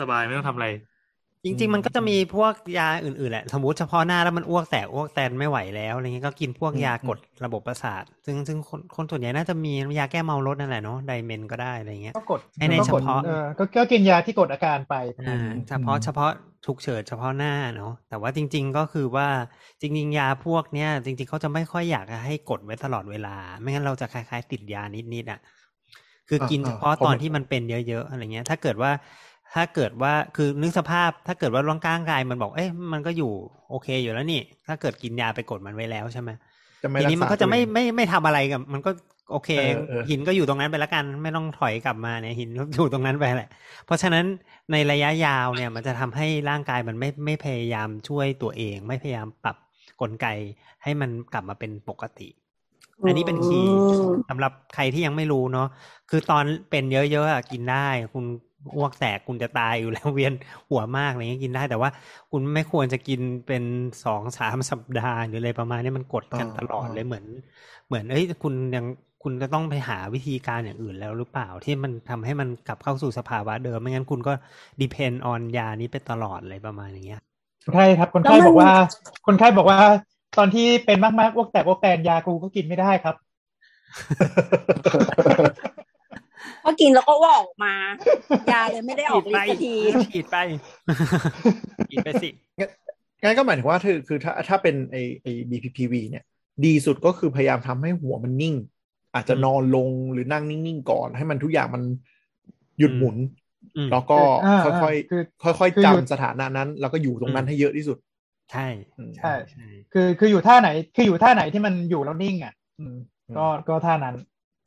Speaker 5: สบายไม่ต้องทำอะไร
Speaker 3: จริง ๆ มันก็จะมีพวกยาอื่นๆแหละ สมมติเฉพาะหน้าแล้วมันอ้วกแต่อ้วกแตนไม่ไหวแล้วอะไรเงี้ยก็กินพวกยากดระบบประสาท ซึ่งซึ่งคนคนส่วนใหญ่น่าจะมียาแก้เมารถนั่นแหละเนาะไดเมนก็ได้อะไรเงี้ย
Speaker 6: ก็กด
Speaker 3: ให้ในเฉพาะ
Speaker 6: ออก็ก็กินยาที่กดอาการไป
Speaker 3: อ่าเฉพาะเฉพาะฉุกเฉินเฉพาะหน้าเนาะแต่ว่าจริง ๆ ก็คือว่าจริง ๆ ยาพวกเนี้ยจริง ๆเขาจะไม่ค่อยอยากให้กดไว้ตลอดเวลา ไม่งั้นเราจะคล้าย ๆ ติดยานิดๆอ่ะคือกินเฉ
Speaker 4: อ่าๆ
Speaker 3: พาะ
Speaker 4: เพราะ
Speaker 3: ตอน
Speaker 4: มัน
Speaker 3: ที่มันเป็นเยอะๆอะไรเงี้ย ถ้าเกิดว่าถ้าเกิดว่าคือนึกสภาพ ถ้าเกิดว่าร่างกายมันบอกเอ๊ะมันก็อยู่โอเคอยู่แล้วนี่ ถ้าเกิดกินยาไปกดมันไว้แล้วใช่ไหม
Speaker 4: จะไม่
Speaker 3: ที
Speaker 4: รักษา
Speaker 3: นี้มันก็จะไม่
Speaker 4: ตัวเอง
Speaker 3: ไม่ไม่ทำอะไรกับ มันก็โอเค
Speaker 4: เออเออ
Speaker 3: หินก็อยู่ตรงนั้นไปละกัน ไม่ต้องถอยกลับมาเนี่ยหินก็อยู่ตรงนั้นไปแหละ เพราะฉะนั้นในระยะยาวเนี่ยมันจะทำให้ร่างกายมันไม่ไม่พยายามช่วยตัวเอง ไม่พยายามปรับกลไกให้มันกลับมาเป็นปกติ อันนี้เป็นคีย์สำหรับใครที่ยังไม่รู้เนาะคือตอนเป็นเยอะๆอะกินได้ คุณอ้วกแตกคุณจะตายอยู่แล้ว เวียนหัวมากอะไรเงี้ยกินได้แต่ว่า คุณไม่ควรจะกินเป็นสองสามสัปดาห์หรืออะไรประมาณนี้มันกดกันต
Speaker 4: อ่า
Speaker 3: ลอด
Speaker 4: อ่า
Speaker 3: เลยเหมือน เหมือนเอ้ยคุณยังคุณก็ต้องไปหาวิธีการอย่างอื่นแล้วหรือเปล่าที่มันทำให้มันกลับเข้าสู่สภาวะเดิม ไม่งั้นคุณก็ depend on ยานี้ไปตลอดอะไรประมาณอย่างเงี้ย
Speaker 6: คนไข้ครับคนไข้บอกว่า คนไข้บอกว่า ตอนที่เป็นมากๆอ้วกแตกอ้วกแตนยากูก็กินไม่ได้ครับ
Speaker 2: พอกินแล้วก็ว่าออกมา ยาเลยไม่ได้ออกฤทธิ์สักที
Speaker 3: ฉีดไป ฉีดไปสิ
Speaker 4: งั้นก็หมายถึงว่าคือคือถ้าถ้าเป็นไอไอ BPPV เนี่ย ดีสุดก็คือพยายามทำให้หัวมันนิ่ง อาจจะ
Speaker 3: อืม
Speaker 4: นอนลงหรือนั่งนิ่งๆก่อน ให้มันทุกอย่างมันหยุด
Speaker 3: อืม
Speaker 4: หมุน
Speaker 3: อืม
Speaker 4: แล้วก็
Speaker 6: อ่า
Speaker 4: ค่
Speaker 6: อ่าคื
Speaker 4: อ
Speaker 6: อ
Speaker 4: ยๆค่อย
Speaker 6: คือ
Speaker 4: ๆ
Speaker 6: หยุด
Speaker 4: จำสถานะนั้น แล้วก็อยู่ตรงนั้นให้เยอะที่สุด
Speaker 3: ใช่
Speaker 4: อืม
Speaker 6: ใช่
Speaker 3: ใช่
Speaker 6: คือคืออยู่ท่าไหนคืออยู่ท่าไหนที่มันอยู่แล้วนิ่งอ่ะ อืม ก็
Speaker 4: อืม
Speaker 6: ก็ท่านั้น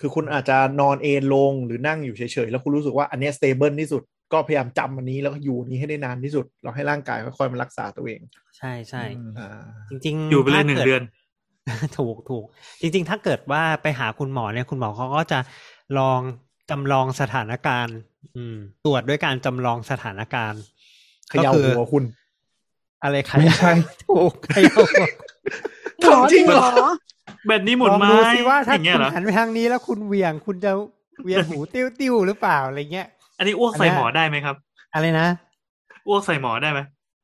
Speaker 4: คือคุณอาจจะนอนเอนลงหรือนั่งอยู่เฉยๆ แล้วคุณรู้สึกว่าอันเนี้สเตเบิลที่สุด ก็พยายามจำอันนี้แล้วก็อยู่อันนี้ให้ได้นานที่สุด เราให้ร่างกายค่อยๆมันรักษาตัวเอง
Speaker 3: ใช่ใช่
Speaker 4: อ่า
Speaker 3: จริงๆ
Speaker 5: อยู่ไปเลย
Speaker 3: ถ้า
Speaker 5: หนึ่ง
Speaker 3: กิ
Speaker 5: เดือน
Speaker 3: ถูกถูกจริง ๆ ถ้าเกิดว่าไปหาคุณหมอเนี่ยคุณหมอเขาก็จะลองจำลองสถานการณ์ อืม ตรวจด้วยการจำลองสถานการณ์
Speaker 4: เขย่า
Speaker 3: ก็อ
Speaker 4: หัวคุณ
Speaker 3: อะไรใคร
Speaker 4: ไม่ใช่
Speaker 3: ถูก เขย่าหัว
Speaker 4: ทำจริงเหรอ
Speaker 5: แบบ นี้หมด
Speaker 3: ลอง
Speaker 5: ไหม
Speaker 3: ดูสิว่าถ้า
Speaker 5: อย่างเงี้ย
Speaker 3: คุณ
Speaker 5: เหรอ
Speaker 3: หันไปทางนี้แล้วคุณเหวี่ยงคุณจะเวียนหู ติ้วติ้วหรือเปล่าอะไรเงี้ย
Speaker 5: อันนี้อ้วกใส่
Speaker 3: อันเนี้ย
Speaker 5: หมอได้ไหมครับ
Speaker 3: อะไรนะ
Speaker 5: อ้วกใส่หมอได้ไหม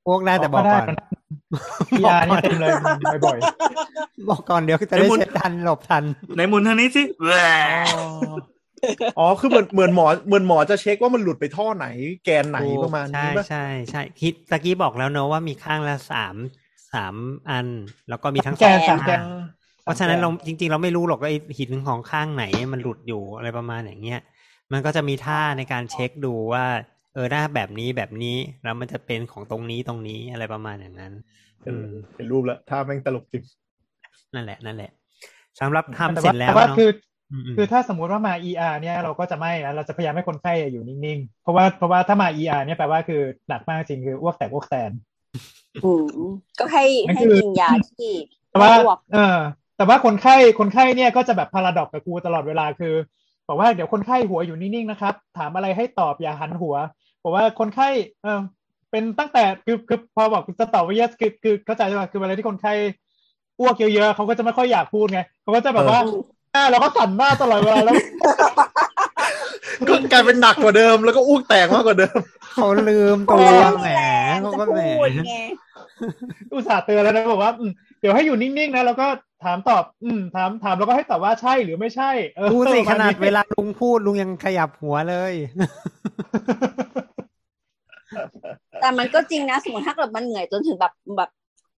Speaker 3: พวกได้แต่บอกก่อน
Speaker 6: ก็ได้
Speaker 3: บอก
Speaker 6: ยา
Speaker 3: ก่
Speaker 6: นี่
Speaker 3: อน
Speaker 6: เต็มเลยบ่อย
Speaker 3: บอกก่อนเดี๋ยวจะได้เช็ดทันหลบทัน
Speaker 5: ในมุนทางนี้สิแหว
Speaker 4: อ๋ออ๋อ คือเหมือนเหมือนหมอเหมือนหมอจะเช็คว่ามันหลุดไปท่อไหนแกนไหนประมาณนี้
Speaker 3: ใช่
Speaker 4: ป่ะ
Speaker 3: ใช่ใช่คิดตะกี้บอกแล้วเนอะว่ามีข้างละสามสามอัน แล้วก็มีทั้ง
Speaker 6: ๆแกน
Speaker 3: ส
Speaker 6: สา
Speaker 3: อ
Speaker 6: ม
Speaker 3: ง
Speaker 6: แก
Speaker 3: ข้าน งเพราะฉะนั้นเราจริง ๆ เราไม่รู้หรอกว่าไอหินของข้างไหนมันหลุดอยู่อะไรประมาณอย่างเงี้ยมันก็จะมีท่าในการเช็คดูว่า เออหน้าแบบนี้แบบนี้แล้วมันจะเป็นของตรงนี้ตรงนี้อะไรประมาณอย่างนั้น
Speaker 4: เออ
Speaker 3: ม
Speaker 4: เป็นรูปแล้วท่าแม่งตลกจริง
Speaker 3: นั่นแหละนั่นแหละสำหรับทำ
Speaker 6: แต่
Speaker 3: เสร็จแล้ว
Speaker 6: แต่ว่า
Speaker 3: เนาะ
Speaker 6: คือ
Speaker 3: มๆ
Speaker 6: คือถ้าสมมุติว่ามา ER เนี่ยเราก็จะไม่นะเราจะพยายามให้คนไข้อยู่นิ่งๆ เพราะว่าเพราะว่าถ้ามา ER เนี่ยแปลว่าคือหนักมากจริงคืออ้วกแตกอ้วกแตน
Speaker 2: อืมก็ให้
Speaker 6: นั่น
Speaker 2: ให้
Speaker 6: คือ
Speaker 2: กินยาที่
Speaker 6: แต่ว่า
Speaker 2: ไม่อ้วก
Speaker 6: เออ แต่ว่าคนไข้คนไข้เนี่ยก็จะแบบพาราดอกกับกูตลอดเวลาคือ บอกว่าเดี๋ยวคนไข้หัวอยู่นิ่งๆนะครับ ถามอะไรให้ตอบอย่าหันหัวบอกว่าคนไข้เออเป็นตั้งแต่คือคือพอบอกจะตอบว่า yes คือคือเข้าใจว่าคือเวลาที่คนไข้อ้วกเยอะๆเขาก็จะไม่ค่อยอยากพูดไงเขาก็จะแบบว่าอ่าเราก็สั่นหน้าตลอดเวลาแล้ว
Speaker 4: ก็กลายเป็นหนักกว่าเดิม แล้วก็อ้วกแตกมากกว่าเดิม
Speaker 3: เขาลืมตัว
Speaker 2: เออ
Speaker 3: แหม
Speaker 2: แรง
Speaker 3: เขา
Speaker 2: จะ
Speaker 3: ก็แหม
Speaker 2: พูดไง
Speaker 6: อุตส่าห์เตือนแล้วนะบอกว่าอืมเดี๋ยวให้อยู่นิ่งๆนะแล้วก็ถามตอบ อืม ถามถามแล้วก็ให้ตอบว่าใช่หรือไม่ใช่เออ
Speaker 3: ดูสิ
Speaker 6: ประม
Speaker 3: ข
Speaker 6: ณ
Speaker 3: นาดเวลาลุงพูดลุงยังขยับหัวเลย
Speaker 2: แต่มันก็จริงนะสมมติถ้าเกิดมันเหนื่อยจนถึงแบบแบบ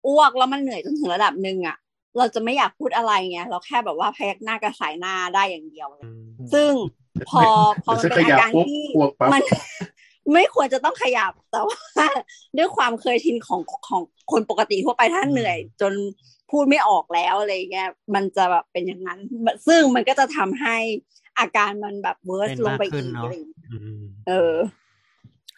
Speaker 2: อ้วกแล้วมันเหนื่อยจนถึงระดับหนึ่งอะเราจะไม่อยากพูดอะไรไงเราแค่แบบว่าพยักหน้ากระสายหน้าได้อย่างเดียวเลยซึ่งพอพอมันเป็นอาการที่
Speaker 7: เดี๋ยวฉันขยับปุ๊บอ้วกปั๊บ
Speaker 2: มัน ไม่ควรจะต้องขยับแต่ว่า ด้วยความเคยชินของของคนปกติทั่วไปถ้าเหนื่อย จนพูดไม่ออกแล้วอะไรเงี้ยมันจะแบบเป็นอย่างนั้น ซึ่งมันก็จะทำให้อาการมันแบบเวิร์ส
Speaker 3: เป็น
Speaker 2: ล
Speaker 3: มาก
Speaker 2: งไป
Speaker 3: ขึ้
Speaker 2: อี
Speaker 3: น
Speaker 2: ก
Speaker 3: เนอะ
Speaker 2: อะไรอย่างเงี้ย
Speaker 3: อืม
Speaker 2: เออ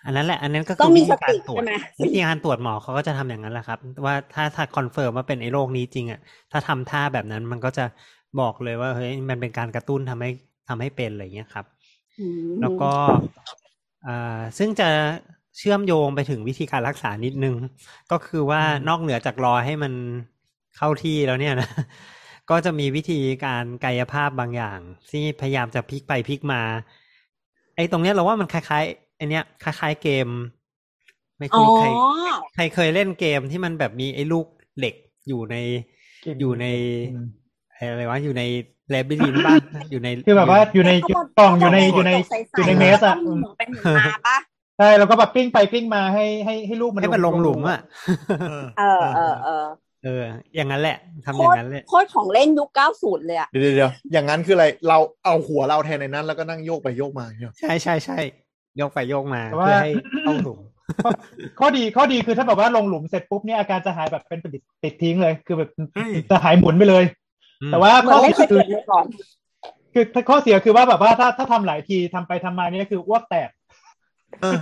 Speaker 3: อันนั้นแหละ อันนั้นก็คื
Speaker 2: ต้องมี
Speaker 3: วิธีการ
Speaker 2: สติ
Speaker 3: ตรวจ
Speaker 2: ใช่ไหม
Speaker 3: วิธีการตรวจหมอเขาก็จะทำอย่างนั้นแหละครับ ว่าถ้าถ้าคอนเฟิร์มว่าเป็นไอ้โรคนี้จริงอ่ะถ้าทำท่าแบบนั้นมันก็จะบอกเลยว่าเฮ้ยมันเป็นการกระตุ้นทำให้ทำให้เป็นอะไรอย่างเงี้ยครับ
Speaker 2: อืม
Speaker 3: แล้วก็อ่าซึ่งจะเชื่อมโยงไปถึงวิธีการรักษานิดนึง ก็คือว่านอกเหนือจากรอให้มันเข้าที่แล้วเนี่ยนะ ก็จะมีวิธีการกายภาพบางอย่าง ที่พยายามจะพลิกไปพลิกมา ไอ้ตรงเนี้ยเราว่ามันคล้ายๆไอเนี้ยคล้ายๆเกม ไม่
Speaker 2: อ๋
Speaker 3: คุ
Speaker 2: อ
Speaker 3: ณใครใครเคยเล่นเกมที่มันแบบมีไอ้ลูกเหล็กอยู่ในอยู่ใน
Speaker 6: อืม
Speaker 3: ไอ้อะไรวะอยู่ในแลบิลินบ้าง อยู่ใน
Speaker 6: คือแบบว่าอยู่ใน
Speaker 2: เขาบ
Speaker 6: กล่องอยู่ใน
Speaker 2: เขาบ
Speaker 6: อยู่ใน
Speaker 2: กระจกใสๆ
Speaker 6: อยู่ในเมสอะ
Speaker 2: แล้วก็
Speaker 6: อืม
Speaker 2: หมุนเป็นหมุนมาปะ
Speaker 6: ใช่แล้วก็แบบกลิ้งไปกลิ้งมาให้ให้ให้ลูกมัน
Speaker 3: ให้มันลงหลุมอ่ะ
Speaker 2: เออเออเออ
Speaker 3: เออ อย่างนั้นแหละทำ
Speaker 2: โค
Speaker 3: อย่า
Speaker 2: ต
Speaker 3: ง
Speaker 2: ร
Speaker 3: นั้นแหละ
Speaker 2: โคตรของเล่นยุค 90 เลยอะ
Speaker 4: เดี๋ยวเดี๋ยวอย่างนั้นคืออะไรเราเอาหัวเราแทนในนั้น แล้วก็นั่งโยกไปโยกมาเนี่ย
Speaker 3: ใช่ใช่ใช่ยกไปโยกมา
Speaker 6: แต่
Speaker 3: เพื่
Speaker 6: ว่า
Speaker 3: อให้เข้าหลุม
Speaker 6: ข้อดีข้อดีคือถ้าแบบว่าลงหลุมเสร็จปุ๊บเนี่ยอาการจะหายแบบเป็นติดติดทิ้งเลย คือแบบ
Speaker 5: เฮ้ย
Speaker 6: จะหายหมุนไปเลย
Speaker 3: อืม
Speaker 6: แต่ว่า
Speaker 2: เหมื
Speaker 6: ข้
Speaker 2: อ
Speaker 6: อน
Speaker 2: เล่น
Speaker 6: เสีย
Speaker 2: เค
Speaker 6: คื
Speaker 2: ยเกิด
Speaker 6: อ
Speaker 2: มาก่อน
Speaker 6: คือข้อเสียคือว่าแบบว่าถ้าถ้าทำหลายทีทำไปทำมาเนี่ยคืออ้วกแตก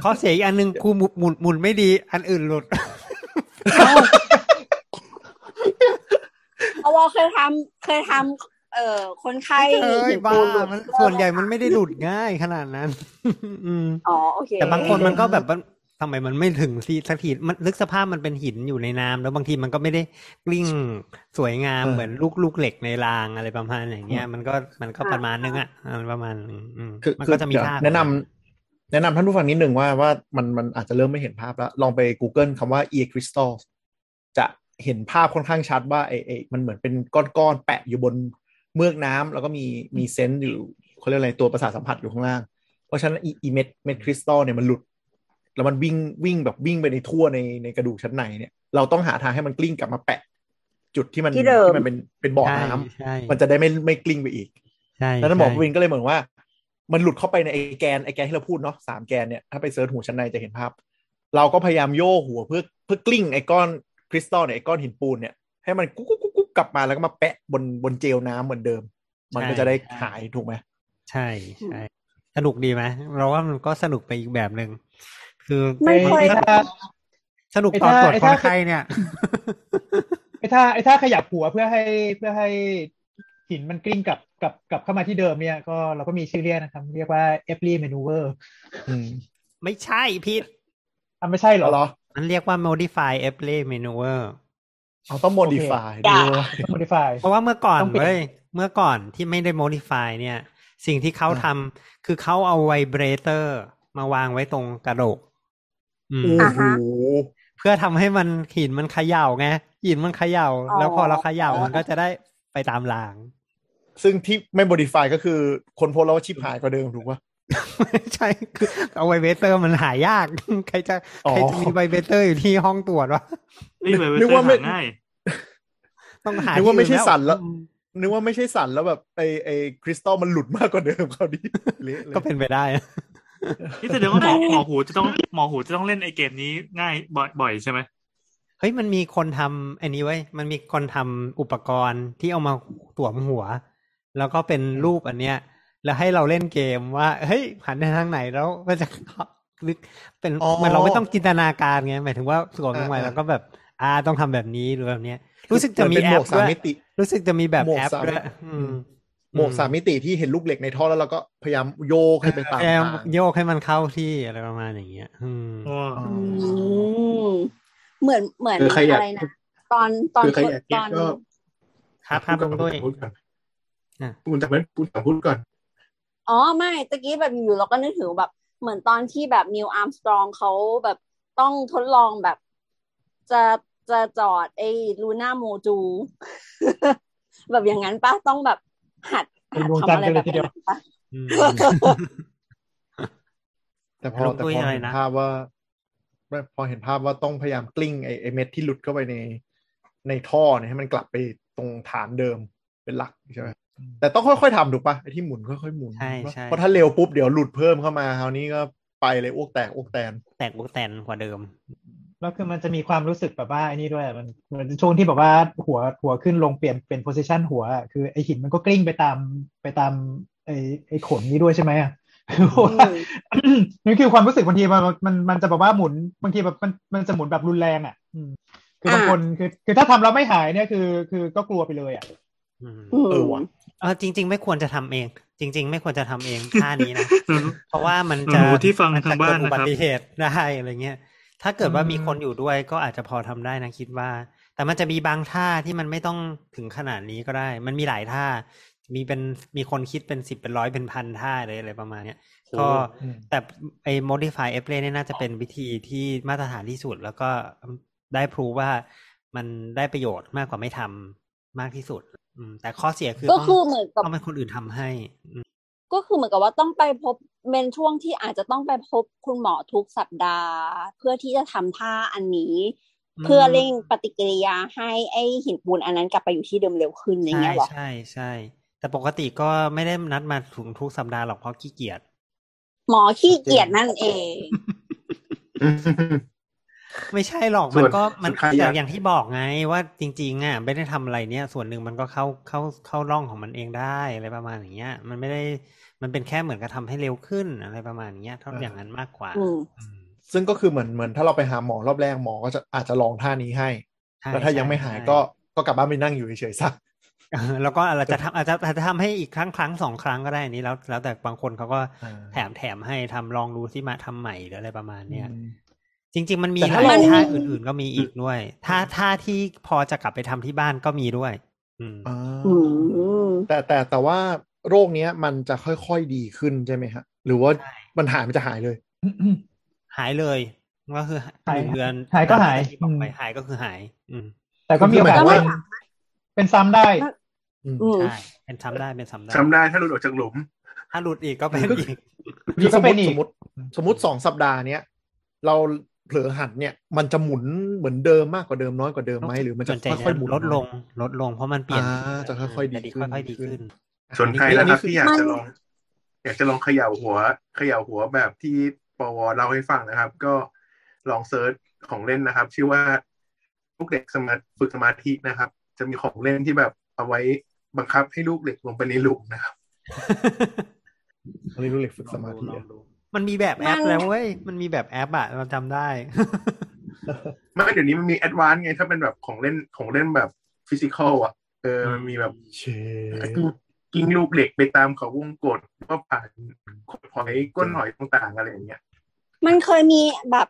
Speaker 3: ข้อเสียอีกอันหนึ่งกูหมุนหมุนหมุนไม่ดีอันอื่นหลุด
Speaker 2: เอาวอเคยทำเคยทำเอ่อคนไข้
Speaker 3: เอ้ยบ้า
Speaker 2: ปูหลุด
Speaker 3: มันส่วนใหญ่มันไม่ได้หลุดง่ายขนาดนั้น อืม
Speaker 2: อ๋อโอเค
Speaker 3: แต่บางคนมันก็แบบว่าทำไมมันไม่ถึงทีสักทีมันลึกสภาพมันเป็นหินอยู่ในน้ำแล้วบางทีมันก็ไม่ได้กลิ้งสวยงามเหมือนลูกลูกเหล็กในรางอะไรประมาณอย่างเงี้ย มันก็มันก็ประมาณนึงอ่ะมันประมาณนึงอืม
Speaker 4: คือ
Speaker 3: มัน
Speaker 4: คือ
Speaker 3: ก็จะมีภาพ
Speaker 4: แนะนำแนะนำท่านผู้ฟังนิดหนึ่งว่าว่ามันมันอาจจะเริ่มไม่เห็นภาพแล้ว ลองไป Google คำว่า ear crystal จะเห็นภาพค่อนข้างชัดว่าไอไอมันเหมือนเป็นก้อนๆแปะอยู่บนเมือกน้ำแล้วก็มีมีเซนส์อยู่เขาเรียกอะไรตัวประสาทสัมผัสอยู่ข้างล่าง เพราะฉะนั้นอีอีเม็ดเม็ดคริสตัลเนี่ยมันหลุด แล้วมันวิ่งวิ่งแบบวิ่งไปในทั่วในในกระดูกชั้นในเนี่ย เราต้องหาทางให้มันกลิ้งกลับมาแปะ จุดที่มัน
Speaker 2: ที่เดิม
Speaker 4: มันเป็นเป็นบ่อน้ำ
Speaker 3: ใช่ใช่
Speaker 4: มันจะได้ไม่ไม่กลิ้งไปอีก
Speaker 3: ใช่
Speaker 4: แล้วนั่นหมอ
Speaker 3: ใช่
Speaker 4: กวินก็เลยเหมือนว่า มันหลุดเข้าไปในไอ้แกนไอ้แกนที่เราพูดเนาะสามแกนเนี่ยถ้าไปเซิร์ชหูชั้นในจะเห็นภาพ เราก็พยายามโยกหัวเพื่อเพื่อกลิ้งไอ้ก้อนคริสตัลเนี่ยไอ้ก้อนหินปูนเนี่ยให้มันกุ๊กกุ๊กกุ๊กกุ๊กกลับมาแล้วก็มาแปะบนบนเจลน้ำเหมือนเดิม มันก็
Speaker 3: ใช่
Speaker 4: จะได้
Speaker 3: ใช่
Speaker 4: หายถูกไหม
Speaker 3: ใช่ใช่สนุกดีไหมเราว่ามันก็สนุกไปอีกแบบหนึ่งคือ
Speaker 2: ไม่เคย
Speaker 3: สนุกสนุก
Speaker 6: ไอ้
Speaker 3: ตอน
Speaker 6: ท่า
Speaker 3: ตรวจ
Speaker 6: ไอ้
Speaker 3: ค
Speaker 6: ท่า
Speaker 3: นไข้เนี่ย
Speaker 6: ไอ้ท่าไอ้ท่าขยับหัวเพื่อให้เพื่อให้หินมันกลิ้งกลับกลับกลับเข้ามาที่เดิมเนี่ยก็เราก็มีชื่อเรียกนะครับ เรียกว่าเอฟลีเมนูเวอร์
Speaker 4: อืม
Speaker 3: ไม่ใช่พิษ
Speaker 6: อ่ะไม่ใช่เหร
Speaker 4: แล้วเหร
Speaker 6: อ
Speaker 4: อ
Speaker 3: มันเรียกว่า modify a p p l y maneuver
Speaker 4: เอาต้อง modify
Speaker 2: จ้ะ
Speaker 4: ด้วย
Speaker 6: modify
Speaker 3: เพราะว่าเมื่อก่อน
Speaker 6: ต้องเปลี่ยน
Speaker 3: เว้ยเมื่อก่อนที่ไม่ได้ modify เนี่ย สิ่งที่เขาทำคือเขาเอาไวเบรเตอร์มาวางไว้ตรงกระโหลกอืม
Speaker 4: โอ้โห
Speaker 3: เพื่อทำให้มันหินมันเขย่าไงหินมันเขย่า
Speaker 2: อ๋อ
Speaker 3: แล้วพอเราเขย่ามันก็จะได้ไปตามราง
Speaker 4: ซึ่งที่ไม่ modify ก็คือคนพบแล้วว่าชิบหายกว่าเดิมถูกปะ
Speaker 3: ไม่ใช่คือเอาไวเวเตอร์มันหายาก ใครจะ
Speaker 4: อ๋อ
Speaker 3: ใครจะมีไวเวเตอร์อยู่ที่ห้องตรวจวะ
Speaker 5: นี่แบบ
Speaker 4: นึกว่าไม่
Speaker 5: หง่าย
Speaker 3: ต้องหา
Speaker 4: นึกว่าไม่ใช่
Speaker 3: ที่อื่
Speaker 4: สันแล้ว
Speaker 3: อืม
Speaker 4: นึกว่าไม่ใช่สันแล้วแบบไอไอคริสตัลมันหลุดมากกว่าเดิมคราวนี้เละเลย
Speaker 3: ก็เป็นไปได้
Speaker 5: นี่แสดงว่าหมอหมอหูจะต้องหมอหูจะต้องเล่นไอเกมนี้ง่ายบ่อยบ่อยใช่ไหม
Speaker 3: เฮ้ยมันมีคนทำอันนี้ไว้ยมันมีคนทำอุปกรณ์ที่เอามาตวมหัว แล้วก็เป็นรูปอันเนี้ย แล้วให้เราเล่นเกมว่า เฮ้ยหันไปทางไหนแล้วมันจะลึกเป็น
Speaker 4: อ๋อ
Speaker 3: เหมือนเราไม่ต้องจินตนาการไงหมายถึงว่าสวมลงไป
Speaker 4: อ่าๆ
Speaker 3: แล้วก็แบบ อ่าต้องทำแบบนี้หรือแบบเนี้ย รู้สึกจะมี
Speaker 4: เหอน
Speaker 3: แอป
Speaker 4: เป็นหมวกสา
Speaker 3: ด้วย
Speaker 4: มมิติ
Speaker 3: รู้สึกจะมีแบบ
Speaker 4: หมวก
Speaker 3: แอป
Speaker 4: สาม
Speaker 3: ด้วย
Speaker 4: มิติ
Speaker 3: อืม
Speaker 4: หมวกสามมิติที่เห็นลูกเหล็กในท่อแล้วเราก็พยายามโยกให้ไปตาม
Speaker 3: แอม
Speaker 4: ทาง
Speaker 3: โยกให้มันเข้าที่อะไรประมาณอย่างเงี้ย อืม
Speaker 5: อ๋อ
Speaker 4: อ๋อ
Speaker 2: อืมเหมือนเหมือน
Speaker 7: คือใครอยาก
Speaker 2: อะไรนะตอนตอน
Speaker 7: คือใครอยาก
Speaker 2: ต
Speaker 7: เก็ต
Speaker 2: อน
Speaker 7: ก็
Speaker 3: ครับครับลุงตุ้ย
Speaker 7: พูดก่อน
Speaker 3: อ่ะ
Speaker 7: คุณจากนั้นคุณถามพูดก่อน
Speaker 2: อ๋อไม่ตะกี้แบบอยู่ๆเราก็นึกถึงแบบ เหมือนตอนที่แบบนิวอาร์มสตรองเขาแบบต้องทดลองแบบ จะ จะจอดไอ้ลูน่าโมจู แบบอย่างนั้นปะต้องแบบหัด
Speaker 6: เป็น
Speaker 2: หัด
Speaker 6: ดวงจั
Speaker 2: ทำ
Speaker 6: นทร์
Speaker 2: อะไร
Speaker 6: กัน
Speaker 2: แบบ
Speaker 6: เลยทีเดียว
Speaker 2: นั้นปะ
Speaker 3: อืม
Speaker 4: แต่พอ
Speaker 3: ลูก
Speaker 4: แต่
Speaker 3: ตุ้ย
Speaker 4: พอ
Speaker 3: อะไร
Speaker 4: เห็น
Speaker 3: นะ
Speaker 4: ภาพว่าพอเห็นภาพว่าต้องพยายามกลิ้งไอ้ไอ้เม็ดที่หลุดเข้าไปในในท่อเนี่ยให้มันกลับไปตรงฐานเดิมเป็นหลักใช่ไหมแต่ต้องค่อยๆทำถูกปะไอ้ที่หมุนค่อยๆหมุน
Speaker 3: ใช่ใช่
Speaker 4: เพราะถ้าเร็วปุ๊บเดี๋ยวหลุดเพิ่มเข้ามาคราวนี้ก็ไปเลยอ้วกแตกอ้วกแตน
Speaker 3: แตกบุกแตนกว่าเดิม
Speaker 6: แล้วคือมันจะมีความรู้สึกแบบว่าไอ้นี่ด้วยมันมันช่วงที่แบบว่าหัวหัวขึ้นลงเปลี่ยนเปลี่ยนโพซิชันหัวอะคือไอหินมันก็กลิ้งไปตามไปตามไอไอขนนี้ด้วยใช่ไหมอะเพราะว่า นี่คือความรู้สึกบางทีมันมันมันจะแบบว่าหมุนบางทีแบบมันมันจะหมุนแบบรุนแรงอ่ะอืมคือบาง
Speaker 2: อ่า
Speaker 6: คนคือคือถ้าทำแล้วไม่หายเนี่ยคือคือก็กลัวไปเลยอ่ะ
Speaker 3: อืม
Speaker 2: ม
Speaker 4: เออว่ะ
Speaker 3: เออจริง ๆ ไม่ควรจะทำเอง จริง ๆ ไม่ควรจะทำเองท่านี้นะ
Speaker 5: หนู
Speaker 3: เพราะว่ามันจะ
Speaker 5: หนูที่ฟัง
Speaker 3: มัจะ
Speaker 5: ทางบ้าน
Speaker 3: เกิดอุบั
Speaker 5: นะครับ
Speaker 3: ติเหตุได้อะไรเงี้ย ถ้าเกิดว่ามีคนอยู่ด้วยก็อาจจะพอทำได้นะคิดว่า แต่มันจะมีบางท่าที่มันไม่ต้องถึงขนาดนี้ก็ได้ มันมีหลายท่า มีเป็นมีคนคิดเป็นสิบเป็นร้อยเป็นพันท่าเลยอะไรประมาณเนี้ย ก็
Speaker 4: อืม
Speaker 3: แต่ไอ้ modify a p p l a y เนี่ยน่าจะเป็นวิธีที่มาตรฐานที่สุด แล้วก็ได้พรูฟว่ามันได้ประโยชน์มากกว่าไม่ทำมากที่สุด อืมแต่ข้อเสียคือ
Speaker 2: ก็
Speaker 3: ต้อง
Speaker 2: คือเหมือนกับ
Speaker 3: ต้องเป็นคนอื่นทำให้
Speaker 2: ก็คือเหมือนกับว่าต้องไปพบเป็นช่วงที่อาจจะต้องไปพบคุณหมอทุกสัปดาห์ เพื่อที่จะทำท่าอันนี้
Speaker 3: อืม
Speaker 2: เพื่อเร่งปฏิกิริยาให้ไอหินปูนอันนั้นกลับไปอยู่ที่เดิมเร็วขึ้นอย่างเงี้ยเหรอ
Speaker 3: ใช่ใช่ แต่ปกติก็ไม่ได้นัดมาถึงทุกสัปดาห์หรอกเพราะขี้เกียจ
Speaker 2: หมอขี้เกียจนั่นเอง
Speaker 3: ไม่ใช่หรอก
Speaker 7: ส่
Speaker 3: มัน
Speaker 7: วน
Speaker 3: ก็มัน
Speaker 7: สุดท้าย
Speaker 3: แต่
Speaker 7: อยาก
Speaker 3: อย่างที่บอกไงว่าจริงๆอ่ะไม่ได้ทำอะไรเนี่ย ส่วนหนึ่งมันก็เข้าเข้าเข้าร่องของมันเองได้อะไรประมาณอย่างเงี้ย มันไม่ได้มันเป็นแค่เหมือนกับทำให้เร็วขึ้นอะไรประมาณอย่างเงี้ยเท่า
Speaker 4: เออ
Speaker 3: อ
Speaker 4: อ
Speaker 3: ย่างนั้นมากกว่า
Speaker 2: อืม
Speaker 3: อืม
Speaker 4: ซึ่งก็คือเหมือนเหมือนถ้าเราไปหาหมอรอบแรกหมอก็จะอาจจะลองท่านี้ให้
Speaker 3: ใช่
Speaker 4: แล้วถ้ายังไม่หายก็ก็กลับบ้านไปนั่งอยู่เฉยๆซะ
Speaker 3: ใช่แล้วก็อาจจะทำอาจจะอาจจะทำให้อีกครั้งครั้งสองครั้งก็ได้อันนี้แล้ว แล้วแต่บางคนเขาก็
Speaker 4: อ่า
Speaker 3: แถมแถมให้ทำลองดูที่มาทำใหม่หรืออะไรประมาณเนี้ย
Speaker 4: อืม
Speaker 3: จริง ๆ มันมี
Speaker 4: แต่
Speaker 3: ห
Speaker 4: ถ้า
Speaker 3: ลาย
Speaker 2: เรา
Speaker 3: ท่าอื่นๆก็มีอีกด้วยท่าท่าที่พอจะกลับไปทำที่บ้านก็มีด้วย อืม
Speaker 4: า
Speaker 2: อืม
Speaker 4: แต่แต่แต่ว่าโรคเนี้ยมันจะค่อยๆดีขึ้นใช่ไหมฮะ หรือว่า
Speaker 3: ใช่
Speaker 4: มันหายมันจะหายเลย
Speaker 3: หายเลยก็คือห
Speaker 6: หาย
Speaker 3: นึ่งเดือน
Speaker 6: หายก็หาย
Speaker 3: ตมที่บอกไปหายก็คือหาย อืม
Speaker 6: แต่ก็มีโอกาส
Speaker 4: คือหมาย
Speaker 6: เป็น
Speaker 4: ว่า
Speaker 6: เป็นซ้ำได้
Speaker 4: อืม
Speaker 2: อืม
Speaker 3: ใช่เป็นซ้ำได้เป็นซ้ำได้
Speaker 7: จำได้ถ้าหลุดออกจากหลุม
Speaker 3: ถ้าหลุดอีกก็เป็นอีก
Speaker 4: คื
Speaker 6: นี่
Speaker 4: อ
Speaker 6: ก็
Speaker 4: สม
Speaker 6: เป็
Speaker 4: ม
Speaker 6: น
Speaker 4: ติส
Speaker 6: อีก
Speaker 4: มมติสมมติสองสัปดาห์เนี้ยเราเผลอหันเนี่ย มันจะหมุนเหมือนเดิมมากกว่าเดิมน้อยกว่าเดิมไหมหรือมันจะ
Speaker 3: ส่วใญ่
Speaker 4: ค่อยๆหมุน
Speaker 3: ลดลงลดลงเพราะมันเปลี่ยน
Speaker 4: อ่าจะค่อยๆดีขึ้น
Speaker 3: ค่อยๆดีขึ้น
Speaker 7: ส่วนใครนะครั
Speaker 4: อั
Speaker 7: บ
Speaker 4: อ
Speaker 7: ที่อยาก
Speaker 2: มัน
Speaker 7: จะลอง อยากจะลองเขย่าหัวเขย่าหัวแบบที่ปวเล่าให้ฟังนะครับ ก็ลองเซิร์ชของเล่นนะครับ ชื่อว่าลูกเด็กสมาฝึกสมาธินะครับ จะมีของเล่นที่แบบเอาไว้บังคับให้ลูกเด็กลงไปในหลุมนะครับ
Speaker 4: อันนี้รู้เหล็กฝึกสมาธิ
Speaker 3: ลอง
Speaker 4: อะ
Speaker 3: ดู มันมีแบบแอป
Speaker 2: มัน
Speaker 3: แล้วเว้ยมันมีแบบแอปอะเราจำได้
Speaker 7: ไม่เดี๋ยวนี้มันมีแอดวานซ์ไงถ้าเป็นแบบของเล่นของเล่นแบบฟิสิกอลอ่ะเออมันมีแบบ
Speaker 4: เช
Speaker 7: กิ้งลูกเหล็กไปตามเขาวงกดว่าผ่านขดหอยก้นหอยต่างๆอะไรอย่างเงี้ย
Speaker 2: มันเคยมีแบบ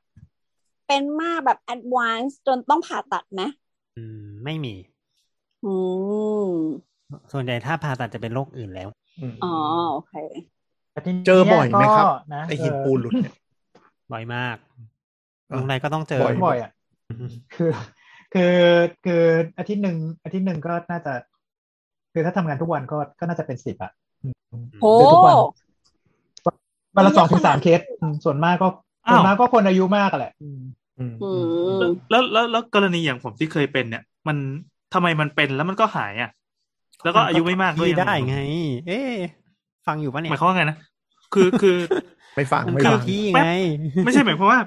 Speaker 2: เป็นมากแบบแอดวานซ์จนต้องผ่าตัดไหม
Speaker 3: อืมไม่มี
Speaker 2: อืม
Speaker 3: ส่วนใหญ่ถ้าผ่าตัดจะเป็นโรคอื่นแล้ว
Speaker 2: อ๋อโอเค
Speaker 6: แต่ทีนี้
Speaker 4: เจอบ่อยไหมครับ
Speaker 6: ก็นะ
Speaker 4: ไอหินปูนหลุดเนี่ย
Speaker 3: บ่อยมาก
Speaker 4: อ่ะ
Speaker 3: ลุงไรก็ต้องเจอ
Speaker 4: บ่
Speaker 6: บ่อยอ่ะ คือคือคืออาทิตย์หนึ่งอาทิตย์หนึ่งก็น่าจะ คือถ้าทำงานทุกวันก็ก็น่าจะเป็นสิบอ่ะ
Speaker 2: โอ้
Speaker 6: เจอทุกวันวันละสองถึงสามเคสอืมส่วนมากก็
Speaker 5: อ้าว
Speaker 6: ส่วนมากก็คนอายุมากอะแหละอืม
Speaker 4: อืม
Speaker 2: อืม
Speaker 5: แล้วแล้วแล้วกรณีอย่างผมที่เคยเป็นเนี่ย มันทำไมมันเป็นแล้วมันก็หายอ่ะ แล้วก็อายุไม่มากด้วย
Speaker 3: พี่ได้ไง เอ๊ะฟังอยู่ปะเนี่ย
Speaker 5: หมายความว่าไงนะคือคือ
Speaker 4: ไม่ฟัง
Speaker 3: มัน
Speaker 4: ไม่
Speaker 3: เข้า
Speaker 4: ฟัง
Speaker 3: ที่
Speaker 5: แป๊
Speaker 3: ไง
Speaker 5: บ ไม่ใช่หมายความว่า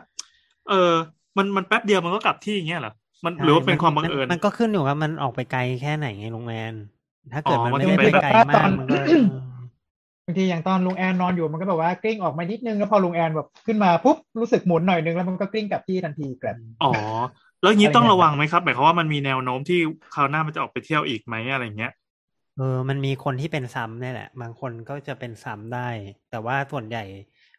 Speaker 5: เออมันมันแป๊บเดียวมันก็กลับที่อย่างเงี้ยเหรอมัน
Speaker 3: ใช่
Speaker 5: หรือว่าเป็นความบังเอิญ
Speaker 3: นมันก็ขึ้นอยู่กับมันออกไปไกลแค่ไหนไงลุงแมนถ้าเกิด
Speaker 5: อ๋อ
Speaker 3: มัน
Speaker 5: มัน
Speaker 3: ไม่
Speaker 5: ก็
Speaker 3: ได้
Speaker 5: เป็
Speaker 3: ไปไกล
Speaker 5: นแบบ
Speaker 6: ต
Speaker 3: มาก
Speaker 6: อน
Speaker 3: มันก็
Speaker 6: บางทีอย่างตอนลุงแอนนอนอยู่มันก็แบบว่ากลิ้งออกมานิดนึงแล้วพอลุงแอนแบบขึ้นมาปุ๊บรู้สึกหมุนหน่อยนึงแล้วมันก็กลิ้งกลับที่ทันทีแกลบ
Speaker 5: อ๋อ แล้วอย่างนี้
Speaker 6: อะไรเงี้ย
Speaker 5: ต้องระวังไหมครับ หมายความว่ามันมีแนวโน้มที่คราวหน้ามันจะออกไปเที่ยวอีกไหมอะไรเงี้ย
Speaker 3: เออมันมีคนที่เป็นซ้ำเนี่ยแหละ บางคนก็จะเป็นซ้ำได้ แต่ว่าส่วนใหญ่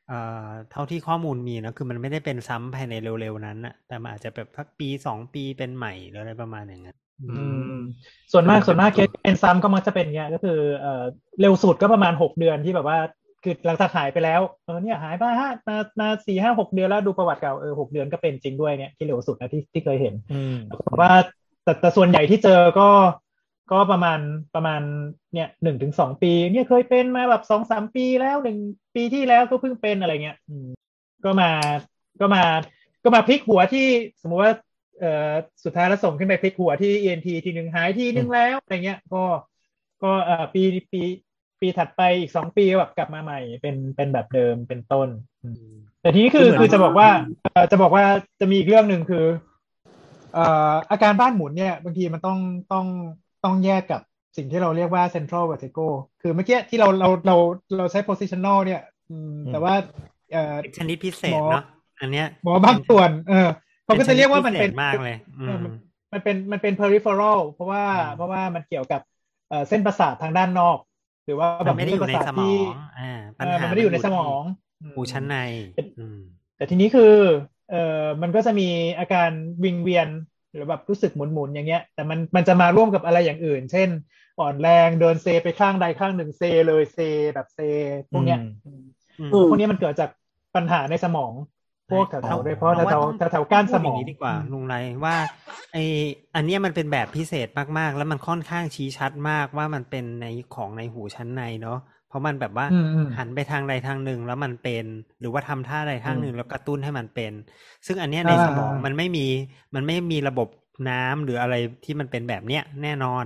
Speaker 3: เอ่อเท่าที่ข้อมูลมีนะคือมันไม่ได้เป็นซ้ำภายในเร็วๆนั้นอะแต่มันอาจจะแบบสักปีสองปีเป็นใหม่หรืออะไรประมาณอย่างนั้น
Speaker 5: อืม
Speaker 6: ส่วนมากส่วนมากเคสเป็นซ้ำก็มักจะเป็นเงี้ยก็คือเอ่อเร็วสุดก็ประมาณหกเดือนที่แบบว่า คือหลังจากหายไปแล้วเออเนี่ยหายไปฮะมามาสี่ห้าหกเดือนแล้วดูประวัติเก่าเออหกเดือนก็เป็นจริงด้วยเนี่ยที่เร็วสุดนะที่ที่เคยเห็น
Speaker 4: อืม
Speaker 6: ผมว่าแต่แต่ส่วนใหญ่ที่เจอก็ก็ประมาณประมาณเนี่ยหนึ่งถึงสองปี เนี่ยเคยเป็นมาแบบสองสามปีแล้วหนึ่งปีที่แล้วก็เพิ่งเป็นอะไรเงี้ยอืมก็มาก็มาก็มาพลิกหัวที่สมมุติว่าเอ่อสุดท้ายแล้วส่งขึ้นไปพลิกหัวที่ ENT ทีหนึ่งหายทีหนึ่งแล้วอะไรเงี้ยก็ก็เอ่อปีปีปีถัดไปอีกสองปีก็แบบกลับมาใหม่เป็นเป็นแบบเดิมเป็นต้นอืมแต่ทีนี้คือคือจะบอกว่าเอ่อจะบอกว่าจะมีอีกเรื่องหนึ่งคือ เอ่ออาการบ้านหมุนเนี่ย บางทีมันต้องต้องต้องแยกกับสิ่งที่เราเรียกว่า central vertigo คือเมื่อกี้ที่เราเราเราเราใช้ positional เนี่ยอืม
Speaker 4: อืม
Speaker 6: แต่ว่าเอ่อ
Speaker 3: เป็นชนิดพิเศษเนาะอันเนี้ย
Speaker 6: หมอบางส่วนเออเขาก็จะเรียกว่ามันเป็น
Speaker 3: ชดพิศษมากเลย อืม
Speaker 6: มันเป็นมันเป็น peripheral เพราะว่า
Speaker 3: อืม
Speaker 6: เพราะว่ามันเกี่ยวกับเอ่อเส้นประสาททางด้านนอก หรือว่าแบ
Speaker 3: มั
Speaker 6: บ
Speaker 3: นไม่ได้อยู่ในสมองอ่าปัญ
Speaker 6: เอ่อ
Speaker 3: หา
Speaker 6: มั
Speaker 3: มัน
Speaker 6: ไม่ได้อยู่ในสมอง
Speaker 3: หูชั้นในอืม
Speaker 6: แต่ทีนี้คือเอ่อมันก็จะมีอาการวิงเวียนหรือแบบรู้สึกหมุนๆอย่างเงี้ย แต่มันมันจะมาร่วมกับอะไรอย่างอื่น เช่น อ่อนแรงเดินเซไปข้างใดข้างหนึ่งเซเลยเซแบบเซพวกเนี้ย
Speaker 3: อืม
Speaker 6: แล้วพวกเนี้ยมันเกิดจากปัญหาในสมอง พวกแถวๆโดยเฉพาะ
Speaker 3: อว่ต้อง
Speaker 6: แถวๆแถวๆก้านสม
Speaker 3: พูด
Speaker 6: อ
Speaker 3: ย่
Speaker 6: ง
Speaker 3: นี้ดีกว่าลุงไรว่าไออันเนี้ยมันเป็นแบบพิเศษมากๆ แล้วมันค่อนข้างชี้ชัดมากว่ามันเป็นในของในหูชั้นในเนาะเพราะมันแบบว่า
Speaker 6: อืมอืม
Speaker 3: หันไปทางใดทางหนึ่งแล้วมันเป็น หรือว่าทำท่าใดทางหนึ่งแล้วกระตุ้นให้มันเป็น ซึ่งอันเนี้ยในสมองมันไม่มีมันไม่มีระบบน้ำหรืออะไรที่มันเป็นแบบเนี้ยแน่นอน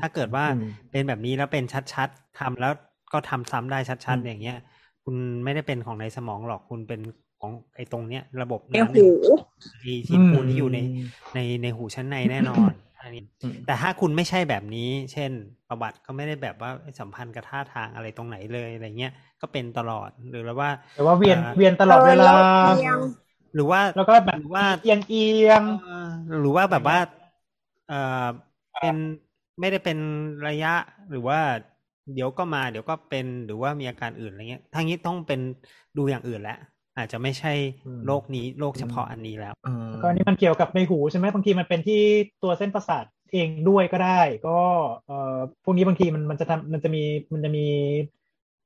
Speaker 3: ถ้าเกิดว่า
Speaker 4: อืม
Speaker 3: เป็นแบบนี้แล้วเป็นชัดๆทำแล้วก็ทำซ้ำได้ชัดๆอย่างเงี้ย คุณไม่ได้เป็นของในสมองหรอกคุณเป็นของไอ้ตรงเนี้ย ระบบ
Speaker 2: ใน
Speaker 3: น้ำ
Speaker 2: หู
Speaker 3: ในชิ้นปูนที่อยู่ในในในหูชั้นในแน่น อนอันนี้
Speaker 4: อืม
Speaker 3: แต่ถ้าคุณไม่ใช่แบบนี้ เช่น ประวัติก็ไม่ได้แบบว่าสัมพันธ์กับท่าทางอะไรตรงไหนเลยอะไรเงี้ยก็เป็นตลอดหรือว่า
Speaker 6: แต่ว่าเวียน
Speaker 3: อ่า
Speaker 6: เวียนตลอดเว
Speaker 2: เ
Speaker 6: ลา
Speaker 2: อียง
Speaker 3: หรือว่า
Speaker 6: แล้วก็แบบ
Speaker 3: หรือว่า
Speaker 6: เอียงเอียง
Speaker 3: เอ่อหรือว่าแบบว่าเออเป็นไม่ได้เป็นระยะหรือว่า เดี๋ยวก็มาเดี๋ยวก็เป็นหรือว่ามีอาการอื่นอะไรเงี้ยทางนี้ต้องเป็นดูอย่างอื่นแล้วอาจจะไม่ใช่
Speaker 6: อืม
Speaker 3: โรคนี้โรคเฉพาะอันนี้แล้ว
Speaker 4: อืม
Speaker 6: แล้วก็นี่มันเกี่ยวกับในหูใช่ไหมบางทีมันเป็นที่ตัวเส้นประสาทเองด้วยก็ได้ ก็เอ่อพวกนี้บางทีมันมันจะทำมันจะมีมันจะมี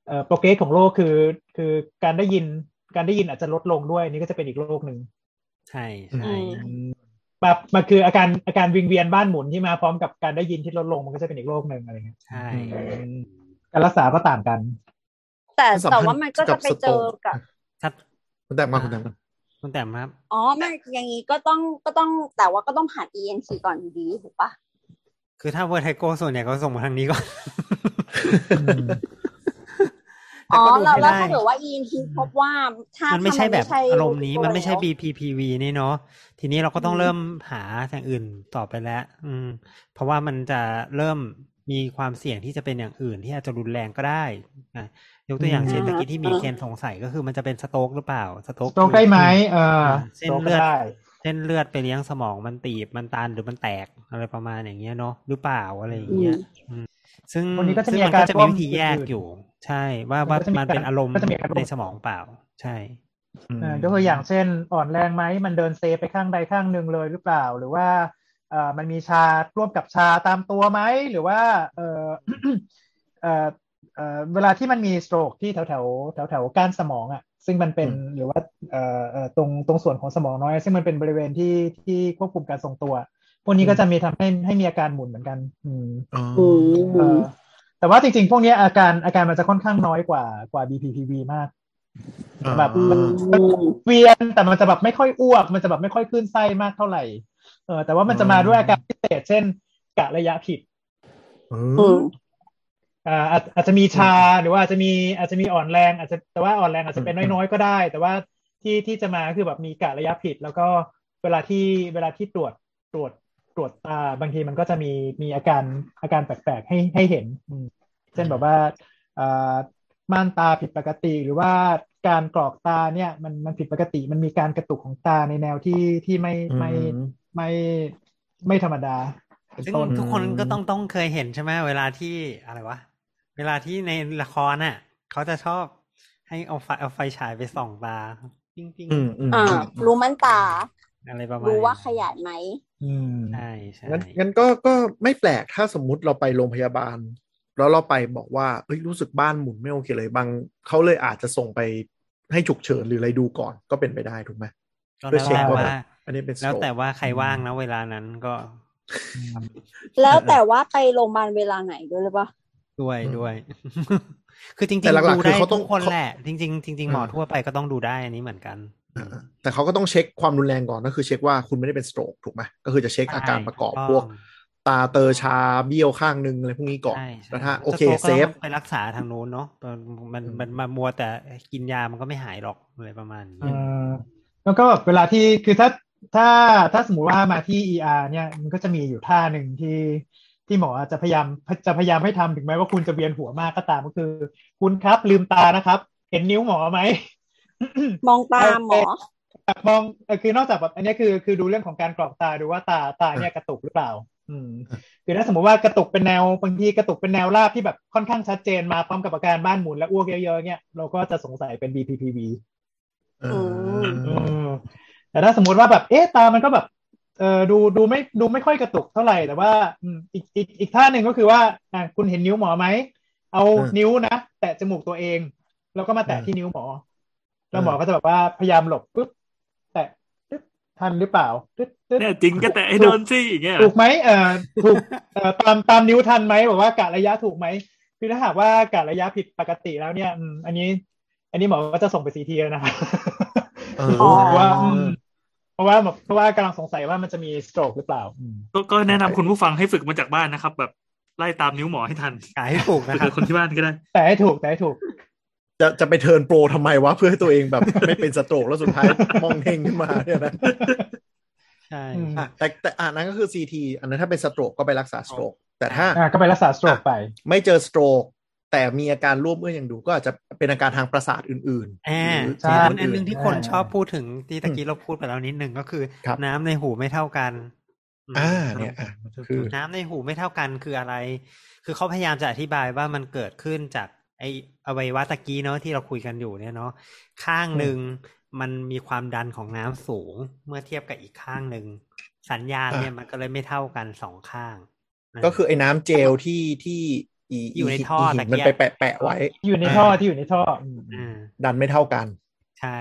Speaker 6: เอ่อโปรเกรสของโรคคือ คือการได้ยินการได้ยินอาจจะลดลงด้วยนี่ก็จะเป็นอีกโรคหนึ่ง
Speaker 3: ใช่ใช่
Speaker 2: อืม
Speaker 6: แบบมันคืออาการอาการวิงเวียนบ้านหมุนที่มาพร้อมกับการได้ยินที่ลดลงมันก็จะเป็นอีกโรคหนึ่งอะไรเงี้ย
Speaker 3: ใช่
Speaker 6: การรักษาก็ต่างกัน
Speaker 2: แต่
Speaker 4: มันสัมพันธ์
Speaker 2: แต่ว่ามันก็
Speaker 4: กั
Speaker 2: จะ
Speaker 4: บ
Speaker 2: ไป
Speaker 4: ส
Speaker 2: เจ
Speaker 4: โตร
Speaker 2: อก กับ
Speaker 3: ชัด
Speaker 4: คุณแต้มมาคุณแต้มมา
Speaker 3: คุณแต้มครับ
Speaker 2: อ๋อไม่อย่างนี้ก็ต้องก็ต้องแต่ว่าก็ต้องผ่าน ENT ก่อนอยู่ดีถูกปะ
Speaker 3: คือถ้าเวอร์ไทโกส่วนใหญ่ก็ส่งมาทางนี้ก่อนแต่
Speaker 2: อ๋อ
Speaker 3: ก็ดู
Speaker 2: แล้ว
Speaker 3: ไม่
Speaker 2: แล้ว
Speaker 3: ได้
Speaker 2: ถ้าเกิดว่า ENT พบว่าถ้า
Speaker 3: มั
Speaker 2: มัน
Speaker 3: ไม่ใช่แบบอารมณ์นี้มันไม่ใช่
Speaker 2: แล้ว
Speaker 3: BPPV นี่เนาะทีนี้เราก็ต้อง
Speaker 2: อืม
Speaker 3: เริ่มหาอย่างอื่นต่อไปแล้ว อืม เพราะว่ามันจะเริ่มมีความเสี่ยงที่จะเป็นอย่างอื่นที่อาจจะรุนแรงก็ได้นะยกตัวอย่างเช่นตะกี้ที่มีเคนสงสัยก็คือมันจะเป็นสโตรกหรือเปล่าสโตรก
Speaker 6: สโตรกได้ไหมเออ
Speaker 3: เส้น
Speaker 6: สโตรก
Speaker 3: เลือด
Speaker 6: ได้
Speaker 3: เส้นเลือดไปเลี้ยงสมองมันตีบมันตันหรือมันแตกอะไรประมาณอย่างเงี้ยเนาะหรือเปล่าอะไรอย่างเงี้ยอืมซึ่ง
Speaker 6: วันนี้ก็จะ
Speaker 3: ซึ่ง
Speaker 6: มี
Speaker 3: มัน
Speaker 6: อาการ
Speaker 3: ก็จะมีวิธีแยก
Speaker 6: ร่วม
Speaker 3: อยู่ ใช่ ว่าว่า
Speaker 6: มันก็จะมี
Speaker 3: มันเป็นอารมณ์
Speaker 6: ก็จะมีอารมณ์
Speaker 3: ในสมองเปล่า ใช่
Speaker 6: เอ่อยกตัวอย่างเช่น อ่อนแรงไหมมันเดินเซไปข้างใดข้างหนึ่งเลยหรือเปล่า หรือว่าเอ่อมันมีชาร่วมกับชาตามตัวไหมหรือว่าเอ่อ เอ่อเอ่อเวลาที่มันมีสโตรกที่แถวแถวแถวแถวๆก้านสมองอ่ะ ซึ่งมันเป็นหรือว่าเอ่อเอ่อตรงตรงส่วนของสมองน้อย ซึ่งมันเป็นบริเวณที่ที่ควบคุมการทรงตัว พวกนี้ก็จะมีทำให้ให้มีอาการหมุนเหมือนกัน อืม
Speaker 4: อ๋อ
Speaker 2: อืม
Speaker 6: เอ่อแต่ว่าจริงๆ พวกเนี้ยอาการอาการมันจะค่อนข้างน้อยกว่ากว่า BPPV มาก แบบ
Speaker 4: อ่า
Speaker 6: มันมันเวียนแต่มันจะแบบไม่ค่อยอ้วก มันจะแบบไม่ค่อยขึ้นไส้มากเท่าไหร่เออแต่ว่ามันจะมาด้วยอาการพิเศษ เช่นกะระยะผิด
Speaker 2: อืม
Speaker 6: อ่าอาจอาจจะมีชาหรือว่าอาจจะมีอาจจะมีอ่อนแรงอาจจะแต่ว่าอ่อนแรงอาจจะเป็นน้อยๆก็ได้ แต่ว่าที่ที่จะมาคือแบบมีกะระยะผิด แล้วก็เวลาที่เวลาที่ตรวจตรวจตรวจตาบางทีมันก็จะมีมีอาการอาการแปลกๆให้ให้เห็นอืมเช่นแบบว่าอ่า ม่านตาผิดปกติหรือว่าการกรอกตาเนี่ยมันมันผิดปกติ มันมีการกระตุกของตาในแนวที่ที่ไม่ไม่ไม่ไม่ธรรมดาเป็น
Speaker 3: ซึ่ง
Speaker 6: ต้น
Speaker 3: ทุกคนก็ต้องต้องเคยเห็นใช่ไหมเวลาที่อะไรวะ เวลาที่ในละครน่ะ เขาจะชอบให้เอาไฟเอาไฟฉายไปส่องตาปิ้งปิ้ง
Speaker 4: อืมอืม
Speaker 2: อ่ารู้มันตา
Speaker 3: อะไรประมาณ
Speaker 2: รู้ว่าขยายไหม
Speaker 6: อืม
Speaker 3: ใช่ใช่
Speaker 4: งั้นงั้นก็ก็ไม่แปลกถ้าสมมุติเราไปโรงพยาบาล แล้วเราไปบอกว่าเอ้ยรู้สึกบ้านหมุนไม่โอเคเลยบางเขาเลยอาจจะส่งไปให้ฉุกเฉินหรืออะไรดูก่อนก็เป็นไปได้ถูกไหม
Speaker 3: ก็
Speaker 4: ด้ว
Speaker 3: แล้
Speaker 4: ย
Speaker 3: ว
Speaker 4: เช็ค
Speaker 3: แต่
Speaker 4: ว่า
Speaker 3: ว่า
Speaker 4: แบบอันนี้เป็น stroke
Speaker 3: แล้วแต่ว่าใครว่างนะเวลานั้นก็
Speaker 2: แล้วแต่ว่าไปโรงพยาบาลเวลาไหนด้วยหรือเปะ
Speaker 3: ด้วย
Speaker 4: อืม
Speaker 3: ด้วย คือจริงๆ
Speaker 4: แต่หลักๆ
Speaker 3: ดู
Speaker 4: คื
Speaker 3: ได้
Speaker 4: อเขาต้
Speaker 3: ทุ
Speaker 4: อง
Speaker 3: กคน
Speaker 4: เขา
Speaker 3: แหละ จริง ๆ จริง ๆ หมอทั่วไปก็ต้องดูได้อันนี้เหมือนกัน
Speaker 4: อ่า แต่เขาก็ต้องเช็คความรุนแรงก่อนก็คือเช็คว่าคุณไม่ได้เป็นสโตรกถูกไหมก็คือจะเช็คอาการประกอบ
Speaker 3: ใช่
Speaker 4: พวก
Speaker 3: ถูกต้อง
Speaker 4: ตาเตอชาเบี้ยวข้างนึงอะไรพวกนี้ก่อน
Speaker 3: ใช่ใช่
Speaker 4: แล้วถ้าโอเค
Speaker 3: จะโตก็
Speaker 4: เซฟ
Speaker 3: ไปรักษาทางนู้นเนาะตอนมัน
Speaker 4: อืม
Speaker 3: มันมามัวแต่กินยามันก็ไม่หายหรอกอะไรประมาณนี้
Speaker 6: เออแล้วก็แบบเวลาที่คือถ้าถ้าถ้าสมมุติว่ามาที่ ER เนี่ยมันก็จะมีอยู่ท่าหนึ่งที่ที่หมออาจจะพยายามจะพยายามให้ทำถึงแม้ว่าคุณจะเวียนหัวมากก็ตามก็คือ คุณครับลืมตานะครับ เห็นนิ้วหมอไหม
Speaker 2: มองตามหมอ
Speaker 6: แบบมองเอ่อคือนอกจากแบบอันเนี้ยคือคือดูเรื่องของการกรอกตาดูว่าตาตาเนี่ยกระตุกหรือเปล่า อืม คือถ้าสมมติว่ากระตุกเป็นแนวบางทีกระตุกเป็นแนวราบที่แบบค่อนข้างชัดเจนมาพร้อมกับอาการบ้านหมุนและอ้วกเยอะๆเนี่ยเราก็จะสงสัยเป็น BPPV
Speaker 4: เออ
Speaker 2: ม
Speaker 6: อืมแต่ถ้าสมมติว่าแบบเอ๊ะตามันก็แบบเออดูดูไม่ดูไม่ค่อยกระตุกเท่าไหร่แต่ว่าอืมอีกอีกอีกท่าหนึ่งก็คือว่าอ่ะคุณเห็นนิ้วหมอไหมเอานิ้วนะแตะจมูกตัวเอง แล้วก็มาแตะที่นิ้วหมอ แล้วหมอก็จะแบบว่าพยายามหลบปุ๊บแตะปึ๊บทันหรือเปล่าตึ๊ดตึ๊ด
Speaker 5: เนี่ยจริงก็แต่ไอ้โดนสิอย่างเงี้ย
Speaker 6: ถูกไหมเอ่อถูก เอ่อตามตามนิ้วทันไหมบอกว่ากะระยะถูกไหมคือถ้าหากว่ากะระยะผิดปกติแล้วเนี่ยอืมอันนี้ อันนี้หมอก็จะส่งไปซีทีแล้วนะครับ
Speaker 4: เออ
Speaker 2: อ๋อ
Speaker 6: ว่าอืมเพราะว่าแบบเพราะว่ากำลังสงสัยว่ามันจะมีสโตรกหรือเปล่าอืม
Speaker 5: ก็ก็แนะนำคุณผู้ฟังให้ฝึกมาจากบ้านนะครับ แบบไล่ตามนิ้วหมอให้ทัน
Speaker 3: กายให้ปลูก
Speaker 5: ฝึ
Speaker 3: นะ
Speaker 5: ก
Speaker 3: ครั
Speaker 5: กั
Speaker 3: บบ
Speaker 5: คนที่บ้านก็ได้
Speaker 6: แต่ให้ถูกแต่ให้ถูก
Speaker 4: จะจะไปเทิร์นโปรทำไมวะ เพื่อให้ตัวเองแบบ ไม่เป็นสโตรกแล้วสุดท้าย มองเฮงขึ้นมาเนี่ยนะ
Speaker 3: ใช่
Speaker 6: อืม
Speaker 4: อ่ะแต่แต่อันนั้นก็คือ CT อันนั้นถ้าเป็นสโตรกก็ไปรักษาสโตรกแต่ถ้า
Speaker 6: อ่ะก็ไปรักษาสโตรกไป
Speaker 4: ไม่เจอสโตรกแต่มีอาการร่วมเอื้อยังดูก็อาจจะเป็นอาการทางประสาทอื่นๆ
Speaker 3: แอ
Speaker 4: ห
Speaker 3: บ
Speaker 4: รือสิ่
Speaker 6: ใช่
Speaker 4: ง
Speaker 3: อันอัน
Speaker 4: อื่
Speaker 3: หนึ่
Speaker 4: น
Speaker 3: งที่คนชอบพูดถึงที่ตะกี้เราพูดไปแล้วนิดหนึ่งก็คือ
Speaker 4: ครับ
Speaker 3: น้ำในหูไม่เท่ากันม
Speaker 4: อ่าเนี่ยอ่ะคือ
Speaker 3: น้ำในหูไม่เท่ากันคืออะไร คือเขาพยายามจะอธิบายว่ามันเกิดขึ้นจากไออวัยวะตะกี้เนาะที่เราคุยกันอยู่เนี่ยเนาะ ข้างหนึ่งมันมีความดันของน้ำสูงเมื่อเทียบกับอีกข้างหนึ่ง สัญญาณเนี่ย
Speaker 4: อ่ะ
Speaker 3: มันก็เลยไม่เท่ากันสองข้าง
Speaker 4: ก็คือไอ้น้ำเจลที่ที่อี
Speaker 3: อยู่ในท่อ
Speaker 4: หิ
Speaker 3: ตะ
Speaker 4: น
Speaker 3: เกียบ
Speaker 4: มันไปแปะแปะไว้
Speaker 6: ที่อยู่ในท่อที่อยู่ในท่ออืม
Speaker 3: อ่า
Speaker 4: ดันไม่เท่ากัน
Speaker 3: ใช่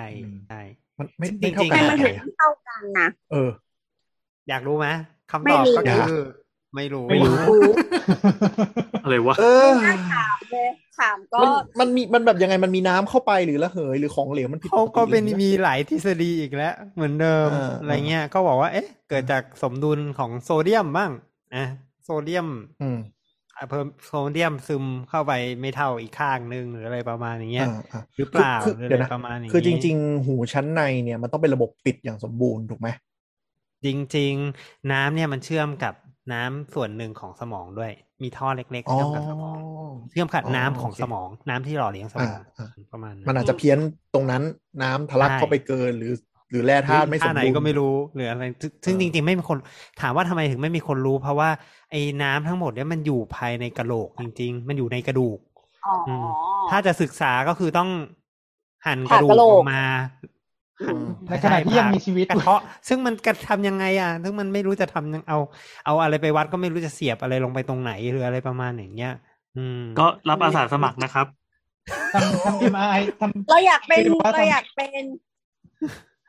Speaker 3: ใช่
Speaker 4: มันไม่
Speaker 3: จริงๆ
Speaker 4: ไม่เท่ากั
Speaker 2: ให้มั
Speaker 4: น
Speaker 2: น
Speaker 4: ยั
Speaker 2: ถึ
Speaker 4: ง
Speaker 2: ง
Speaker 4: ไงอะ
Speaker 2: ไม่เท่ากันนะ
Speaker 4: เออ
Speaker 3: อยากรู้ไหมคำ
Speaker 2: ไม่
Speaker 3: ตอบ
Speaker 2: รู้
Speaker 3: ก็คือ ไม่รู้
Speaker 6: ไม่รู้
Speaker 5: อะไรวะ
Speaker 4: เออ
Speaker 2: น่าถามเลยถามก็
Speaker 4: มันมันมีมันแบบยังไงมันมีน้ำเข้าไปหรือระเหยหรือของเหลวมันผิด
Speaker 3: เขาก็เป็น
Speaker 4: ติหรือ
Speaker 3: มีหลายทฤษฎีอีกแล้ว เหมือนเดิม
Speaker 4: อ่า
Speaker 3: อะไรเงี้ยก็บอกว่าเอ๊ะ เกิดจากสมดุลของโซเดียมบ้างนะโซเดียม
Speaker 4: อืม
Speaker 3: อ่ะเพิ่มโซเดียมซึมเข้าไปไม่เท่าอีกข้างนึงหรืออะไรประมาณอย่างเงี้ย
Speaker 4: อ่าอ่า
Speaker 3: หรือเปล่า
Speaker 4: คือ
Speaker 3: ห
Speaker 4: คื
Speaker 3: รือ
Speaker 4: อ
Speaker 3: อะ
Speaker 4: เดี๋ยว
Speaker 3: ไร
Speaker 4: นะ
Speaker 3: ประมาณนี้
Speaker 4: คือจริง ๆ หูชั้นในเนี่ยมันต้องเป็นระบบปิดอย่างสมบูรณ์ถูกไหม
Speaker 3: จริง ๆ น้ำเนี่ยมันเชื่อมกับน้ำส่วนหนึ่งของสมองด้วย มีท่อเล็กๆ
Speaker 4: อ๋อ
Speaker 3: เชื่อมกับสมองเชื่อมกับน้ำของ
Speaker 4: โอเค
Speaker 3: สมอง น้ำที่หล่อเลี้ยงสมอง
Speaker 4: อ่า
Speaker 3: ประมาณ
Speaker 4: มัน
Speaker 3: น
Speaker 4: อาจจะเพี้ยนตรงนั้นน้ำทะลัก
Speaker 3: ใช่
Speaker 4: เข้าไปเกินหรือ หรือแร่ธาตุไม่สม
Speaker 3: ท่ไหน
Speaker 4: บูรณ์
Speaker 3: ก็ไม่รู้หรืออะไรซึ่งซึ่งจ
Speaker 4: เออ
Speaker 3: ริง ๆ ไม่มีคนถามว่าทำไมถึงไม่มีคนรู้ เพราะว่าไอ้น้ำทั้งหมดเนี่ยมันอยู่ภายในกระโหลกจริง ๆ มันอยู่ในกระดูก
Speaker 2: อ๋ออ
Speaker 3: ม ถ้าจะศึกษาก็คือต้องหั่นก
Speaker 2: ผ่า
Speaker 3: ระดู
Speaker 2: ก
Speaker 3: ก
Speaker 2: ระโหล
Speaker 3: อก อกมา
Speaker 4: อืม
Speaker 6: ในขณะที่ยังมีชีวิต
Speaker 3: กระเทาะ ซึ่งมันกระทำยังไงอ่ะ ซึ่งมันไม่รู้จะทำยังเอาเอาอะไรไปวัดก็ไม่รู้จะเสียบอะไรลงไปตรงไหนหรืออะไรประมาณอย่างเงี้ย อืม
Speaker 5: ก็รับอาสาสมัครนะครับ
Speaker 6: ทำทำเอ็มไอทำ
Speaker 2: เราอยากเป็น
Speaker 6: คือว่าทำ
Speaker 2: เราอยากเป็น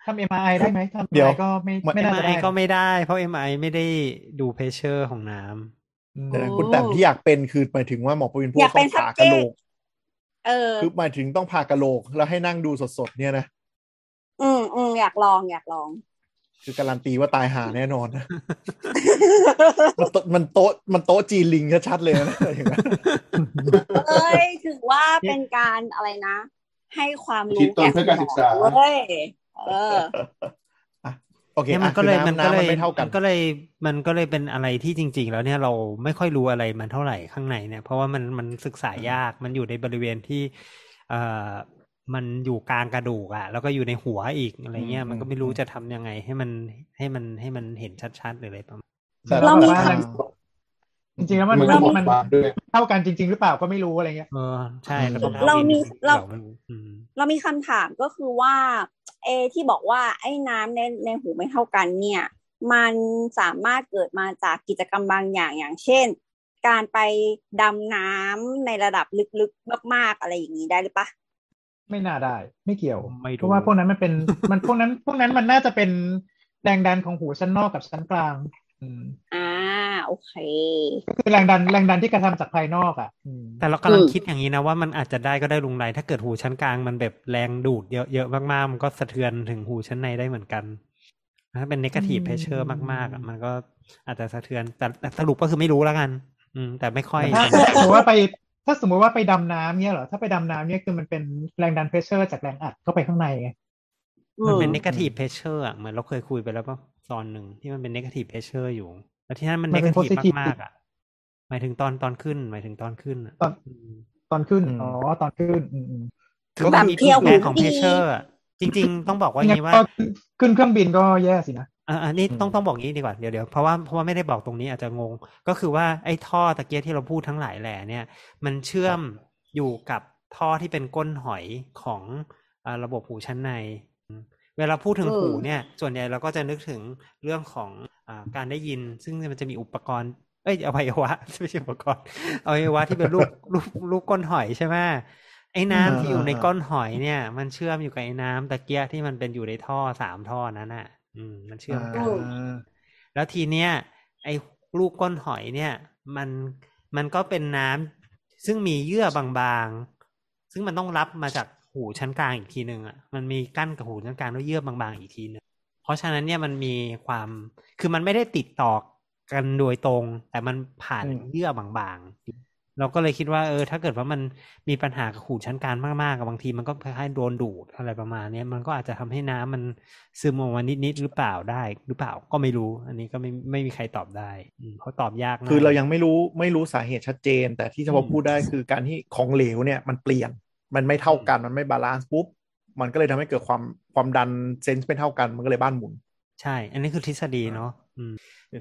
Speaker 6: ทำเอ็มไอได้ไหมทำ MRI
Speaker 4: เดี๋ยว
Speaker 6: ก็ไม่
Speaker 3: เอ็
Speaker 6: ไม่น่าม จะ
Speaker 3: ไอ
Speaker 6: ได้
Speaker 3: ก็ไม่ได้ เพราะเอ็มไอไม่ได้ดูเพเชอร์ของน้ำ
Speaker 6: อืม
Speaker 4: เดี๋ยวนะคุณแต่ที่อยากเป็นคือหมายถึงว่าหมอประวินพูด
Speaker 2: อยาก
Speaker 4: ต้
Speaker 2: เป็
Speaker 4: อน งผ่ากระโหล
Speaker 2: subject
Speaker 4: ก
Speaker 2: เออ
Speaker 4: คือหมายถึงต้องผ่ากระโหลกแล้วให้นั่งดูสดๆเนี่ยนะ
Speaker 2: อืมอืมอยากลองอยากลอง
Speaker 4: คือการันตีว่าตายหาแน่นอน นะ มันโต๊ะมันโต๊ะมันโต๊ะจีนลิงชัดๆเลยนะอย่างนั้น
Speaker 2: เอ้ยถือว่าเป็นการอะไรนะ ให้ความ
Speaker 7: คิ
Speaker 2: รู้
Speaker 7: ดตอนเพื่อการศึกษา
Speaker 2: แคุณหมอเว้ยเออ
Speaker 4: อ่ะโอเค
Speaker 3: เนี่ยมัน
Speaker 4: อ่ะ
Speaker 3: ก็เลย
Speaker 4: คือ
Speaker 3: มัน
Speaker 4: น้ำ
Speaker 3: ก็เล
Speaker 4: น้ำมั
Speaker 3: ย
Speaker 4: นไม่เท่ากั
Speaker 3: มัน นก็เลยมันก็เลยเป็นอะไรที่จริง ๆ แล้วเนี่ยเราไม่ค่อยรู้อะไรมันเท่าไหร่ข้างในเนี่ย เพราะว่ามันมันศึกษายากมันอยู่ในบริเวณที่เอ่อมันอยู่กลางกระดูกอะแล้วก็อยู่ในหัวอีกอะไรเงี้ย
Speaker 4: อืม
Speaker 3: มันก็ไม่รู้
Speaker 4: อืม
Speaker 3: จะทำยังไงให้มันให้มันให้มันเห็นชัดๆหรืออะไรประมาณ
Speaker 6: แต่เราบอกว่า
Speaker 2: เรามี
Speaker 6: จริงๆแล้วมัน
Speaker 7: มันก็
Speaker 6: มัน
Speaker 7: บอก
Speaker 6: มัน
Speaker 7: ว่าด้วย
Speaker 6: เท่ากันจริง ๆ หรือเปล่าก็ไม่รู้อะไรเงี้ย
Speaker 3: เออใช่แล้วก็
Speaker 2: เรามีเรา
Speaker 3: ไม่รู้อืม
Speaker 2: เรามีคำถามก็คือว่า เอ ที่บอกว่าไอ้น้ำในในหูไม่เท่ากันเนี่ย มันสามารถเกิดมาจากกิจกรรมบางอย่างอย่างเช่น การไปดำน้ำในระดับลึกๆมากๆอะไรอย่างนี้ได้หรือปะ
Speaker 6: ไม่น่าได้ ไม่เกี่ยว
Speaker 3: ไม่รู้
Speaker 6: เพราะว่าพวกนั้นมันเป็น มันพวกนั้น พวกนั้นมันน่าจะเป็นแรงดันของหูชั้นนอกกับชั้นกลาง อืม
Speaker 2: อ่าโอเค
Speaker 6: คือแรงดันแรงดันที่กระทำจากภายนอกอ่ะอืม
Speaker 3: แต่เรากำลัง
Speaker 2: อืม
Speaker 3: คิดอย่างนี้นะว่ามันอาจจะได้ก็ได้ลุงไรถ้าเกิดหูชั้นกลางมันแบบแรงดูดเยอะๆมากๆ มันก็สะเทือนถึงหูชั้นในได้เหมือนกันถ้าเป็น negative pressure มากๆอะมันก็อาจจะสะเทือนแต่แต่สรุปก็คือไม่รู้แล้วกัน อืม แต่ไม่ค่อย
Speaker 6: ถ้าถ้าสมมติว่าไป ถ้าสมมติว่าไปดำน้ำเนี่ยเหรอถ้าไปดำน้ำเนี่ยคือมันเป็นแรงดันเพรสเชอร์จากแรงอัดเข้าไปข้างในไง
Speaker 2: อื
Speaker 3: มัน
Speaker 2: ม
Speaker 3: เป็น negative pressure อะเหมือนเราเคยคุยไปแล้วป่ะตอนหนึ่งที่มันเป็น negative pressure อยู่ แล้วที่นั่นมัน
Speaker 6: มันเป็น
Speaker 3: negative
Speaker 6: positive
Speaker 3: มากๆอ่ะหมายถึงตอนตอนขึ้น หมายถึงตอนขึ้นะ
Speaker 6: ตอน
Speaker 3: ม
Speaker 6: ตอนขึ้น
Speaker 4: อืม
Speaker 6: อ๋อตอนขึ้นอืมอืม
Speaker 3: คือมันมีภูมิแพ้ของเพชเชอร์อะจริง ๆ ต้องบอกว่าอย่าง
Speaker 6: งั้น
Speaker 3: นี้ว่า
Speaker 6: ก็ขึ้นเครื่องบินก็แย่สินะ
Speaker 3: เอ่ออันนี้ต้องต้องบอกงี้ดีกว่าเดี๋ยวเดี๋ยวเพราะว่าเพราะว่าไม่ได้บอกตรงนี้อาจจะงง ก็คือว่าไอ้ท่อตะเกียบที่เราพูดทั้งหลายแหล่เนี่ย มันเชื่อมอยู่กับท่อที่เป็นก้นหอยของเอ่อระบบหูชั้นในอืมเวลาพูดถึงหูเนี่ย ส่วนใหญ่เราก็จะนึกถึงเรื่องของอาการได้ยิน ซึ่งมันจะมีอุปกรณ์เอ้ยอวัยวะ ไม่ใช่อุปกรณ์อวัยวะที่เป็นลูกลูกลูกก้นหอยใช่ไหม ไอ้น้ำที่อยู่ในก้นหอยเนี่ย มันเชื่อมอยู่กับไอ้น้ำตะเกียะที่มันเป็นอยู่ในท่อสามท่อนั้นน่ะ อืม มันเชื่อมกัน แล้วทีเนี้ยไอ้ลูกก้นหอยเนี่ย มันมันก็เป็นน้ำซึ่งมีเยื่อบางๆ ซึ่งมันต้องรับมาจากหูชั้นกลางอีกทีหนึ่งอ่ะมันมีกั้นกับหูชั้นกลางด้วยเยื่อบางๆอีกทีหนึ่งเพราะฉะนั้นเนี่ยมันมีความคือมันไม่ได้ติดต่อกันโดยตรง แต่มันผ่าน
Speaker 4: อืม
Speaker 3: เยื่อบางๆ เราก็เลยคิดว่าเออ ถ้าเกิดว่ามันมีปัญหากับหูชั้นกลางมากๆกับบางที มันก็คล้ายๆโดนดูดอะไรประมาณเนี้ยมันก็อาจจะทำให้น้ำมัน ซึมออกมานิดๆหรือเปล่าได้หรือเปล่าก็ไม่รู้ อันนี้ก็ไม่ไม่มีใครตอบได้อืมเขาตอบยากมก
Speaker 4: คือเรายังไม่รู้ไม่รู้สาเหตุชัดเจน แต่ที่จะพอ
Speaker 3: อืม
Speaker 4: พูดได้คือการที่ของเหลวเนี่ยมันเปลี่ยน มันไม่เท่ากันมันไม่บาลานซ์ปุ๊บ มันก็เลยทำให้เกิดความความดันเซนส์ไม่เท่ากันมันก็เลยบ้านหมุน
Speaker 3: ใช่ อันนี้คือทฤษฎีเนาะอืม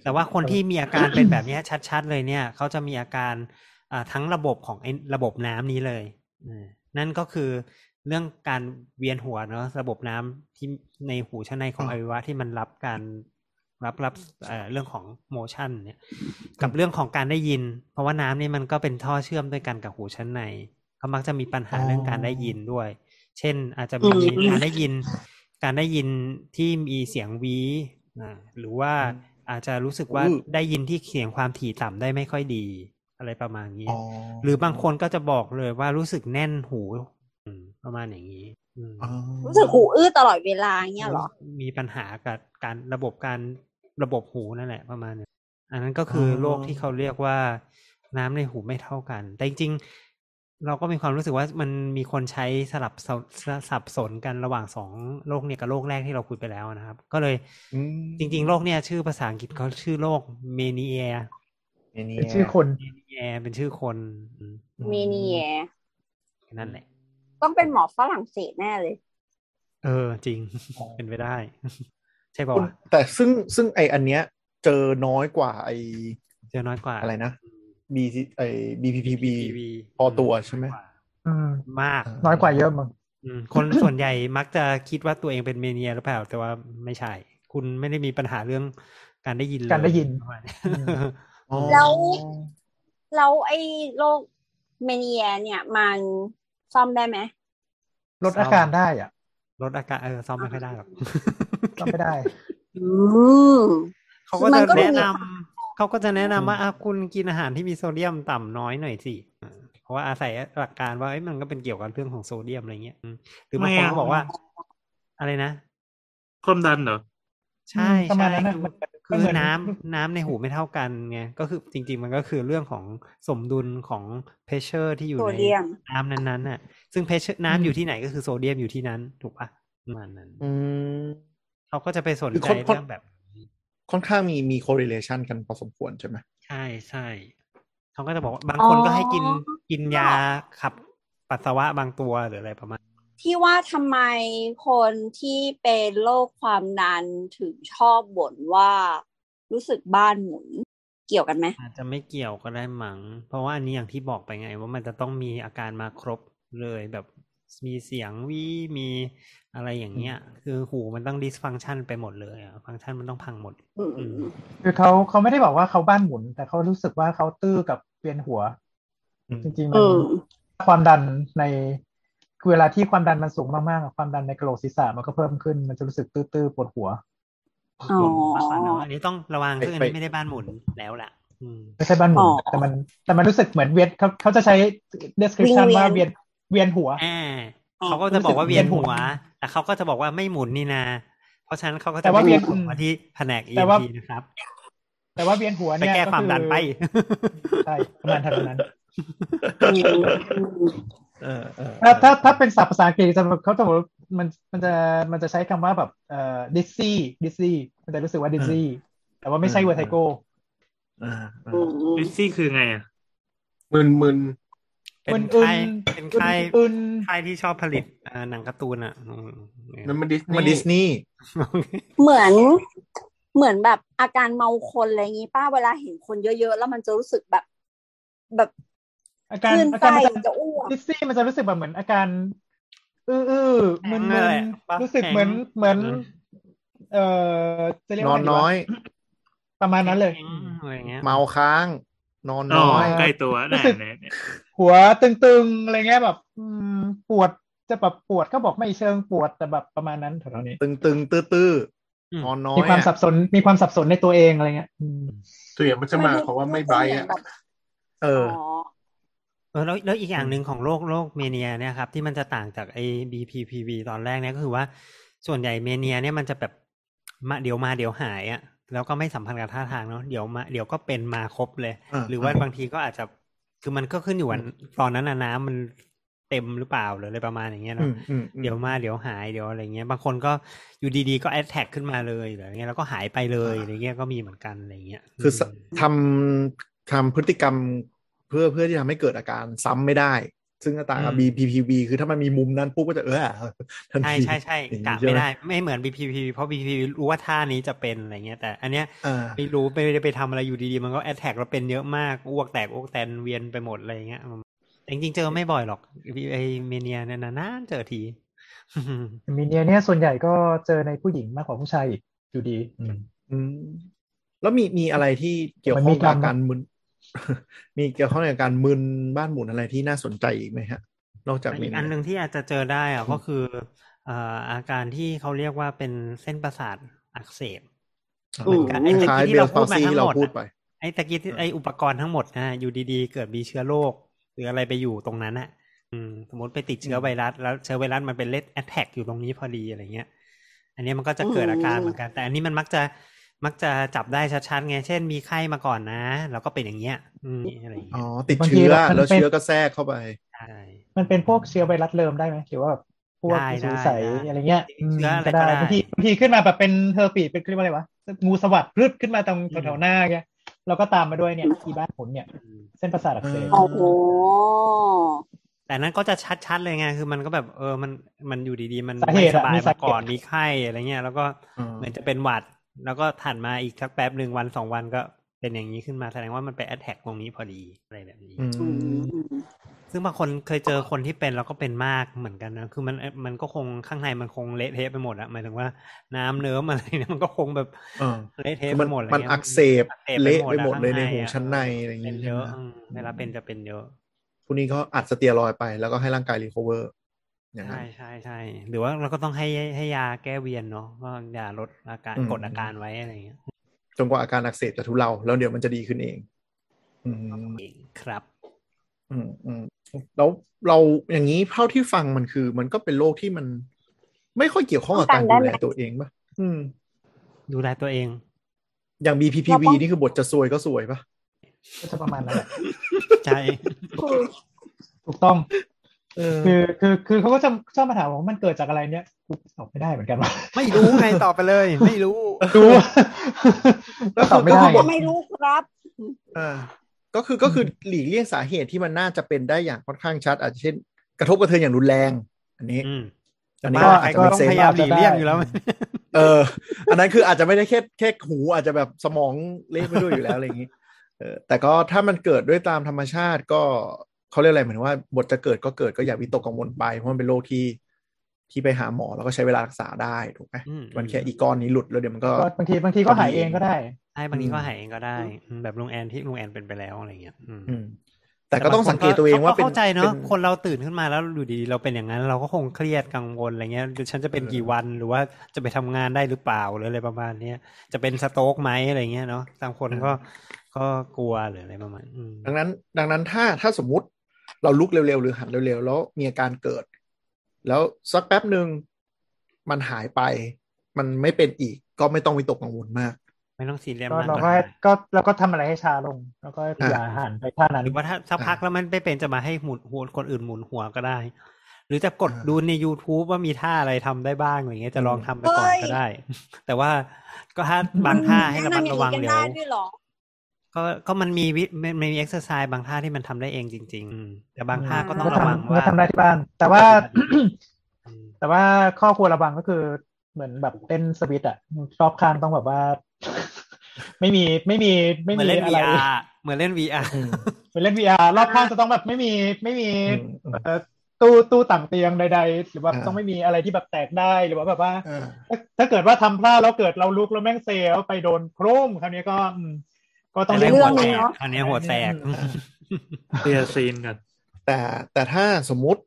Speaker 3: แต่ว่าคนที่มีอาการ เป็นแบบเนี้ยชัดๆเลยเนี่ยเขาจะมีอาการอ่าทั้งระบบของไอ้ระบบน้ำนี้เลยอืมนั่นก็คือเรื่องการเวียนหัวเนาะระบบน้ำที่ในหูชั้นในของอวัยวะที่มันรับการรับรับเอ่อเรื่องของโมชันเนี่ยกับเรื่องของการได้ยิน เพราะว่าน้ำนี่มันก็เป็นท่อเชื่อมด้วยกันกับหูชั้นในเขามักจะมีปัญหาเรื่องการได้ยินด้วย เช่นอาจจะมี
Speaker 2: อืม
Speaker 3: การได้ยิน การได้ยินที่มีเสียงหวีอ่าหรือว่าอาจจะรู้สึกว่า
Speaker 4: อืม
Speaker 3: ได้ยินที่เสียงความถี่ต่ำได้ไม่ค่อยดี อะไรประมาณนี้
Speaker 4: อ๋อ
Speaker 3: หรือบางคนก็จะบอกเลยว่ารู้สึกแน่นหูอืมประมาณอย่างนี้อืม
Speaker 4: อ๋อ
Speaker 2: รู้สึกหูอื้อตลอดเวลาเงี้ยเหรอ
Speaker 3: มีปัญหากับการระบบการระบบหูนั่นแหละประมาณนี้อันนั้นก็คืออ
Speaker 4: อ
Speaker 3: โรคที่เขาเรียกว่าน้ำในหูไม่เท่ากัน แต่จริงๆเราก็มีความรู้สึกว่ามันมีคนใช้สลับสบสับสนกันระหว่างสองโรคเนี่ยกับโรคแรกที่เราคุยไปแล้วนะครับ ก็เลย
Speaker 4: อืม
Speaker 3: จริงๆ โรคเนี่ยชื่อภาษาอังกฤษเขาชื่อโรคเมนีเอ
Speaker 4: อันนี้
Speaker 6: เป็นชื่อคน
Speaker 3: เมนีเอเป็นชื่อคนอืม
Speaker 2: เมเนีย
Speaker 3: นั่นแหละ
Speaker 2: ต้องเป็นหมอฝรั่งเศสแน่เลย
Speaker 3: เออ จริง เป็นไปได้ ใช่ป่าวะ
Speaker 4: แต่ซึ่งซึ่งไออันเนี้ยเจอน้อยกว่าไอ
Speaker 3: เจอน้อยกว่า
Speaker 4: อะไรนะ B ไอ BPPB พอตัวใช่ไหม
Speaker 6: อืม
Speaker 3: มาก
Speaker 6: น้อยกว่าเยอะมึง
Speaker 3: อืมคน ส่วนใหญ่มักจะคิดว่าตัวเองเป็นเมเนียหรือเปล่า แต่ว่าไม่ใช่ คุณไม่ได้มีปัญหาเรื่องการได้ยินเลย
Speaker 6: การได้ยิน
Speaker 3: ประมาณนี้
Speaker 6: อืม
Speaker 2: แล้ว แล้วไอ้โรคเมเนียเนี่ยมันซ่อมได้ไหม
Speaker 6: ลดอาการได้อ่ะ
Speaker 3: ลดอาการเออซ่อมไม่ค่อยได้หรอก
Speaker 6: ก็ไม่ได้
Speaker 2: อืม
Speaker 3: เขาก็
Speaker 2: มั
Speaker 3: จะ
Speaker 2: นก็ดู
Speaker 3: แนะนำเขาก็จะแนะนำว่าอ่ะคุณกินอาหารที่มีโซเดียมต่ำน้อยหน่อยสิอ่าเพราะว่าอาศัยหลักการว่าเอ้ยมันก็เป็นเกี่ยวกับเรื่องของโซเดียมอะไรเงี้ยอืมหรือบางคน
Speaker 5: ไม่เอา
Speaker 3: ก็บอกว่า อะไรนะ
Speaker 5: ความดันเหรอ
Speaker 3: ใช่
Speaker 6: อืมประมา
Speaker 3: ใช่
Speaker 6: ณนั้นน่ะ
Speaker 3: คือ
Speaker 6: มัน
Speaker 3: คื
Speaker 6: มั
Speaker 3: อ
Speaker 6: นเหมือน
Speaker 3: น้ำ น้ำในหูไม่เท่ากันไงก็คือจริง ๆ มันก็คือเรื่องของสมดุลของเพชเชอร์ที่อยู่
Speaker 2: โซ
Speaker 3: ใน
Speaker 2: เดียม
Speaker 3: น้ำนั้นๆน่ะ ซึ่งเพชเชอร์น้ำอยู่ที่ไหนก็คือโซเดียมอยู่ที่นั้นถูกปะประมาณนั้น
Speaker 4: อืม
Speaker 3: เขาก็จะไปสน
Speaker 4: คือ
Speaker 3: ใจ
Speaker 4: คนคน
Speaker 3: เรื่องแบบ
Speaker 4: ค่อนข้างมีมี correlation กันพอสมควรใช่ไหม
Speaker 3: ใช่ใช่เขาก็จะบอกว่าบาง
Speaker 2: อ๋อ
Speaker 3: คนก็ให้กินกินยาขับปัสสาวะบางตัวหรืออะไรประมาณ
Speaker 2: ที่ว่าทำไมคนที่เป็นโรคความดันถึงชอบบ่นว่ารู้สึกบ้านหมุนเกี่ยวกันไหม
Speaker 3: อาจจะไม่เกี่ยวก็ได้มัง้งเพราะว่าอันนี้อย่างที่บอกไปไง ว่ามันจะต้องมีอาการมาครบเลยแบบ มีเสียงวีมีอะไรอย่างเงี้ย คือหูมันต้องดิสฟังชันไปหมดเลยอะฟังก์ชันมันต้องพังหมด
Speaker 2: อืมอืมอืม
Speaker 6: คือเขาเขาไม่ได้บอกว่าเขาบ้านหมุน แต่เขารู้สึกว่าเขาตื้อกับเวียนหัว
Speaker 3: อืม
Speaker 6: จริงๆมั
Speaker 2: เอน อ
Speaker 6: ความดันในคือเวลาที่ความดันมันสูงมากๆอะความดันในกระโหลกศีรษะมันก็เพิ่มขึ้นมันจะรู้สึกตื้อๆปวดหัว
Speaker 2: อ๋อ
Speaker 3: อันนี้ต้องระวัง
Speaker 7: ไป
Speaker 3: ซึ่งอันนี้
Speaker 7: ไป
Speaker 3: ไม่ได้บ้านหมุนแล้วล่ะ อืม
Speaker 6: ไม่ใช่บ้านหมุ
Speaker 2: อ๋
Speaker 6: น
Speaker 2: อ
Speaker 6: แต่มันแต่มันรู้สึกเหมือนเวียนเขาเขาจะใช้ description
Speaker 2: วิ่งเวียน
Speaker 6: ว่าเวียนเวียนหัว
Speaker 3: อ่า
Speaker 2: อ๋อ
Speaker 3: เขาก็จะบอกว่าเวียนหัว
Speaker 6: เวี
Speaker 3: ย
Speaker 6: นหัว
Speaker 3: แต่เขาก็จะบอกว่าไม่หมุนนี่นา เพราะฉะนั้นเขาก็
Speaker 6: แต่
Speaker 3: จะ
Speaker 6: ว่า
Speaker 3: ไม่
Speaker 6: เวียน
Speaker 3: ส่งมาที่แผนก
Speaker 6: แต่ว่า
Speaker 3: EMT นะครับ
Speaker 6: แต่ว่าเวียนหัว
Speaker 3: ไป
Speaker 6: เนี่ย
Speaker 3: แก้
Speaker 6: ก็
Speaker 3: ความดันไป
Speaker 6: คือใช่ประมาณเท่านั้น
Speaker 2: อืม
Speaker 4: เออเออ
Speaker 6: ถ้าถ้าถ้าเป็นศัพท์ภาษาอังกฤษจะเขาจะบอกว่ามันมันจะมันจะใช้คำว่าแบบเอ่อ dizzy dizzy มันจะรู้สึกว่า dizzy แต่ว่าไม่ใช่ vertigo
Speaker 4: เออเอ
Speaker 2: อื
Speaker 4: อ
Speaker 2: มอืม
Speaker 5: ลิซซี่คือไงอ่ะ
Speaker 7: มึนมึน
Speaker 3: เป็น
Speaker 6: อึน
Speaker 3: ค่ายเป็นค่าย
Speaker 6: อึน
Speaker 3: ค่ายที่ชอบผลิตเอ่อหนังการ์ตูนอ่ะอืม
Speaker 7: นั่ นมันดิส
Speaker 4: มาดิส
Speaker 7: นีย์
Speaker 4: นีย์
Speaker 2: เหมือน เหมือนแบบอาการเมาคนอะไรอย่างงี้ป้าเวลาเห็นคนเยอะๆ แล้วมันจะรู้สึกแบบ แบบ
Speaker 6: อา
Speaker 2: ค
Speaker 6: การ
Speaker 2: ลื่น
Speaker 6: อา
Speaker 2: ไส้
Speaker 6: การมันจะ
Speaker 2: จะอ้วก
Speaker 6: dizzy มันจะรู้สึกแบบเหมือนอาการ อื้ออื้อมึน
Speaker 3: แห
Speaker 6: มึน
Speaker 3: ละปะ
Speaker 6: รู้สึก
Speaker 3: แข็ง
Speaker 6: เหมือนเหมือน
Speaker 3: อืม
Speaker 6: เอ่อจะเรียก
Speaker 4: นอ
Speaker 6: ว่าน ไงดีวะ
Speaker 4: น้อย
Speaker 6: ประมาณนั้นเลย
Speaker 3: แข็งอะไรอย่างเงี้ย
Speaker 4: เมาค้าง นอน
Speaker 5: อ๋อ
Speaker 4: น้อย
Speaker 5: ใกล้ตัว
Speaker 6: รู้
Speaker 5: ได้
Speaker 6: สึก
Speaker 5: เนี่ยเนี่ย
Speaker 6: หัวตึงๆ อะไรเงี้ยแบบ อืมปวดจะแบบปวดก็บอกไม่เชิงปวดแต่แบบประมาณนั้นแถวๆนี้
Speaker 4: ตึงตึงๆตื้อตื้อๆนอนน้อย
Speaker 6: มีความสับสนมีความสับสนในตัวเองอะไรเงี้ยอืม
Speaker 7: ตัวอย่างมันจะมาเพราะว่าไม่ไบรท์อะ
Speaker 2: แบบ
Speaker 4: เอ
Speaker 2: อ๋
Speaker 4: อ
Speaker 2: อ
Speaker 3: เออแล้วแล้วอีกอย่างหนึ่งของโรคโรคเมเนียเนี่ยครับ ที่มันจะต่างจากไอ้ BPPV ตอนแรกเนี่ยก็คือว่า ส่วนใหญ่เมเนียเนี่ยมันจะแบบมาเดี๋ยวมาเดี๋ยวหายอะแล้วก็ไม่สัมพันธ์กับท่าทางเนาะเดี๋ยวมาเดี๋ยวก็เป็นมาครบเลย
Speaker 4: อ่า
Speaker 3: หรือว่าบางทีก็อาจจะคือมันก็ขึ้นอยู่วันตอนนั้นน่ะน้ำมันเต็มหรือเปล่าหรืออะไรประมาณอย่างเงี้ย
Speaker 4: อื
Speaker 3: เนาะ
Speaker 4: มอืมอืม
Speaker 3: เดี๋ยวมาเดี๋ยวหายเดี๋ยวอะไรเงี้ยบางคนก็อยู่ดีๆก็แอดแท็กขึ้นมาเลยหรืออะไรเงี้ยแล้วก็หายไปเลยอะไรเงี้ยก็มีเหมือนกันอะไรเงี้ย
Speaker 4: คือส
Speaker 3: ม
Speaker 4: ทำทำพฤติกรรมเพื่อเพื่อที่ทำให้เกิดอาการซ้ำไม่ได้ ซึ่งก็ต่างกับ
Speaker 3: อืม
Speaker 4: BPPV คือถ้ามันมีมุมนั้นปุ๊บก็จะเอ อทัน
Speaker 3: ใช่
Speaker 4: ที
Speaker 3: ใช่ใช่
Speaker 4: อย่างนี้
Speaker 3: กะ
Speaker 4: ใช่ไหม
Speaker 3: ไม่ได้ ไม่เหมือน BPP เพราะ BPP รู้ว่าท่านี้จะเป็นอะไรเงี้ย แต่อันเนี้ย
Speaker 4: อ่า
Speaker 3: ไม่รู้ไม่ได้ไปทำอะไรอยู่ดีๆ มันก็แอดแท็กแล้วเป็นเยอะมากอ้วกแตกอ้วกแตนเวียนไปหมดอะไรเงี้ยแต่จริงๆเจอไม่บ่อยหรอกไอเมเนียเนี่ยนานๆเจอที
Speaker 6: มีเนียเนี่ยส่วนใหญ่ก็เจอในผู้หญิงมากกว่าผู้ชายอีกอยู่ดี อืม
Speaker 4: อืมแล้วมีมีอะไรที่เกี่ยวข้องกับอาการมึน มีเกี่ยวข้องกับการมึนบ้านหมุนอะไรที่น่าสนใจอีกไหมฮะ นอกจาก
Speaker 3: อี
Speaker 4: เมี
Speaker 3: กอันหนึ่งที่อาจจะเจอได้อะก็คือเอ่ออาการที่เขาเรียกว่าเป็นเส้นประสาทอักเสบ
Speaker 2: เหมือนกั
Speaker 4: กัน น
Speaker 3: ไอ้ตะกี้
Speaker 4: คล้าย
Speaker 3: ที่
Speaker 4: เบล
Speaker 3: เราพู
Speaker 4: ฟา
Speaker 3: ดมา
Speaker 4: ซี่
Speaker 3: ทั้ง
Speaker 4: ที่เรา
Speaker 3: หมด
Speaker 4: พูด
Speaker 3: อะ
Speaker 4: ไป
Speaker 3: ไอ้ตะกี้ที่
Speaker 4: อ่า
Speaker 3: ไอ้อุปกรณ์ทั้งหมดนะฮะอยู่ดีๆ เกิดมีเชื้อโรคหรืออะไรไปอยู่ตรงนั้นอะอืมสมมติไปติดเชื้อไวรัสแล้วเชื้อไวรัสมันเป็นเลดแอทแทกอยู่ตรงนี้พอดีอะไรเงี้ย อันนี้มันก็จะเกิดอาการ
Speaker 2: อืม
Speaker 3: เหมือนกัน แต่อันนี้มันมักจะมักจะจับได้ชัดๆไงเช่นมีไข้มาก่อนนะ แล้วก็เป็นอย่างเงี้ย อืมอะไรอย่าง
Speaker 4: อ๋อ
Speaker 3: เงี้ย
Speaker 4: ติด
Speaker 6: บางที
Speaker 4: เชื้อ
Speaker 6: แบบมัน
Speaker 4: แล้ว
Speaker 6: เป็น
Speaker 4: เชื้อก็แทรกเข้าไป
Speaker 3: ใช่
Speaker 6: มันเป็นพวกเชื้อไวรัสเริมได้ไหมหรือว่าแบบพวก
Speaker 3: ได้
Speaker 6: อสุ
Speaker 3: ได้
Speaker 6: ริใส
Speaker 3: ด้
Speaker 6: อะไรเงี้ย
Speaker 3: เชื้ออะไร
Speaker 6: ก็
Speaker 3: ก็ได้
Speaker 6: บางทีบางทีขึ้นมาแบบเป็นเทอร์ปีเป็นเรียกว่าอะไรวะงูสวัสด์พรึดขึ้นมาตรงแถวๆหน้าเงี้ยเราก็ตามมาด้วยเนี่ยที่บ้านผมเนี่ยเส้นประสาทอักเสบ
Speaker 2: โอ้โห
Speaker 3: แต่นั้นก็จะชัดๆเลยไง คือมันก็แบบเออ มัน มันอยู่ดีๆ มัน
Speaker 6: สาเห
Speaker 3: ไม่ส
Speaker 6: ตุอะ
Speaker 3: บาย
Speaker 6: มี
Speaker 3: มา
Speaker 6: สา
Speaker 3: ก่อน
Speaker 6: เหตุ
Speaker 3: มีไข้อะไรเงี้ย แล้วก็
Speaker 4: อ่า
Speaker 3: เหมือนจะเป็นหวัด แล้วก็ถัดมาอีกสักแป๊บหนึ่งวันสองวันก็เป็นอย่างนี้ขึ้นมา แสดงว่ามันไปแอดแทกตรงนี้พอดีอะไรแบบนี้
Speaker 4: อืม
Speaker 3: ซึ่งบางคนเคยเจอคนที่เป็นแล้วก็เป็นมากเหมือนกันนะ คือมัน มันก็คงข้างในมันคงเละเทะไปหมดอะหมายถึงว่าน้ำเนิ้มอะไรเนี่ยมันก็คงแบบ
Speaker 4: เออ
Speaker 3: เละเทะ
Speaker 4: คือ
Speaker 3: ไป
Speaker 4: มัน
Speaker 3: หมดอะไร
Speaker 4: มัน
Speaker 3: เงี้ย
Speaker 4: อักเสบ
Speaker 3: อัก
Speaker 4: เละไปหมด
Speaker 3: อะ
Speaker 4: เลยใน
Speaker 3: ข้าง
Speaker 4: หู
Speaker 3: อะ
Speaker 4: ชั้นในอะไรอย่าง
Speaker 3: เป็
Speaker 4: งี้
Speaker 3: น
Speaker 4: ใช่
Speaker 3: เย
Speaker 4: ไหม
Speaker 3: อะอืมเวลาเป็นจะเป็นเยอะ
Speaker 4: พวกนี้เขาอัดสเตียรอยด์ไปแล้วก็ให้ร่างกายรีคอเวอร์อย่างนั้
Speaker 3: ใช่
Speaker 4: น
Speaker 3: ใช่ใช่หรือว่าเราก็ต้องให้ให้ยาแก้เวียนเนาะก็ยาลดอาการ
Speaker 4: อืม
Speaker 3: กดอาการไว้อะไรอย่างเงี้ย
Speaker 4: จนกว่าอาการอักเสบจะทุเลาแล้วเดี๋ยวมันจะดีขึ้นเอง อืม
Speaker 3: เองครับ
Speaker 4: อืมอืมแล้วเราอย่างนี้เท่าที่ฟังมันคือ มันก็เป็นโรคที่มัน ไม่ค่อยเกี่ยวข้องกับการดูแลตัวเองป่ะอืม
Speaker 3: ดูแลตัวเอง
Speaker 4: อย่าง
Speaker 2: เรา
Speaker 4: BPPV
Speaker 2: ป้อง
Speaker 4: นี่คือบทจะซวยก็ซวยป่ะ
Speaker 6: ก็จะประมาณนั้นแหละ
Speaker 3: ใช่
Speaker 2: คือ
Speaker 6: ถูกต้อง
Speaker 4: เออ
Speaker 6: คือคือคือเขาก็จะชอบมาถามว่ามันเกิดจากอะไรเนี่ยกูตอบไม่ได้เหมือนกันว่า
Speaker 3: ไม่รู้ไงตอบไปเลย ไม่รู้
Speaker 6: ดู ก็ตอบไม่ได้
Speaker 2: ก็ไม่รู้ครับ
Speaker 4: เออก็คือก็คือหลีกเลี่ยงสาเหตุที่มันน่าจะเป็นได้อย่างค่อนข้างชัด อาจจะเช่น กระทบกระเทือนอย่างรุนแรง อันนี้
Speaker 3: อืม
Speaker 4: อันนี้
Speaker 3: ก็
Speaker 4: อาจจะ
Speaker 3: ก็
Speaker 4: เป็น
Speaker 3: ต้อง
Speaker 4: เซน
Speaker 3: พยายามหลีกเลี่ยงอยู่แล้ว
Speaker 4: เออ อันนั้นคืออาจจะไม่ได้แค่แค่หูอาจจะแบบสมองเละไปด้วยอยู่แล้วอะไรอย่างนี้ เออแต่ก็ถ้ามันเกิดด้วยตามธรรมชาติก็ เขาเรียกอะไรเหมือนว่าบทจะเกิดก็เกิดก็อย่าวิตกกังวลไป เพราะมันเป็นโรคที่ที่ไปหาหมอแล้วก็ใช้เวลารักษาได้ถูกไหม
Speaker 3: อืม
Speaker 4: มันแค่อีกก้อนนี้หลุดแล้วเดี๋ยวมันก็
Speaker 6: ก็บางทีบางทีก็หายเองก็ได้
Speaker 3: ใช่บางทีก็หายเองก็ได้อืมแบบลุงแอนที่ลุงแอนเป็นไปแล้วอะไรเงี้ยอืม
Speaker 4: อืม แต่ก็ต้องสังเกตตัวเองว่า
Speaker 3: ข
Speaker 4: เป็น
Speaker 3: เข้าใจเนาะ
Speaker 4: ป็
Speaker 3: คนเราตื่นขึ้นมาแล้วอยู่ดีเราเป็นอย่างนั้น เราก็คงเครียดกังวลอะไรเงี้ยหรือฉันจะเป็นกี่วันหรือว่าจะไปทำงานได้หรือเปล่าหรืออะไรประมาณเนี้ยจะเป็นสโต๊กไหมอะไรเงี้ยเนาะบางคนก็ก็กลัวหรืออะไรประมาณอืม
Speaker 4: ดังนั้น ดังนั้นถ้าถ้าสมมุติเราลุกเร็วๆ หรือหันเร็วๆ แล้วมีอาการเกิด แล้วสักแป๊บหนึ่งมันหายไป มันไม่เป็นอีกก็ไม่ต้องวิตกกังวลมาก
Speaker 3: ไม่ต้องซีเรียส
Speaker 6: ก็
Speaker 3: มาก
Speaker 6: เราก็ก็เราก็ทำอะไรให้ชาลง แล้วก็อย่าหันไปท่านั้
Speaker 3: ห
Speaker 6: น
Speaker 3: รือว่าถ้าสักพักแล้วมันไม่เป็นจะมาให้หมุนหัวคนอื่นหมุนหัวก็ได้ หรือจะกด
Speaker 4: อ่า
Speaker 3: ดูใน YouTube ว่ามีท่าอะไรทำได้บ้างอะไรเงี้ยจะลองทำไปก่อน
Speaker 2: เฮ้ย
Speaker 3: ก็ได้ แต่ว่าก็ถ้าบางท่าให้ระมัด
Speaker 2: แนำอย่า
Speaker 3: ระ
Speaker 2: ง
Speaker 3: วั
Speaker 2: นี้กั
Speaker 3: ง
Speaker 2: น
Speaker 3: เดี๋ยว
Speaker 2: ได้ด้วยเหรอ
Speaker 3: ก็ก็มันมีวิมันมันมีเอ็กซ์ไซส์บางท่าที่มันทำได้เองจริง ๆอืมแต่บางท่าก็ต้อง
Speaker 6: ก็
Speaker 3: ระ
Speaker 6: ท
Speaker 3: วัง
Speaker 6: ำก็
Speaker 3: ว่า
Speaker 6: ทำได้ที่บ้าน แต่ว่า
Speaker 3: อืม
Speaker 6: แต่ว่าข้อควรระวังก็คือเหมือนแบบเล่นสวิตช์อะรอบข้างต้องแบบว่า ไม่มีไม่มี ไม่
Speaker 3: เหมือ
Speaker 6: มี
Speaker 3: นเล่น
Speaker 6: อะไร
Speaker 3: VR เหมือนเล่น VR
Speaker 6: เหมือนเล่น VR รอบข้างจะต้องแบบไม่มีไม่มี
Speaker 4: อืม
Speaker 6: เอ่อตู้ตู้ต่างเตียงใด ๆ หรือว่า
Speaker 4: อ่า
Speaker 6: ต้องไม่มีอะไรที่แบบแตกได้หรือว่าแบบว่า
Speaker 4: เออ
Speaker 6: ถ้าถ้าเกิดว่าทำพลาดแล้วเกิดเราลุกแล้วแม่งเซแล้วไปโดนโครมคราวนี้ก็อืมก็ต้อง
Speaker 3: แต่เล่น
Speaker 2: เรื่
Speaker 3: หั
Speaker 2: อ
Speaker 3: ว
Speaker 2: ง
Speaker 3: แต
Speaker 2: นี้
Speaker 3: ก
Speaker 2: เนอะ
Speaker 3: อันเนี้ยหัวแตก
Speaker 4: อืม
Speaker 5: เคลียร์ซีนกัน
Speaker 4: แต่แต่ถ้าสมมุติ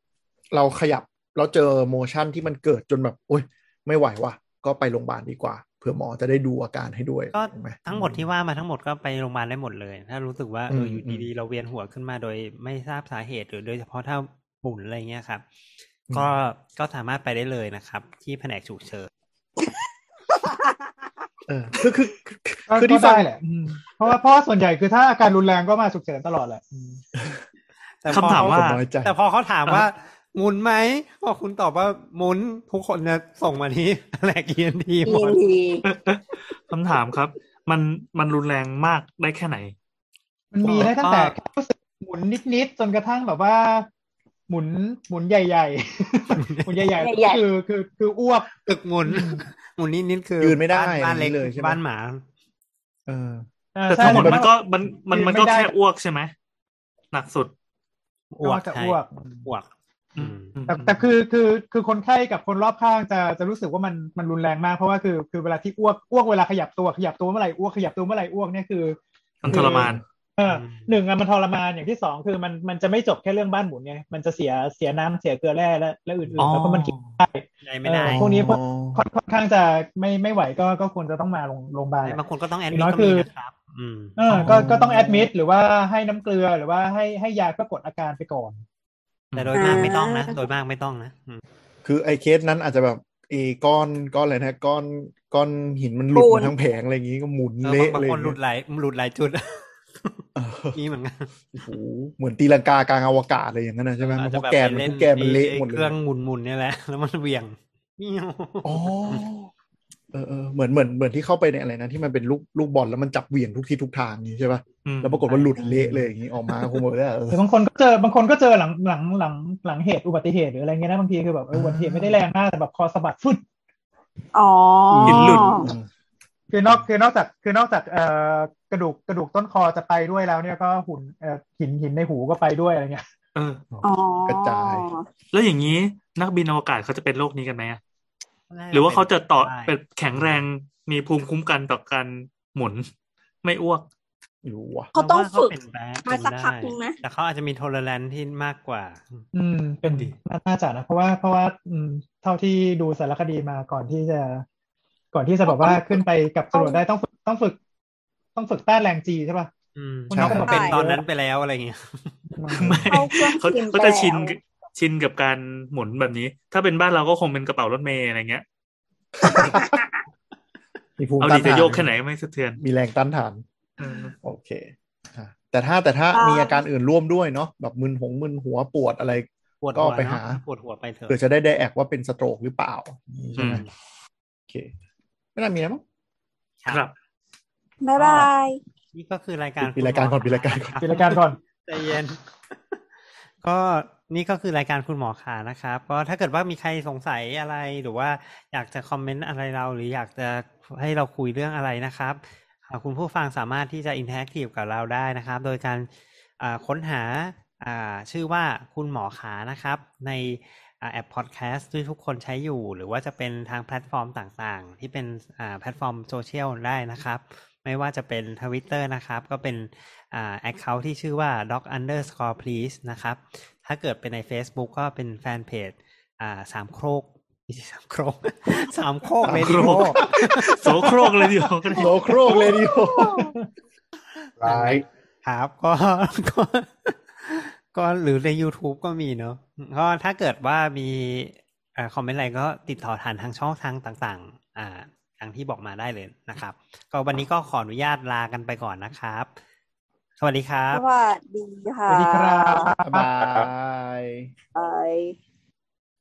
Speaker 4: เราขยับเราเจอโมชั่นที่มันเกิดจนแบบโอ๊ยไม่ไหวว่ะ ก็ไปโรงพยาบาลดีกว่าเผื่อหมอจะได้ดูอาการให้ด้วย
Speaker 3: ก็
Speaker 4: ถูไห
Speaker 3: ทั้งหมดที่ว่ามาทั้งหมดก็ไปโรงพยาบาลได้หมดเลย ถ้ารู้สึกว่าเอออ
Speaker 4: ม
Speaker 3: อยู่ดีๆ เราเวียนหัวขึ้นมาโดยไม่ทราบสาเหตุหรือโดยเฉพาะถ้าหมุนอะไรเงี้ยครับ
Speaker 4: อืม
Speaker 3: ก็ก็สามารถไปได้เลยนะครับ ที่แผนกฉุกเฉิน
Speaker 4: เออคือคือ
Speaker 6: ก็
Speaker 4: คือ
Speaker 6: ก็
Speaker 4: ที่ฟัง
Speaker 6: ได้แหละอืมเพราะว่าเพราะว่าส่วนใหญ่คือถ้าอาการรุนแรงก็มาฉุกเฉินตลอดแหละอืม
Speaker 3: แต่พอ
Speaker 5: คำถามว่า
Speaker 4: ผมน้อยใจ
Speaker 3: แต่พอเขาถามว่าหมุนไหมพอคุณตอบว่าหมุนทุกคนจะส่งมาที่แหลกเอ็นทีหมด
Speaker 2: ENT
Speaker 5: คำถามครับ มันมันรุนแรงมากได้แค่ไหน
Speaker 6: มันมี
Speaker 3: ก็
Speaker 6: ได้ตั้งแต่
Speaker 3: ก็
Speaker 6: แค่รู้สึกหมุนนิดๆจนกระทั่งแบบว่า หมุนหมุนใหญ่ๆ หมุนใหญ่ๆ
Speaker 2: ใหญ่
Speaker 6: ก็
Speaker 2: ๆ
Speaker 6: คือคือคืออ้วก
Speaker 3: ตึกหมุนหมุนนี่นิดคือ
Speaker 4: ยืนไม่ได้
Speaker 3: บ้าบ้านเล็ก
Speaker 4: อะไรอย่างนี้เลยใช่ไหม
Speaker 3: บ้านหมา
Speaker 4: เออ
Speaker 6: เออ
Speaker 5: แต่
Speaker 6: ใช่
Speaker 5: ทั้งหมด
Speaker 6: ล้ว
Speaker 5: มันก็มันมันมันก็
Speaker 6: ไม่ได้
Speaker 5: แค่อ้วกใช่ไหมหนักสุด
Speaker 3: อ้วก
Speaker 6: จะ
Speaker 3: ใช่
Speaker 6: อ้วก
Speaker 3: อ้วก อืม
Speaker 6: แต่แต่คือคือคือคนไข้กับคนรอบข้างจะจะรู้สึกว่ามันมันรุนแรงมากเพราะว่าคือคือเวลาที่อ้วกอ้วกเวลาขยับตัวขยับตัวเมื่อไหร่อ้วกขยับตัวเมื่อไหร่อ้วกเนี่ยคือ
Speaker 5: มันทรมาน
Speaker 6: เออหนึ่งอะมันทรมานอย่างที่สองคือมันมันจะไม่จบแค่เรื่องบ้านหมุนไงมันจะเสียเสียน้ำเสียเกลือแร่และและอื่นๆแล้วก็มันกินไม่ได้
Speaker 3: ใจไม่ได้
Speaker 6: เออพวกนี้ ค่อนค่อนข้างจะไม่ไม่ไหวก็ก็ควรจะต้องมาโรงโรงพยาบาลแหละ
Speaker 3: บางคนก็ต้องแอด
Speaker 6: อ
Speaker 3: มิ
Speaker 6: ย่างน้อย
Speaker 3: ก็
Speaker 6: คื
Speaker 3: มี
Speaker 6: อ
Speaker 3: นะครับ อืม
Speaker 6: เออก็
Speaker 4: อ๋อ
Speaker 6: ก็ต้องแอดมิดหรือว่าให้น้ำเกลือหรือว่าให้ให้ยาเพื่อกดอาการไปก่อน
Speaker 3: แต่โดยมากไม่ต้องนะ โดยมากไม่ต้องนะอืม
Speaker 4: คือไอ้เคสนั้นอาจจะแบบเออก้อนก้อนอะไรนะก้อนก้อนหินมันหลุด
Speaker 2: ปูน
Speaker 4: มาทั้งแผงอะไรอย่างงี้ก็หมุน
Speaker 3: เออบาง
Speaker 4: เละ
Speaker 3: บาง
Speaker 4: เลย
Speaker 3: คนหลุดหลายหลุดหลายจุด
Speaker 4: เออ
Speaker 3: นี่เหมือนกัน
Speaker 4: โอ้โหเหมือนตีลังกากลางอวกาศอะไรอย่างนั้นนะใช่ไหม
Speaker 3: อาจ
Speaker 4: เพ
Speaker 3: จะ
Speaker 4: ราะ
Speaker 3: แบบ
Speaker 4: แกน
Speaker 3: ไป
Speaker 4: มัน
Speaker 3: เล่
Speaker 4: ทุกแกนมันเละหมดเล
Speaker 3: เค
Speaker 4: ย
Speaker 3: รื่องหมุนๆเนี่ยแหละ แล้วมันเหวี่ยงเมี่ยว
Speaker 4: อ๋อเออเออเหมือนเหมือนเหมือนที่เข้าไปในอะไรนะที่มันเป็นลูกลูกบอลแล้วมันจับเหวี่ยงทุกทิศทุกทางนี้ใช่ป่ะ
Speaker 5: อืม
Speaker 4: แล้วปรากฏว่าหลุดเละเลยอย่างนี้ออกมาคงแบบว่าเอ
Speaker 6: ห
Speaker 4: อ
Speaker 6: รือบางคนก็เจอบางคนก็เจอหลังหลังหลังหลังเหตุอุบัติเหตุหรืออะไรเงี้ยนะบางทีคือแบบเอออุบัติเหตุไม่ได้แรงมากแต่แบบคอสะบัดฟึด
Speaker 2: อ๋อ
Speaker 5: หินหลุด
Speaker 6: คือนอกคือนอกจากคือนอกจากเอ่อกระดูกกระดูกต้นคอจะไปด้วยแล้วเนี่ยก็หุ่นเอ่อหินหินในหูก็ไปด้วยอะไรเงี้ย
Speaker 5: เออ
Speaker 2: อ๋อก
Speaker 4: ระจาย
Speaker 5: แล้วอย่างนี้นักบินอวกาศเขาจะเป็นโรคนี้กันไหมอะ
Speaker 3: น่
Speaker 5: หรือว่าเขาจะต่อเป็น
Speaker 3: ได้
Speaker 5: แข็งแรงมีภูมิคุ้มกันต่อการหมุน ไม่อ้วก
Speaker 4: อยู่ว่ะ
Speaker 2: เขาต้องฝึก
Speaker 3: เรว่เขเป็นแบ็ค
Speaker 2: มาสักพักนึงนะ
Speaker 3: แต่เขาอาจจะมีโทเลแรนที่มากกว่า
Speaker 6: อืมเป็น
Speaker 5: ดี
Speaker 6: น่าน่าจะนะเพราะว่าเพราะว่าอืมเท่าที่ดูสารคดีมาก่อนที่จะ ก่อนที่จะแบบว่าขึ้นไปกับตำรวจได้ต้องฝึกต้องฝึก ต้องฝึกต้านแรงจีใช่ป่ะ
Speaker 3: อืม
Speaker 6: ใช่
Speaker 3: เขาก็เป็นตอนนั้นไปแล้วอะไรอย่างเงี้ย
Speaker 5: ไม่
Speaker 2: เข้าเครื่องชิน
Speaker 5: เขาเขาจะชิน
Speaker 2: แล้ว
Speaker 5: ชินกับการหมุนแบบนี้ ถ้าเป็นบ้านเราก็คงเป็นกระเป๋ารถเมย์อะไรเงี้ย
Speaker 4: มีภูมิ
Speaker 5: เอา
Speaker 4: ต้า
Speaker 5: ดี
Speaker 4: น
Speaker 5: จะ
Speaker 4: ทาน
Speaker 5: โยกแค่ไหนไม่สะเทือน
Speaker 4: มีแรงต้านทาน
Speaker 5: เออ
Speaker 4: โอเคอ่ะแต่ถ้าแต่ถ้า
Speaker 2: อ่ามี
Speaker 4: มีอาการอื่นร่วมด้วยเนาะแบบมึนหงมึนหัวปวดอะไร
Speaker 3: ปวด
Speaker 4: ก็
Speaker 3: หัว
Speaker 4: ไป
Speaker 3: เนอะ
Speaker 4: หา
Speaker 3: ปวดหัวไปเถอะ
Speaker 4: เผื่อจะได้ได้แอกว่าเป็นสโตรกหรือเปล่า
Speaker 5: อื
Speaker 4: อย่างนี้ใช่ไห
Speaker 5: ม
Speaker 4: มโอเค ไม่น่ามีนะมั้ง
Speaker 5: ครับ
Speaker 2: บ๊ายบาย
Speaker 3: นี่ก็คือรายการ
Speaker 4: ปิดรายการก่อน
Speaker 3: คุ
Speaker 4: ปิ
Speaker 3: ณ
Speaker 4: ด
Speaker 3: หม
Speaker 4: รายการก่อน
Speaker 6: ปิดรายการก่อน
Speaker 3: ใจเย็น ก็นี่ก็คือรายการคุณหมอขานะครับ ก็ถ้าเกิดว่ามีใครสงสัยอะไรหรือว่าอยากจะคอมเมนต์อะไรเรา หรืออยากจะให้เราคุยเรื่องอะไรนะครับอ่าคุณผู้ฟังสามารถที่จะอินเทอร์แอคทีฟกับเราได้นะครับ โดยการ อ่าค้นหา อ่าชื่อว่าคุณหมอขานะครับ ในอ่าแอปพอดแคสต์ที่ทุกคนใช้อยู่ หรือว่าจะเป็นทางแพลตฟอร์มต่างๆ ที่เป็นอ่าแพลตฟอร์มโซเชียลได้นะครับ ไม่ว่าจะเป็นทวิตเตอร์นะครับ ก็เป็นอ่าแอคเคาท์ที่ชื่อว่า doc underscore please นะครับ ถ้าเกิดเป็นใน Facebook ก็เป็นแฟนเพจอ่าสามโครกไม่ใช่สามโครก สามโครกเรดิโอ
Speaker 5: โสโครกเลยเดียวกัน
Speaker 4: โลโครกเลยดิโอ
Speaker 7: ร้าย
Speaker 3: ครับก็ ก็ก็หรือใน YouTube ก็มีเนอะก็ถ้าเกิดว่ามีอ่าคอมเมนต์อะไรก็ติดต่อทานทางช่องทางต่างๆ อ่าทางที่บอกมาได้เลยนะครับ ก็วันนี้ก็ขออนุญาตลากันไปก่อนนะครับ สวัสดีครั
Speaker 2: ส
Speaker 3: บ
Speaker 2: วัสดีค่ะ
Speaker 6: สวัสดีครับ
Speaker 4: บาย
Speaker 2: บาย